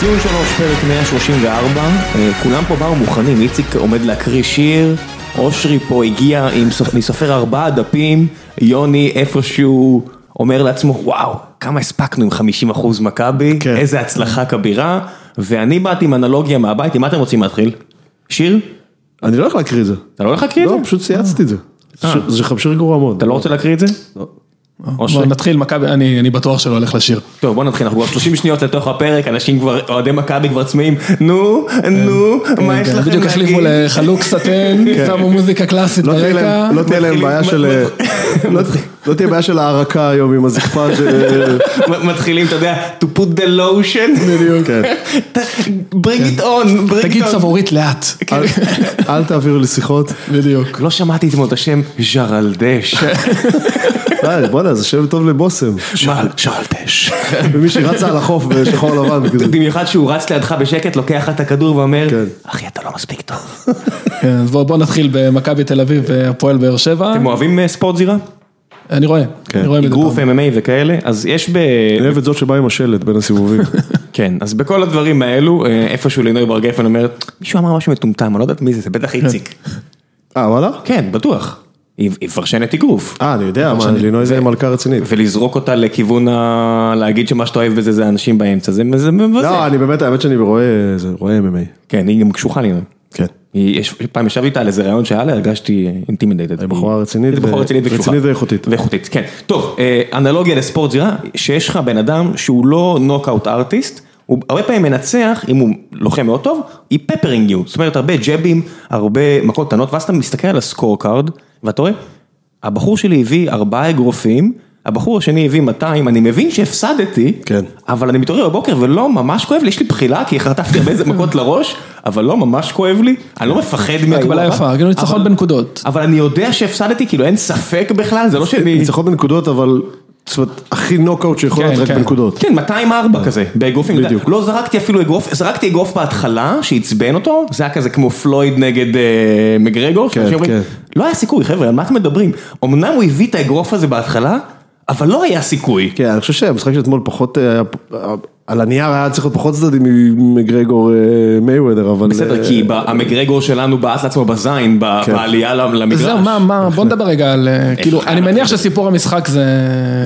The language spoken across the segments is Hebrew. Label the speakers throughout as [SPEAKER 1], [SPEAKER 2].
[SPEAKER 1] ציון שלוש, פרק 134, אה, כולם פה באו מוכנים, איציק עומד להקריא שיר, אושרי פה הגיע עם סופ- מסופר ארבעה דפים, יוני איפשהו אומר לעצמו, וואו, כמה הספקנו עם 50% מכבי,
[SPEAKER 2] כן.
[SPEAKER 1] איזה הצלחה כבירה, ואני באתי עם אנלוגיה מהבית, עם מה אתם רוצים להתחיל? שיר?
[SPEAKER 2] אני לא הולך להקריא את זה.
[SPEAKER 1] אתה לא הולך להקריא את
[SPEAKER 2] לא,
[SPEAKER 1] זה?
[SPEAKER 2] פשוט צייצתי את זה. זה ש- זה חמשיר גרוע מאוד.
[SPEAKER 1] אה. אתה לא רוצה להקריא את זה?
[SPEAKER 3] בוא נתחיל, מכבי, אני אני בטוח שלא הולך לשיר.
[SPEAKER 1] טוב בוא נתחיל, אנחנו כבר 30 שניות לתוך הפרק, אנשים כבר, אוהדי מכבי כבר צמאים, נו,
[SPEAKER 2] כן,
[SPEAKER 1] נו, מה יש לכם להגיד?
[SPEAKER 3] אוקיי, בדיוק החליפו לחלוק סטן, שמו מוזיקה קלאסית
[SPEAKER 2] כן. לא תהיה
[SPEAKER 3] ברקע.
[SPEAKER 2] להם- לא תהיה להם
[SPEAKER 1] מתחילים-
[SPEAKER 2] בעיה
[SPEAKER 1] מ-
[SPEAKER 2] של... אה, לא- לא תהיה בעיה של הערקה היום עם הזקפה ש... אה,
[SPEAKER 1] מ- מתחילים, אתה יודע, to put the lotion,
[SPEAKER 3] בדיוק.
[SPEAKER 2] כן.
[SPEAKER 1] bring it on, bring
[SPEAKER 3] תגיד
[SPEAKER 1] it on.
[SPEAKER 3] סבורית לאט.
[SPEAKER 2] אל- אל תעבירו לי שיחות.
[SPEAKER 3] בדיוק.
[SPEAKER 1] לא שמעתי אתמול את השם ז'רלדש.
[SPEAKER 2] די, בואנה, זה שם טוב לבושם.
[SPEAKER 1] ז'רלדש.
[SPEAKER 2] ומי שרצה על החוף בשחור לבן. כזה.
[SPEAKER 1] במיוחד שהוא רץ לידך בשקט, לוקח את הכדור ואומר,
[SPEAKER 2] כן.
[SPEAKER 1] אחי אתה לא מספיק טוב.
[SPEAKER 3] כן, אז בואו נתחיל במכבי תל אביב והפועל באר שבע.
[SPEAKER 1] אתם אוהבים אה, ספורט זירה?
[SPEAKER 3] אני רואה,
[SPEAKER 2] כן.
[SPEAKER 3] אני רואה מדי
[SPEAKER 1] אגרוף,
[SPEAKER 3] פעם.
[SPEAKER 1] MMA וכאלה, אז יש ב...
[SPEAKER 2] אני אוהב את זאת שבאה עם השלט בין הסיבובים.
[SPEAKER 1] כן, אז בכל הדברים האלו, אה, איפשהו לינוי בר גפן אומרת, מישהו אמר משהו מטומטם, אני לא יודעת מי זה, זה בטח איציק.
[SPEAKER 2] אה, וואלה?
[SPEAKER 1] כן, בטוח. היא היא מפרשנת אגרוף.
[SPEAKER 2] אה, אני
[SPEAKER 1] לא
[SPEAKER 2] יודע, מה, לינוי זה מלכה רצינית.
[SPEAKER 1] ולזרוק אותה לכיוון ה... להגיד שמה שאתה אוהב בזה זה האנשים באמצע, זה, זה מבזה.
[SPEAKER 2] לא, אני באמת, האמת שאני רואה זה- רואה MMA.
[SPEAKER 1] כן, היא גם קשוחה לי.
[SPEAKER 2] כן.
[SPEAKER 1] היא- יש- פעם ישבתי איתה על איזה רעיון שהיה לה, הרגשתי אינטימידייטד. היא
[SPEAKER 2] בחורה רצינית
[SPEAKER 1] היא בחורה
[SPEAKER 2] ו-
[SPEAKER 1] רצינית וקשוחה.
[SPEAKER 2] רצינית ואיכותית.
[SPEAKER 1] ואיכותית, כן. טוב, אה, אנלוגיה לספורט זירה, שיש לך בן אדם שהוא לא נוקאוט ארטיסט, הוא הרבה פעמים מנצח, אם הוא לוחם מאוד טוב, היא פפרינג יו, זאת אומרת הרבה ג'בים, הרבה מכות קטנות, ואז אתה מסתכל על הסקור קארד, ואתה רואה, הבחור שלי הביא ארבעה אגרופים, הבחור השני הביא 200, אני מבין שהפסדתי,
[SPEAKER 2] כן.
[SPEAKER 1] אבל אני מתעורר בבוקר ולא ממש כואב לי, יש לי בחילה כי חטפתי הרבה איזה מכות לראש, אבל לא ממש כואב לי, אני לא מפחד מהאירוע
[SPEAKER 3] הקבלה
[SPEAKER 1] הבא,
[SPEAKER 3] יפה, כאילו ניצחון
[SPEAKER 1] אבל-
[SPEAKER 3] בנקודות.
[SPEAKER 1] אבל אני יודע שהפסדתי, כאילו אין ספק בכלל, זה לא שאני...
[SPEAKER 2] ניצחון בנקודות, אבל... זאת אומרת, הכי נוקאוט שיכול להיות
[SPEAKER 3] כן,
[SPEAKER 2] רק
[SPEAKER 3] כן.
[SPEAKER 2] בנקודות.
[SPEAKER 1] כן, 204 כזה, באגרופים.
[SPEAKER 2] בדיוק.
[SPEAKER 1] לא זרקתי אפילו אגרוף, זרקתי אגרוף בהתחלה, שעצבן אותו, זה היה כזה כמו פלויד נגד אה, מגרגור,
[SPEAKER 2] כן,
[SPEAKER 1] שאנשים אומרים,
[SPEAKER 2] כן.
[SPEAKER 1] לא היה סיכוי, חבר'ה, על מה אתם מדברים? אמנם הוא הביא את האגרוף הזה בהתחלה, אבל לא היה סיכוי.
[SPEAKER 2] כן, אני חושב שהמשחק של אתמול פחות, אה, היה פ- אה, על הנייר היה צריך להיות פחות צדדי מגרגור אה, מייוודר, אבל...
[SPEAKER 1] בסדר,
[SPEAKER 2] אה,
[SPEAKER 1] כי ב- המגרגור שלנו בעט לעצמו בזין, ב-
[SPEAKER 2] כן.
[SPEAKER 1] בעלייה ל- למגרש.
[SPEAKER 3] זהו, מה, מה, בוא נדבר רגע על, אה, כאילו,
[SPEAKER 1] אחד
[SPEAKER 3] אני
[SPEAKER 1] אנחנו
[SPEAKER 3] מניח שסיפור המשחק זה...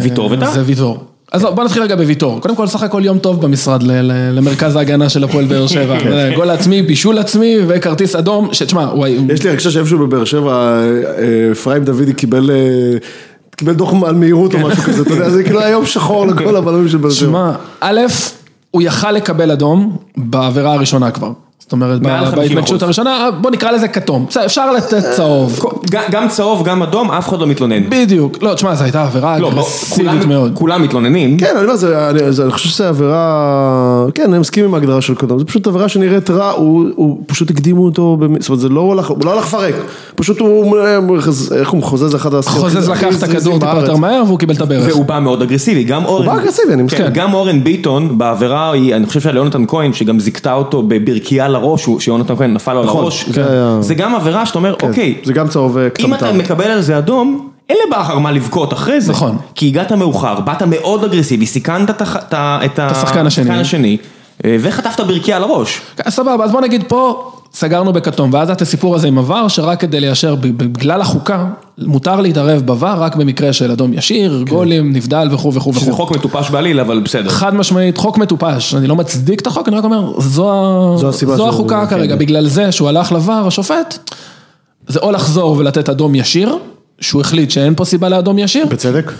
[SPEAKER 1] ויטור וטאה?
[SPEAKER 3] זה ויטור. אז לא, בוא נתחיל רגע בוויטור. קודם כל, סך הכל יום טוב במשרד ל- ל- למרכז ההגנה של הפועל באר שבע.
[SPEAKER 1] כן.
[SPEAKER 3] זה גול עצמי, בישול עצמי וכרטיס אדום, שתשמע, הוא...
[SPEAKER 2] יש לי הרגשה שאיפשהו בבאר שבע, אה, אה, אפרים דוידי קיבל... אה, קיבל דוח על מהירות או משהו כזה, אתה יודע, זה כאילו היה יום שחור לכל הבלמים של באר שבע.
[SPEAKER 3] שמע, א', הוא יכל לקבל אדום בעבירה הראשונה כבר. זאת אומרת, ב-
[SPEAKER 1] מעל אה, 50%.
[SPEAKER 3] בהתנגשות הראשונה, אה, בוא נקרא לזה כתום. בסדר, אפשר לתת צהוב.
[SPEAKER 1] ג- גם צהוב, גם אדום, אף אחד לא מתלונן.
[SPEAKER 3] בדיוק. לא, תשמע, זו הייתה עבירה
[SPEAKER 1] לא, ברור,
[SPEAKER 3] אגרסיבית
[SPEAKER 1] כולם-
[SPEAKER 3] מאוד.
[SPEAKER 1] כולם מתלוננים.
[SPEAKER 2] כן, אני אומר, זה- אני זה- אני חושב שזה עבירה, כן, אני מסכים עם ההגדרה של קודם, זה פשוט עבירה שנראית רע, הוא הוא פשוט הקדימו אותו, במ- זאת אומרת, זה לא הלך, הוא לא הלך לפרק, פשוט הוא, אה, איך הוא חוזז לאחד הסכמים.
[SPEAKER 3] חוזז לקח את הכדור טיפה יותר מהר והוא קיבל את הברך.
[SPEAKER 1] והוא בא מאוד אגרסיבי, גם אורן,
[SPEAKER 2] בא אגרסיבי, אני מסכים.
[SPEAKER 1] כן, גם אורן ביטון בעבירה, היא- אני חושב שהיה ליונתן כהן, שגם זיכתה אותו בברכייה לראש, הוא- שיונתן כהן נפל לו על
[SPEAKER 2] נכון,
[SPEAKER 1] הראש,
[SPEAKER 2] זה
[SPEAKER 1] זה-
[SPEAKER 2] היה- כן,
[SPEAKER 1] זה גם עבירה שאתה אומר, אוקיי,
[SPEAKER 2] זה גם צהוב אה,
[SPEAKER 1] אם אתה
[SPEAKER 2] קטנטן.
[SPEAKER 1] מקבל על זה אדום, אין לבכר מה לבכות אחרי זה,
[SPEAKER 3] נכון.
[SPEAKER 1] כי הגעת מאוחר, באת מאוד אגרסיבי, סיכנת את הח- את ה- את
[SPEAKER 3] השחקן השני.
[SPEAKER 1] השני, אה, וחטפת ברכייה על הראש.
[SPEAKER 3] סבבה, אז בוא נגיד פה, סגרנו בכתום, ואז היה את הסיפור הזה עם עבר, שרק כדי ליישר, ב- בגלל החוקה, מותר להתערב בVAR רק במקרה של אדום ישיר,
[SPEAKER 2] כן.
[SPEAKER 3] גולים, נבדל וכו' וכו'
[SPEAKER 1] שזה
[SPEAKER 2] נכון.
[SPEAKER 3] וכו'.
[SPEAKER 1] חוק מטופש בעליל, אבל בסדר.
[SPEAKER 3] חד משמעית, חוק מטופש, אני לא מצדיק את החוק, אני רק אומר, זו, ה-
[SPEAKER 2] זו הסיבה
[SPEAKER 3] זו
[SPEAKER 2] שהוא-
[SPEAKER 3] החוקה
[SPEAKER 2] כן.
[SPEAKER 3] כרגע, בגלל זה שהוא הלך לVAR, השופט, זה או לחזור ולתת אדום ישיר, שהוא החליט שאין פה סיבה לאדום ישיר,
[SPEAKER 2] בצדק?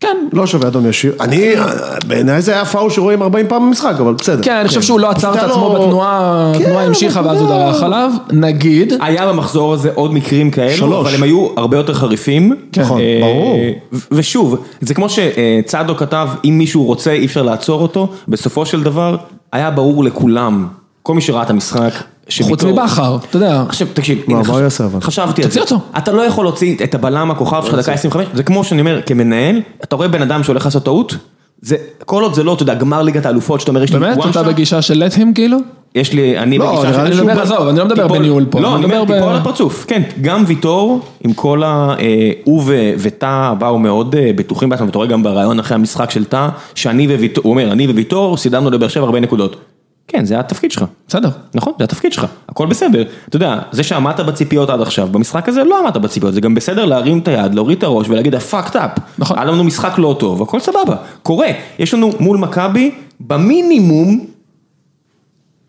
[SPEAKER 3] כן,
[SPEAKER 2] לא שווה אדום ישיר. אני, בעיניי זה היה פאול שרואים 40 פעם במשחק, אבל בסדר.
[SPEAKER 3] כן, אני חושב שהוא לא עצר את
[SPEAKER 2] פשוט היה
[SPEAKER 3] עצמו
[SPEAKER 2] לו-
[SPEAKER 3] בתנועה,
[SPEAKER 2] כן,
[SPEAKER 3] התנועה המשיכה
[SPEAKER 2] אבל
[SPEAKER 3] ואז
[SPEAKER 2] אתה
[SPEAKER 3] הוא
[SPEAKER 2] יודע.
[SPEAKER 3] דרך עליו, נגיד,
[SPEAKER 1] היה במחזור הזה עוד מקרים כאלו,
[SPEAKER 2] שלוש.
[SPEAKER 1] אבל הם היו הרבה יותר חריפים.
[SPEAKER 3] כן.
[SPEAKER 2] נכון, ברור.
[SPEAKER 1] ו- ושוב, זה כמו שצדו כתב, אם מישהו רוצה אי אפשר לעצור אותו, בסופו של דבר היה ברור לכולם, כל מי שראה את המשחק,
[SPEAKER 3] חוץ
[SPEAKER 1] שביטור-
[SPEAKER 3] מבכר, אתה יודע.
[SPEAKER 1] עכשיו תקשיב,
[SPEAKER 2] מה,
[SPEAKER 1] הנה,
[SPEAKER 2] מה הוא יעשה אבל? לא
[SPEAKER 1] חשבתי על זה,
[SPEAKER 3] תוציא אותו.
[SPEAKER 1] אתה לא יכול להוציא את הבלם הכוכב שלך דקה 25, זה כמו שאני אומר כמנהל, אתה רואה בן אדם שהולך לעשות טעות, זה, כל עוד זה לא, אתה יודע, גמר ליגת האלופות, שאתה אומר, יש לי
[SPEAKER 3] באמת?
[SPEAKER 1] one
[SPEAKER 3] אתה
[SPEAKER 1] shot,
[SPEAKER 3] בגישה של let him כאילו?
[SPEAKER 1] יש לי, אני
[SPEAKER 2] לא,
[SPEAKER 1] בגישה
[SPEAKER 2] נראה לי
[SPEAKER 3] אני
[SPEAKER 2] שהוא
[SPEAKER 3] מדבר,
[SPEAKER 2] בא-
[SPEAKER 3] עזוב, אני לא מדבר
[SPEAKER 1] תיפול-
[SPEAKER 3] בניהול פה.
[SPEAKER 1] לא, אני אומר,
[SPEAKER 3] ב-
[SPEAKER 1] תיפול על הפרצוף, כן, גם ויטור, עם כל ה... אה, הוא ו- וטאה באו מאוד אה, בטוחים בעצמם, ואתה רואה גם בריאיון אחרי המשחק של טאה, שאני וויטור, הוא אומר, אני וויטור סידרנו לבאר שבע הרבה נקודות. כן, זה התפקיד שלך.
[SPEAKER 3] בסדר.
[SPEAKER 1] נכון, זה התפקיד שלך, הכל בסדר. אתה יודע, זה שעמדת בציפיות עד עכשיו, במשחק הזה לא עמדת בציפיות, זה גם בסדר להרים את היד, להוריד את הראש ולהגיד, הפאקד אפ.
[SPEAKER 3] נכון.
[SPEAKER 1] היה לנו משחק לא טוב, הכל סבבה, קורה. יש לנו מול מכבי, במינימום,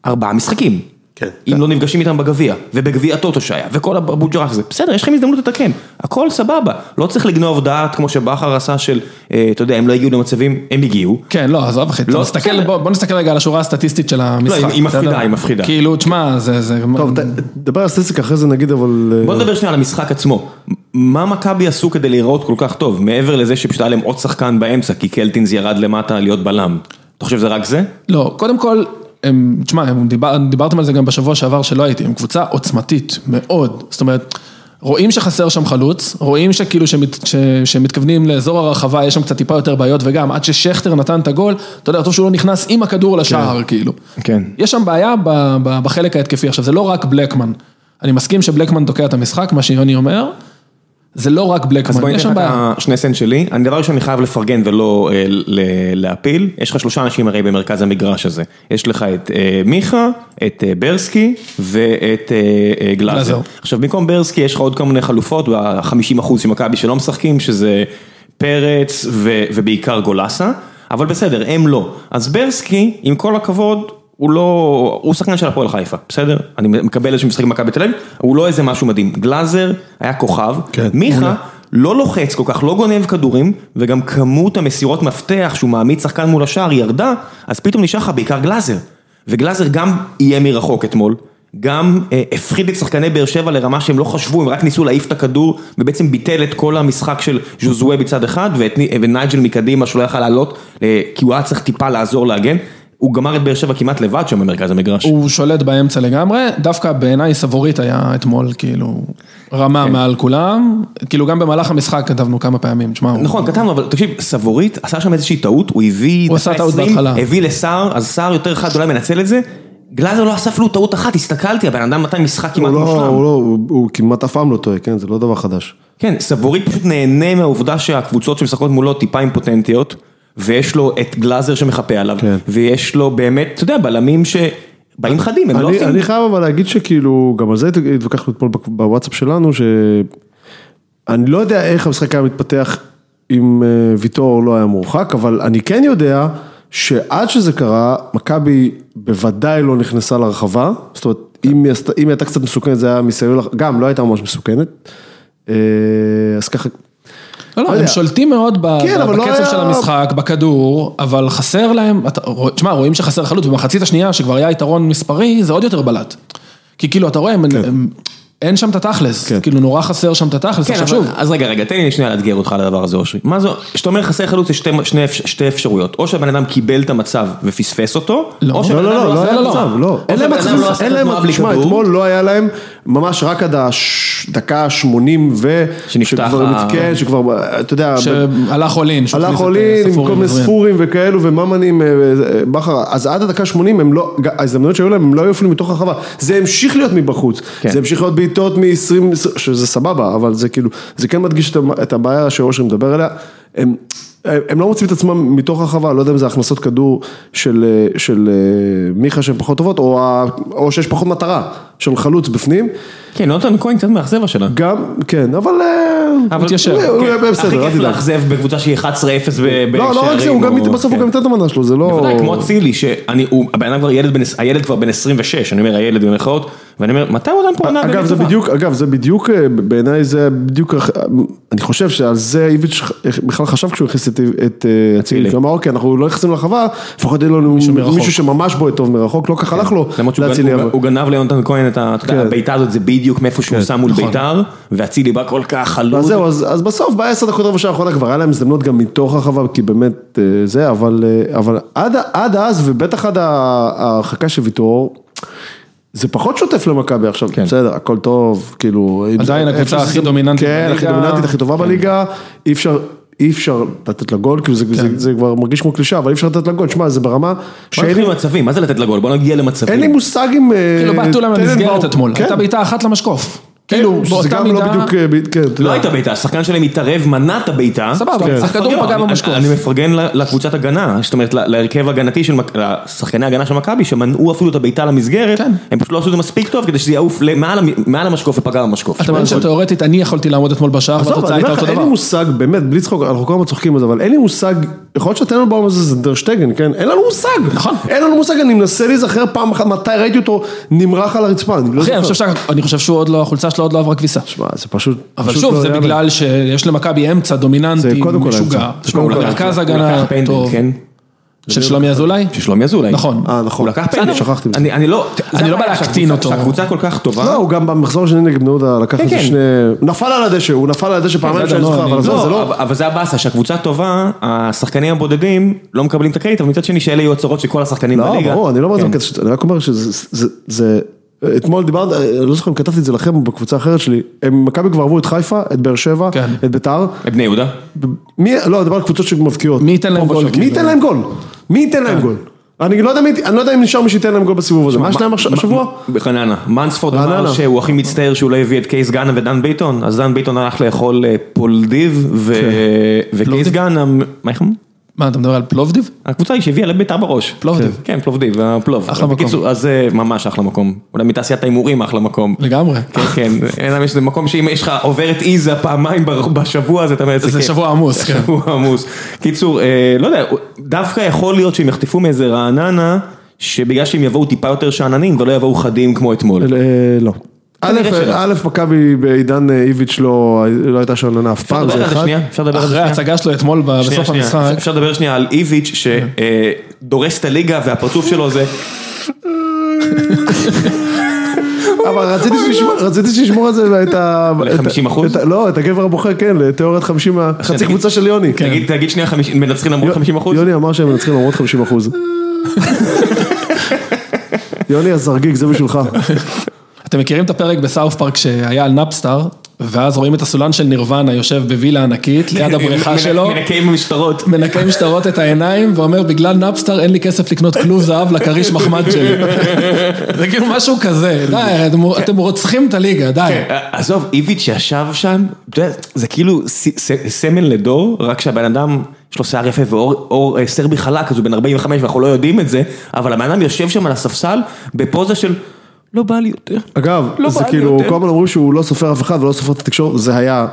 [SPEAKER 1] ארבעה משחקים.
[SPEAKER 2] כן.
[SPEAKER 1] אם לא נפגשים איתם בגביע, ובגביע הטוטו שהיה, וכל הבוג'רס הזה, בסדר, יש לכם הזדמנות לתקן, הכל סבבה, לא צריך לגנוב דעת כמו שבכר עשה של, אה, אתה יודע, הם לא הגיעו למצבים, הם הגיעו,
[SPEAKER 3] כן, לא, עזוב אחי,
[SPEAKER 1] לא,
[SPEAKER 3] לא, תסתכל,
[SPEAKER 1] בסדר.
[SPEAKER 3] בוא, בוא נסתכל רגע על השורה הסטטיסטית של המשחק.
[SPEAKER 1] היא- היא
[SPEAKER 3] בסדר?
[SPEAKER 1] מפחידה, היא מפחידה.
[SPEAKER 3] כאילו, תשמע, זה... זה
[SPEAKER 2] טוב, ת- דבר על סטטיסטיקה אחרי זה נגיד, אבל... אה,
[SPEAKER 1] בוא נדבר שנייה על המשחק עצמו. מה מכבי עשו כדי להיראות כל כך טוב, מעבר לזה שפשוט היה להם עוד שחקן באמצע, כי קלטינס ירד למטה להיות בלם. אתה חושב שזה רק זה?
[SPEAKER 3] לא, קודם כל, הם, תשמע, הם דיבר, דיברתם על זה גם בשבוע שעבר שלא הייתי, הם קבוצה עוצמתית מאוד, זאת אומרת, רואים שחסר שם חלוץ, רואים שכאילו שמת, ש, שמתכוונים לאזור הרחבה, יש שם קצת טיפה יותר בעיות, וגם עד ששכטר נתן את הגול, אתה יודע, טוב שהוא לא נכנס עם הכדור לשער, כן. כאילו.
[SPEAKER 1] כן.
[SPEAKER 3] יש שם בעיה ב, ב, בחלק ההתקפי, עכשיו זה לא רק בלקמן, אני מסכים שבלקמן תוקע את המשחק, מה שיוני אומר, זה לא רק
[SPEAKER 1] אז
[SPEAKER 3] בלקמן,
[SPEAKER 1] בואי
[SPEAKER 3] יש
[SPEAKER 1] ניתן
[SPEAKER 3] שם
[SPEAKER 1] לך את
[SPEAKER 3] בעיה.
[SPEAKER 1] השני סנט שלי. אני דבר ראשון, אני חייב לפרגן ולא אה, ל- להפיל. יש לך שלושה אנשים הרי במרכז המגרש הזה. יש לך את אה, מיכה, את אה, ברסקי ואת אה, אה, גלאזר.
[SPEAKER 3] גלאזר.
[SPEAKER 1] עכשיו, במקום ברסקי יש לך עוד כל מיני חלופות, ב-50% של מכבי שלא משחקים, שזה פרץ ו- ובעיקר גולסה, אבל בסדר, הם לא. אז ברסקי, עם כל הכבוד, הוא לא, הוא שחקן של הפועל חיפה, בסדר? אני מקבל איזשהו משחק עם מכבי תל אביב, הוא לא איזה משהו מדהים. גלאזר היה כוכב,
[SPEAKER 2] כן,
[SPEAKER 1] מיכה לא לוחץ כל כך, לא גונב כדורים, וגם כמות המסירות מפתח שהוא מעמיד שחקן מול השער ירדה, אז פתאום נשאר לך בעיקר גלאזר. וגלאזר גם איים מרחוק אתמול, גם אה, הפחיד את שחקני באר שבע לרמה שהם לא חשבו, הם רק ניסו להעיף את הכדור, ובעצם ביטל את כל המשחק של ז'וזואה בצד אחד, ואת, ני- ונייג'ל מקדימה שהוא לא יכל לעלות, אה, כי הוא היה צריך טיפה לעזור להגן. הוא גמר את באר שבע כמעט לבד שם במרכז המגרש.
[SPEAKER 3] הוא שולט באמצע לגמרי, דווקא בעיניי סבורית היה אתמול, כאילו, רמה
[SPEAKER 2] כן.
[SPEAKER 3] מעל כולם, כאילו גם במהלך המשחק כתבנו כמה פעמים, תשמע, הוא-
[SPEAKER 1] נכון, כתבנו, אבל תקשיב, סבורית עשה שם איזושהי טעות, הוא הביא...
[SPEAKER 3] הוא עשה
[SPEAKER 1] דקה
[SPEAKER 3] טעות
[SPEAKER 1] 20,
[SPEAKER 3] בהתחלה.
[SPEAKER 1] הביא לסער, אז סער יותר חד אולי מנצל את זה. גלאזר לא אסף לו טעות אחת, הסתכלתי, הבן אדם נתן משחק
[SPEAKER 2] הוא
[SPEAKER 1] כמעט
[SPEAKER 2] לא,
[SPEAKER 1] מושלם.
[SPEAKER 2] הוא לא, הוא- הוא כמעט אף פעם לא טועה, כן? זה לא דבר חדש.
[SPEAKER 1] כן, סבורית פשוט נהנה מהעובדה שהקבוצות שמשחקות מולו טיפה אימפוטנטיות, ויש לו את גלאזר שמחפה עליו,
[SPEAKER 2] כן.
[SPEAKER 1] ויש לו באמת, אתה יודע, בלמים שבאים חדים, הם לא
[SPEAKER 2] אני,
[SPEAKER 1] עושים...
[SPEAKER 2] אני חייב אבל להגיד שכאילו, גם על זה התווכחנו אתמול בק- בוואטסאפ שלנו, שאני לא יודע איך המשחק היה מתפתח אם אה, ויטור לא היה מורחק, אבל אני כן יודע שעד שזה קרה, מכבי בוודאי לא נכנסה לרחבה, זאת אומרת, אם היא, עשתה, אם היא הייתה קצת מסוכנת, זה היה מסביב, לח- גם לא הייתה ממש מסוכנת, אה, אז ככה,
[SPEAKER 3] לא, לא,
[SPEAKER 2] יודע.
[SPEAKER 3] הם שולטים מאוד ב-
[SPEAKER 2] כן, אבל לא
[SPEAKER 3] בקצב
[SPEAKER 2] היה-
[SPEAKER 3] של המשחק, בכדור, אבל חסר להם, אתה רוא- תשמע, רואים שחסר חלוץ, במחצית השנייה שכבר היה יתרון מספרי, זה עוד יותר בלט. כי כאילו, אתה רואה, הם- הם- אין שם את התכלס,
[SPEAKER 2] כן.
[SPEAKER 3] כאילו נורא חסר שם את התכלס,
[SPEAKER 1] כן,
[SPEAKER 3] עכשיו
[SPEAKER 1] אבל,
[SPEAKER 3] שוב,
[SPEAKER 1] אז רגע, רגע, תן לי שנייה לאתגר אותך על הדבר הזה, אושרי. מה זו, כשאתה אומר חסר חלוץ, יש שתי, שני, אפ- שתי אפשרויות. או שהבן אדם קיבל את המצב ופספס אותו,
[SPEAKER 3] לא.
[SPEAKER 1] או
[SPEAKER 2] לא,
[SPEAKER 1] שהבן
[SPEAKER 2] לא,
[SPEAKER 1] אדם
[SPEAKER 2] לא, לא
[SPEAKER 1] עשה
[SPEAKER 2] היה
[SPEAKER 1] את
[SPEAKER 3] לא,
[SPEAKER 2] מצב,
[SPEAKER 1] המצב.
[SPEAKER 2] לא. אין
[SPEAKER 1] או
[SPEAKER 2] להם
[SPEAKER 1] שהבן אדם לא
[SPEAKER 2] מצב,
[SPEAKER 1] עשה
[SPEAKER 2] אין
[SPEAKER 1] את
[SPEAKER 2] להם
[SPEAKER 1] התנועה
[SPEAKER 2] מצב,
[SPEAKER 1] בלי
[SPEAKER 2] תשמע,
[SPEAKER 1] כדור.
[SPEAKER 2] אתמול לא היה להם, ממש רק עד הדקה ה-80 ו...
[SPEAKER 1] שנפתח
[SPEAKER 2] שכבר
[SPEAKER 1] ה-
[SPEAKER 2] מת- כן, שכבר, אה, אתה יודע...
[SPEAKER 3] שהלך אולין, שהוא
[SPEAKER 2] הלך
[SPEAKER 3] הכניס את, אה,
[SPEAKER 2] עולין עם
[SPEAKER 3] ספורי
[SPEAKER 2] כל מיני
[SPEAKER 3] ועזריאן.
[SPEAKER 2] ספורים וכאלו וממנים, אה, אה, בכר, אז עד הדקה 80 הם לא, ג- ההזדמנויות שהיו להם הם לא היו אפילו מתוך הרחבה, זה המשיך להיות מבחוץ,
[SPEAKER 1] כן.
[SPEAKER 2] זה המשיך להיות בעיטות מ-20, שזה סבבה, אבל זה כאילו, זה כן מדגיש את ה- את הבעיה שאושר מדבר עליה, הם, הם הם לא מוצאים את עצמם מתוך הרחבה, לא יודע אם זה הכנסות כדור של, אה, של אה, מיכה שהן פחות טובות, או, ה- או שיש פחות מטרה של חלוץ בפנים,
[SPEAKER 1] כן, נותן כהן קצת מאכזב השנה.
[SPEAKER 2] גם, כן, אבל, אה,
[SPEAKER 1] אבל-
[SPEAKER 3] מתיישר,
[SPEAKER 1] כן.
[SPEAKER 2] הוא- הוא-
[SPEAKER 1] הכי
[SPEAKER 2] בסדר, אל
[SPEAKER 1] כיף
[SPEAKER 2] תדאג.
[SPEAKER 1] לאכזב בקבוצה שהיא 11-0 ב-
[SPEAKER 2] לא, לא רק זה,
[SPEAKER 1] בשערים
[SPEAKER 2] הוא גם,
[SPEAKER 1] או-
[SPEAKER 2] בסוף הוא
[SPEAKER 1] כן.
[SPEAKER 2] גם ייתן את המנה שלו, זה לא...
[SPEAKER 1] בוודאי, כמו אצילי, שאני, הוא, הבן אדם כבר ילד בן, הילד כבר בן 26, אני אומר הילד במרכאות, ואני אומר, מתי הוא נתן פה עונה
[SPEAKER 2] אה, אגב
[SPEAKER 1] באמת
[SPEAKER 2] זה
[SPEAKER 1] טובה?"
[SPEAKER 2] בדיוק, אגב זה בדיוק, אה, בעיניי זה בדיוק, הח- אני חושב שעל זה איביץ' אה, בכלל חשב כשהוא הכניס את- את אה, אצילי, הוא אמר אוקיי אנחנו לא נכנסים לרחבה, לפחות אין לנו
[SPEAKER 3] מרחוק.
[SPEAKER 2] מישהו שממש בועט טוב מרחוק, לא ככה הלך לו,
[SPEAKER 1] כן. למרות שהוא
[SPEAKER 2] לאצילי,
[SPEAKER 1] גנ-
[SPEAKER 2] אבל-
[SPEAKER 1] הוא- הוא גנב ליונתן כהן את ה- אתה יודע,
[SPEAKER 2] כן.
[SPEAKER 1] הבעיטה הזאת, זה בדיוק מאיפה שהוא שם מול
[SPEAKER 3] נכון.
[SPEAKER 1] בית"ר, ואצילי בא כל כך
[SPEAKER 2] אז
[SPEAKER 1] חלוד,
[SPEAKER 2] זהו, אז אז בסוף בעשר דקות רבע שעה האחרונה כבר היה להם הזדמנות גם מתוך הרחבה, כי באמת אה, זה, אבל אה, אבל עד- עד אז ובטח עד ה- ההרחקה של ויטור, זה פחות שוטף למכבי עכשיו, בסדר, הכל טוב, כאילו... אם-
[SPEAKER 3] כן. עדיין
[SPEAKER 2] איפה
[SPEAKER 3] הקבוצה
[SPEAKER 2] שזה-
[SPEAKER 3] הכי דומיננטית
[SPEAKER 2] כן, הכי
[SPEAKER 3] בליגה.
[SPEAKER 2] דומיננטית, הכי טובה בליגה, אי אפשר, אי אפשר לתת לה גול, כאילו זה- זה-
[SPEAKER 3] כן.
[SPEAKER 2] זה כבר מרגיש כמו קלישה, אבל אי אפשר לתת לה גול, שמע, זה ברמה
[SPEAKER 1] בוא
[SPEAKER 2] שאין
[SPEAKER 1] נתחיל
[SPEAKER 2] לי-
[SPEAKER 1] עם מצבים, מה זה לתת לגול, בוא נגיע למצבים,
[SPEAKER 2] אין לי מושג אם... אה,
[SPEAKER 3] כאילו בעטו להם למסגרת
[SPEAKER 2] טננבאום-
[SPEAKER 3] אתמול,
[SPEAKER 2] כן.
[SPEAKER 3] הייתה בעיטה אחת למשקוף. כאילו,
[SPEAKER 2] שזה
[SPEAKER 3] באותה
[SPEAKER 2] גם לא
[SPEAKER 3] מידה...
[SPEAKER 2] בדיוק, אה, ב- כן, אתה
[SPEAKER 1] לא
[SPEAKER 2] יודע.
[SPEAKER 1] הייתה בעיטה, השחקן שלהם התערב, מנע את הבעיטה.
[SPEAKER 3] סבבה,
[SPEAKER 1] זאת
[SPEAKER 2] כן.
[SPEAKER 1] אומרת,
[SPEAKER 3] אבל הכדור
[SPEAKER 1] מפרגן
[SPEAKER 3] פגע
[SPEAKER 1] לו.
[SPEAKER 3] במשקוף.
[SPEAKER 1] אני אני מפרגן ל- לקבוצת הגנה, זאת אומרת לה- להרכב הגנתי של, מכ- לשחקני הגנה של מכבי, שמנעו אפילו את הבעיטה למסגרת,
[SPEAKER 3] כן.
[SPEAKER 1] הם פשוט לא עשו את זה מספיק טוב כדי שזה יעוף ל- מעל המ- מעל המשקוף ופגע במשקוף.
[SPEAKER 3] אתה מבין שתיאורטית אני יכולתי לעמוד אתמול בשער
[SPEAKER 2] עזוב,
[SPEAKER 3] והתוצאה
[SPEAKER 2] אני
[SPEAKER 3] הייתה
[SPEAKER 2] אומר לך,
[SPEAKER 3] אותו
[SPEAKER 2] אין
[SPEAKER 3] דבר.
[SPEAKER 2] לי מושג, באמת, בלי צחוק, אנחנו כל הזמן צוחקים על זה, אבל אין לי מושג, יכול להיות שהטננבאום הזה זה דרשטגן, כן? אין לנו מושג.
[SPEAKER 3] נכון.
[SPEAKER 2] אין לנו מושג, אני מנסה להיזכר פעם אחת מתי ראיתי אותו נמרח על הרצפה, אני לא
[SPEAKER 3] אחי,
[SPEAKER 2] זוכר.
[SPEAKER 3] אני חושב שה- אני חושב שהוא עוד לא, החולצה שלו עוד לא עברה כביסה.
[SPEAKER 2] שמע, זה פשוט...
[SPEAKER 3] אבל
[SPEAKER 2] פשוט
[SPEAKER 3] שוב,
[SPEAKER 2] לא
[SPEAKER 3] זה
[SPEAKER 2] יאמן.
[SPEAKER 3] בגלל שיש למכבי אמצע
[SPEAKER 2] זה
[SPEAKER 3] דומיננטי,
[SPEAKER 2] קודם כל
[SPEAKER 3] משוגע.
[SPEAKER 2] האמצע.
[SPEAKER 3] יש לו
[SPEAKER 1] לקח-
[SPEAKER 3] מרכז
[SPEAKER 1] הוא
[SPEAKER 3] הגנה
[SPEAKER 1] לקח פנדל,
[SPEAKER 3] טוב.
[SPEAKER 1] כן.
[SPEAKER 3] של שלומי אזולאי?
[SPEAKER 1] ששלומי אזולאי.
[SPEAKER 3] נכון.
[SPEAKER 2] אה, נכון.
[SPEAKER 1] הוא לקח
[SPEAKER 2] בסדר,
[SPEAKER 1] פנדל.
[SPEAKER 2] שכחתי מזה.
[SPEAKER 1] אני אני לא... זה
[SPEAKER 3] אני לא בא
[SPEAKER 1] הבעיה,
[SPEAKER 3] להקטין
[SPEAKER 1] שהקבוצה-
[SPEAKER 3] אותו.
[SPEAKER 1] שהקבוצה כל כך טובה.
[SPEAKER 2] לא, הוא גם במחזור השני נגד בני יהודה לקח
[SPEAKER 1] כן,
[SPEAKER 2] איזה
[SPEAKER 1] כן.
[SPEAKER 2] שני... הוא נפל על הדשא, הוא נפל על הדשא פעמיים
[SPEAKER 3] בסדר,
[SPEAKER 2] שאני
[SPEAKER 3] לא,
[SPEAKER 2] זוכר,
[SPEAKER 3] אני-
[SPEAKER 2] אבל עזוב, זה
[SPEAKER 1] לא,
[SPEAKER 2] לא...
[SPEAKER 1] אבל- אבל זה הבאסה, שהקבוצה טובה, השחקנים הבודדים לא מקבלים את הקרדיט, אבל מצד שני שאלה יהיו הצהרות של כל השחקנים
[SPEAKER 2] לא,
[SPEAKER 1] בליגה.
[SPEAKER 2] ברור, אני לא אומר את זה
[SPEAKER 1] כן.
[SPEAKER 2] בקטע, ש- אני רק אומר שזה, זה- זה, אתמול דיברת, אני לא זוכר אם כתבתי את זה לכם בקבוצה אחרת שלי, הם מכבי כבר עברו את חיפה, את באר שבע,
[SPEAKER 3] כן.
[SPEAKER 2] את ביתר,
[SPEAKER 1] בני יהודה.
[SPEAKER 2] מי, לא, אני מדבר על קבוצות שמבקיעות.
[SPEAKER 3] מי ייתן להם
[SPEAKER 2] פה
[SPEAKER 3] גול,
[SPEAKER 2] ושם.
[SPEAKER 3] כאילו?
[SPEAKER 2] מי ייתן להם גול? מי ייתן להם גול? אני לא יודע מי, אני לא יודע אם נשאר מי שייתן להם גול בסיבוב הזה, מה יש להם עכשיו- השבוע?
[SPEAKER 1] בחננה. מנספורד אמר
[SPEAKER 2] רעננה.
[SPEAKER 1] שהוא הכי מצטער שהוא לא הביא את קייס גאנה ודן ביטון, אז דן ביטון הלך לאכול אה, פולדיב, ו-
[SPEAKER 2] כן.
[SPEAKER 1] וקייס גאנה, מה איך אמרו?
[SPEAKER 3] מה, אתה מדבר על פלובדיב?
[SPEAKER 1] הקבוצה היא שהביאה לביתר בראש.
[SPEAKER 3] פלובדיב.
[SPEAKER 1] כן, פלובדיב, הפלוב.
[SPEAKER 3] אחלה מקום.
[SPEAKER 1] בקיצור, אז אה, ממש אחלה מקום. אולי מתעשיית ההימורים אחלה מקום.
[SPEAKER 3] לגמרי.
[SPEAKER 1] כן, כן, אלא אם יש איזה מקום שאם יש לך עוברת איזה פעמיים בר- בשבוע, אז אתה אומר, איזה
[SPEAKER 3] זה
[SPEAKER 1] כיף.
[SPEAKER 3] שבוע עמוס, כן.
[SPEAKER 1] שבוע עמוס. קיצור, אה, לא יודע, דווקא יכול להיות שהם יחטפו מאיזה רעננה, שבגלל שהם יבואו טיפה יותר שאננים ולא יבואו חדים כמו אתמול.
[SPEAKER 2] אה, לא. א', אה,
[SPEAKER 1] כנראה שלא.
[SPEAKER 2] א', מכבי בעידן אה, איביץ' לא לא הייתה שם עננה אף
[SPEAKER 1] אפשר
[SPEAKER 2] פעם,
[SPEAKER 1] לדבר
[SPEAKER 2] זה
[SPEAKER 1] על זה
[SPEAKER 2] אחד.
[SPEAKER 1] שנייה? אפשר לדבר על זה
[SPEAKER 3] אחרי
[SPEAKER 1] שנייה?
[SPEAKER 3] ההצגה שלו אתמול ב-
[SPEAKER 1] שנייה,
[SPEAKER 3] בסוף
[SPEAKER 1] שנייה.
[SPEAKER 3] המשחק. כן.
[SPEAKER 1] אפשר לדבר שנייה על איביץ' שדורס את הליגה והפרצוף שלו זה...
[SPEAKER 2] אבל רציתי
[SPEAKER 1] אה,
[SPEAKER 2] שנשמור-
[SPEAKER 1] לא.
[SPEAKER 2] רציתי שנשמור את זה, את ה... את ה-
[SPEAKER 1] ל-50%?
[SPEAKER 2] את ה- לא, את הגבר הבוכה, כן, לתיאוריית 50, ה- חצי
[SPEAKER 1] תגיד-
[SPEAKER 2] קבוצה של יוני.
[SPEAKER 1] תגיד, תגיד שנייה, כן, חמישים- מנצחים למרות 50 אחוז?
[SPEAKER 2] יוני אמר שהם מנצחים למרות 50 אחוז. יוני הזרגיג, זה בשבילך.
[SPEAKER 3] אתם מכירים את הפרק בסאוף פארק שהיה על נאפסטאר, ואז רואים את הסולן של נירוונה יושב בווילה ענקית, ליד הבריכה שלו,
[SPEAKER 1] מנקה עם המשטרות.
[SPEAKER 3] מנקה משטרות את העיניים, ואומר בגלל נאפסטאר אין לי כסף לקנות כלוב זהב לכריש מחמד שלי. זה כאילו משהו כזה,
[SPEAKER 2] כן.
[SPEAKER 3] די, אתם- אתם רוצחים את הליגה, די.
[SPEAKER 1] עזוב, איביץ' שישב שם, אתה יודע, זה כאילו ס- ס- סמל לדור, רק שהבן אדם, יש לו שיער יפה ואור אור, אה, סרבי חלק, אז הוא בן 45 ואנחנו לא יודעים את זה, אבל הבן אדם יושב שם על הספסל בפוזה של לא בא לי יותר.
[SPEAKER 2] אגב,
[SPEAKER 1] לא
[SPEAKER 2] זה
[SPEAKER 1] בא לי
[SPEAKER 2] כאילו,
[SPEAKER 1] יותר.
[SPEAKER 2] כל הזמן אומרים שהוא לא סופר אף אחד ולא סופר את התקשורת, זה היה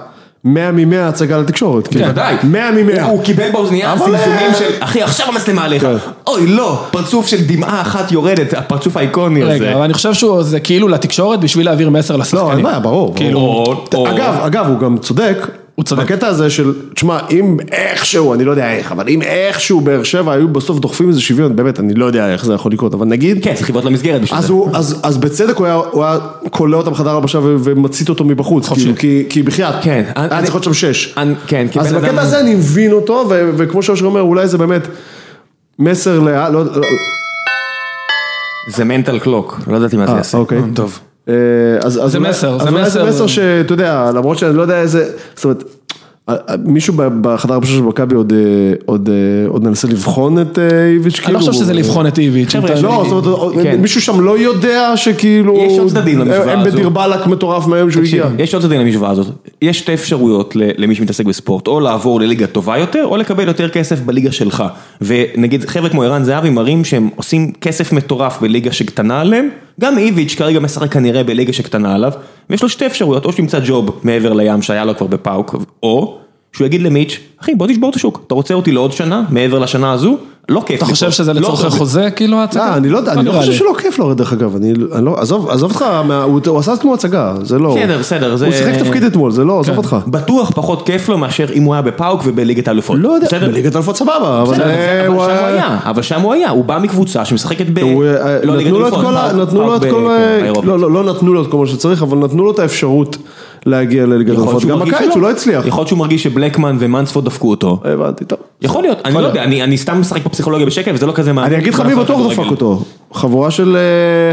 [SPEAKER 2] 100 מ-100 הצגה לתקשורת. כאילו.
[SPEAKER 1] בוודאי.
[SPEAKER 2] 100 מ-100.
[SPEAKER 1] הוא קיבל באוזנייה
[SPEAKER 2] אבל- אה,
[SPEAKER 1] סמסומים של, אחי, עכשיו המצלמה עליך.
[SPEAKER 2] כן.
[SPEAKER 1] אוי, לא, פרצוף של דמעה אחת יורדת, הפרצוף האיקוני הזה.
[SPEAKER 3] רגע, אבל אני חושב שהוא זה כאילו לתקשורת בשביל להעביר מסר
[SPEAKER 2] לא, אין
[SPEAKER 3] לשחקנים.
[SPEAKER 2] בעיה, ברור.
[SPEAKER 3] כאילו,
[SPEAKER 1] או- או-
[SPEAKER 2] אגב, אגב, הוא גם צודק.
[SPEAKER 3] הוא צודק.
[SPEAKER 2] בקטע הזה של, תשמע, אם איכשהו, אני לא יודע איך, אבל אם איכשהו באר שבע היו בסוף דוחפים איזה שוויון, באמת, אני לא יודע איך זה יכול לקרות, אבל נגיד,
[SPEAKER 1] כן, צריך לבעוט למסגרת בשביל זה.
[SPEAKER 2] אז, הוא, אז, אז בצדק הוא היה, הוא היה כולא אותם חדר הלבשה ו- ומצית אותו מבחוץ,
[SPEAKER 3] חופשי.
[SPEAKER 2] כאילו, כי, כי בחייאת,
[SPEAKER 1] כן,
[SPEAKER 2] היה
[SPEAKER 1] אני-
[SPEAKER 2] צריך להיות שם שש.
[SPEAKER 1] אני- כן, כי
[SPEAKER 2] אז
[SPEAKER 1] בן
[SPEAKER 2] בקטע
[SPEAKER 1] אדם-
[SPEAKER 2] הזה אני מבין אותו, ו- וכמו שאושר אומר, אולי זה באמת מסר ל... לא, לא,
[SPEAKER 1] זה מנטל קלוק, לא ידעתי מה זה
[SPEAKER 2] אה,
[SPEAKER 1] יעשה.
[SPEAKER 2] אוקיי.
[SPEAKER 3] טוב.
[SPEAKER 2] אה, אז, אז
[SPEAKER 3] זה
[SPEAKER 2] אולי-
[SPEAKER 3] מסר,
[SPEAKER 2] אז
[SPEAKER 3] זה
[SPEAKER 2] אולי זה
[SPEAKER 3] מסר.
[SPEAKER 2] מסר שאתה יודע, למרות שאני לא יודע איזה, זאת אומרת, אה, אה, מישהו ב- בחדר הראשון של מכבי עוד, אה, עוד, אה, עוד מנסה לבחון את אה, איביץ' כאילו.
[SPEAKER 3] אני לא חושב שזה לבחון את איביץ'. אם
[SPEAKER 1] חבר'ה,
[SPEAKER 3] אתה-
[SPEAKER 2] לא, זאת אומרת,
[SPEAKER 1] כן.
[SPEAKER 2] מישהו שם לא יודע שכאילו...
[SPEAKER 1] יש עוד צדדים למשוואה
[SPEAKER 2] הם
[SPEAKER 1] הזו.
[SPEAKER 2] בדיר באלק מטורף מהיום שהוא
[SPEAKER 1] תקשיב,
[SPEAKER 2] הגיע.
[SPEAKER 3] כן.
[SPEAKER 1] יש עוד צדדים למשוואה הזאת, יש שתי אפשרויות ל- למי שמתעסק בספורט, או לעבור לליגה טובה יותר, או לקבל יותר כסף בליגה שלך. ונגיד חבר'ה כמו ערן זהבי מראים שהם עושים כסף מטורף בליגה שקטנה עליהם, גם איביץ' כרגע משחק כנראה בליגה שקטנה עליו, ויש לו שתי אפשרויות, או שימצא ג'וב מעבר לים שהיה לו כבר בפאוק, או שהוא יגיד למיץ', אחי בוא תשבור את השוק, אתה רוצה אותי לעוד שנה, מעבר לשנה הזו, לא כיף.
[SPEAKER 3] אתה
[SPEAKER 1] לי
[SPEAKER 3] חושב
[SPEAKER 1] פה.
[SPEAKER 3] שזה
[SPEAKER 1] לא
[SPEAKER 3] לצורכי
[SPEAKER 1] טוב לי.
[SPEAKER 3] חוזה, כאילו ההצגה?
[SPEAKER 2] אה, אני לא יודע, אני לא
[SPEAKER 3] נראה
[SPEAKER 2] חושב
[SPEAKER 3] לי.
[SPEAKER 2] שלא כיף לו, דרך אגב, אני אני לא, עזוב, עזוב אותך, מה- הוא הוא עשה אתמול הצגה, זה לא,
[SPEAKER 1] בסדר, בסדר, זה-
[SPEAKER 2] הוא שיחק תפקיד אתמול, זה לא,
[SPEAKER 3] כן.
[SPEAKER 2] עזוב אותך,
[SPEAKER 1] בטוח פחות כיף לו מאשר אם הוא היה בפאוק ובליגת האלופות.
[SPEAKER 2] לא יודע,
[SPEAKER 1] בסדר?
[SPEAKER 2] בליגת אלפות סבבה, אבל אה,
[SPEAKER 1] בסדר, אבל
[SPEAKER 2] הוא
[SPEAKER 1] שם הוא
[SPEAKER 2] היה-
[SPEAKER 1] היה, אבל שם הוא היה, הוא בא מקבוצה שמשחקת ב...
[SPEAKER 2] הוא, אה,
[SPEAKER 1] לא ליגת
[SPEAKER 2] נתנו לו את
[SPEAKER 1] אלופות,
[SPEAKER 2] כל, ה-
[SPEAKER 1] פארק-
[SPEAKER 2] נתנו לו את
[SPEAKER 1] פארק
[SPEAKER 2] כל,
[SPEAKER 1] ב-
[SPEAKER 2] ה-
[SPEAKER 1] כן, באירופה.
[SPEAKER 2] לא, לא, לא נתנו לו את כל מה שצריך, אבל נתנו לו את האפשרות להגיע לליגת
[SPEAKER 1] יכול
[SPEAKER 2] אלפות,
[SPEAKER 1] שהוא
[SPEAKER 2] גם
[SPEAKER 1] מרגיש
[SPEAKER 2] בקיץ
[SPEAKER 1] שלא.
[SPEAKER 2] הוא לא הצליח, אה,
[SPEAKER 1] יכול להיות שהוא מרגיש שבלקמן ומנספורד דפקו אותו.
[SPEAKER 2] הבנתי, טוב,
[SPEAKER 1] יכול להיות, אני לא יודע, אני אני סתם משחק בפסיכולוגיה בשקל וזה לא כזה מעניין.
[SPEAKER 2] אני אגיד לך מי
[SPEAKER 1] לעשות
[SPEAKER 2] בטוח
[SPEAKER 1] כדורגל.
[SPEAKER 2] דפק אותו, חבורה של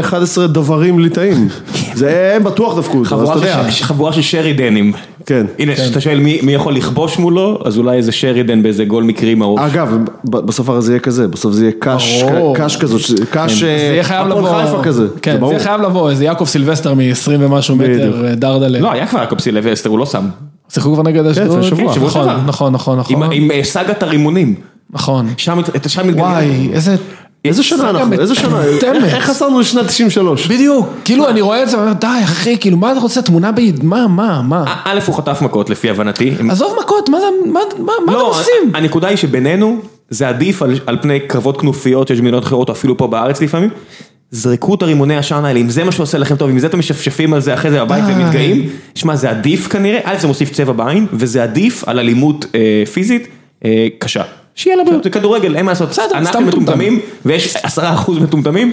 [SPEAKER 2] אה, 11 דוורים ליטאים, זה הם בטוח דפקו אותו, אז
[SPEAKER 1] חבורה
[SPEAKER 2] אתה יודע,
[SPEAKER 1] של- חבורה של שרי דנים.
[SPEAKER 2] כן.
[SPEAKER 1] הנה, כשאתה שואל מי מי יכול לכבוש מולו, אז אולי איזה שרידן באיזה גול מקרי מהראש.
[SPEAKER 2] אגב, ב- בסוף הרי זה יהיה כזה, בסוף זה יהיה קאש,
[SPEAKER 3] ברור.
[SPEAKER 2] קאש כזאת, ש- קאש, אה,
[SPEAKER 3] זה יהיה חייב
[SPEAKER 2] הפועל
[SPEAKER 3] לבוא,
[SPEAKER 2] חיפה כזה,
[SPEAKER 3] כן,
[SPEAKER 2] זה
[SPEAKER 3] זה
[SPEAKER 2] ברור.
[SPEAKER 3] יהיה חייב לבוא, איזה יעקב סילבסטר מ-20 ומשהו
[SPEAKER 2] בדיוק.
[SPEAKER 3] מטר, אה, דרדלה.
[SPEAKER 1] לא, היה כבר הקופסי לבסטר, הוא לא שם.
[SPEAKER 3] שיחקו כבר נגד אשדוד.
[SPEAKER 2] לפני כן, שבוע.
[SPEAKER 1] שבוע
[SPEAKER 3] נכון,
[SPEAKER 1] שעבר.
[SPEAKER 3] נכון, נכון,
[SPEAKER 1] עם-
[SPEAKER 3] נכון.
[SPEAKER 1] עם אה, סאגת הרימונים.
[SPEAKER 3] נכון.
[SPEAKER 1] שם, את- שם מתגלגל.
[SPEAKER 3] וואי, איזה...
[SPEAKER 2] איזה שנה
[SPEAKER 3] סאגה
[SPEAKER 2] אנחנו, איזה שנה, אה,
[SPEAKER 3] מטומטמת.
[SPEAKER 2] איך חסרנו לשנת 93?
[SPEAKER 3] בדיוק, כאילו אני רואה את זה ואומר, די אחי, כאילו מה אתה רוצה, תמונה ביד, מה, מה, מה?
[SPEAKER 1] א- א', הוא חטף מכות לפי הבנתי. הם-
[SPEAKER 3] עזוב מכות, מה זה, מה מה- מה אתם
[SPEAKER 1] לא,
[SPEAKER 3] עושים?
[SPEAKER 1] הנקודה היא שבינינו, זה עדיף על, על פני קרבות כנופיות שיש במדינות אחרות, או אפילו פה בארץ לפעמים. זרקו את הרימוני עשן האלה, אם זה מה שעושה לכם טוב, אם זה אתם משפשפים על זה אחרי זה בבית
[SPEAKER 3] די.
[SPEAKER 1] ומתגאים, שמע זה עדיף כנראה, א' זה מוסיף צבע בעין, וזה עדיף על אלימות אה, פיזית אה, קשה. שיהיה לה בריאות, זה כדורגל, אין מה לעשות,
[SPEAKER 3] בסדר,
[SPEAKER 1] אנחנו
[SPEAKER 3] סתם מטומטמים.
[SPEAKER 1] מטומטמים, ויש עשרה אחוז מטומטמים,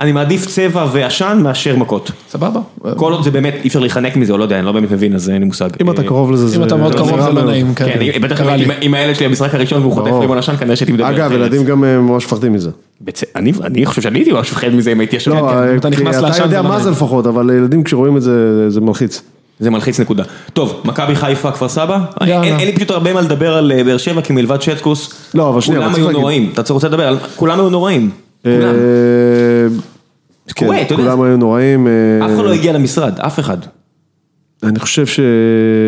[SPEAKER 1] אני מעדיף צבע ועשן מאשר מכות.
[SPEAKER 3] סבבה.
[SPEAKER 1] כל עוד זה באמת, אי אפשר להיחנק מזה, או לא יודע, אני לא באמת מבין, אז אין לי מושג.
[SPEAKER 2] אם אתה
[SPEAKER 1] אה,
[SPEAKER 2] קרוב לזה,
[SPEAKER 3] אם אתה מאוד קרוב
[SPEAKER 2] נראה
[SPEAKER 3] זה לא
[SPEAKER 2] מאוד.
[SPEAKER 3] נעים,
[SPEAKER 1] כן,
[SPEAKER 3] כן.
[SPEAKER 1] בטח
[SPEAKER 3] קרה לי.
[SPEAKER 1] עם- עם הילד שלי במשחק הראשון והוא חוטף
[SPEAKER 2] ברור.
[SPEAKER 1] רימון עשן, כנראה שהייתי מדבר
[SPEAKER 2] אגב,
[SPEAKER 1] אחרת.
[SPEAKER 2] ילדים גם אה, ממש מפחדים מזה.
[SPEAKER 1] בצ- אני- אני חושב שאני הייתי ממש מפחד מזה אם הייתי ישן.
[SPEAKER 2] לא,
[SPEAKER 1] כן.
[SPEAKER 2] אה,
[SPEAKER 3] אתה נכנס
[SPEAKER 2] כי
[SPEAKER 3] לעשן,
[SPEAKER 2] אתה יודע
[SPEAKER 3] זה לא
[SPEAKER 2] מה זה
[SPEAKER 3] נעים.
[SPEAKER 2] לפחות, אבל ילדים כשרואים את זה, זה מלחיץ.
[SPEAKER 1] זה מלחיץ נקודה. טוב, מכבי חיפה, כפר סבא? אין
[SPEAKER 3] יאללה.
[SPEAKER 1] אין לי פשוט הרבה מה לדבר על אה, באר שבע, כי מלבד שטקוס,
[SPEAKER 2] לא, אבל שנייה,
[SPEAKER 1] כולם היו
[SPEAKER 2] אבל צריך להגיד.
[SPEAKER 1] נוראים. אתה רוצה לדבר על... כולם היו נוראים. כולם.
[SPEAKER 2] אה, כן,
[SPEAKER 1] קורה, אתה יודע.
[SPEAKER 2] כולם היו נוראים. אה,
[SPEAKER 1] אף אחד לא הגיע למשרד, אף אחד.
[SPEAKER 2] אני חושב ש...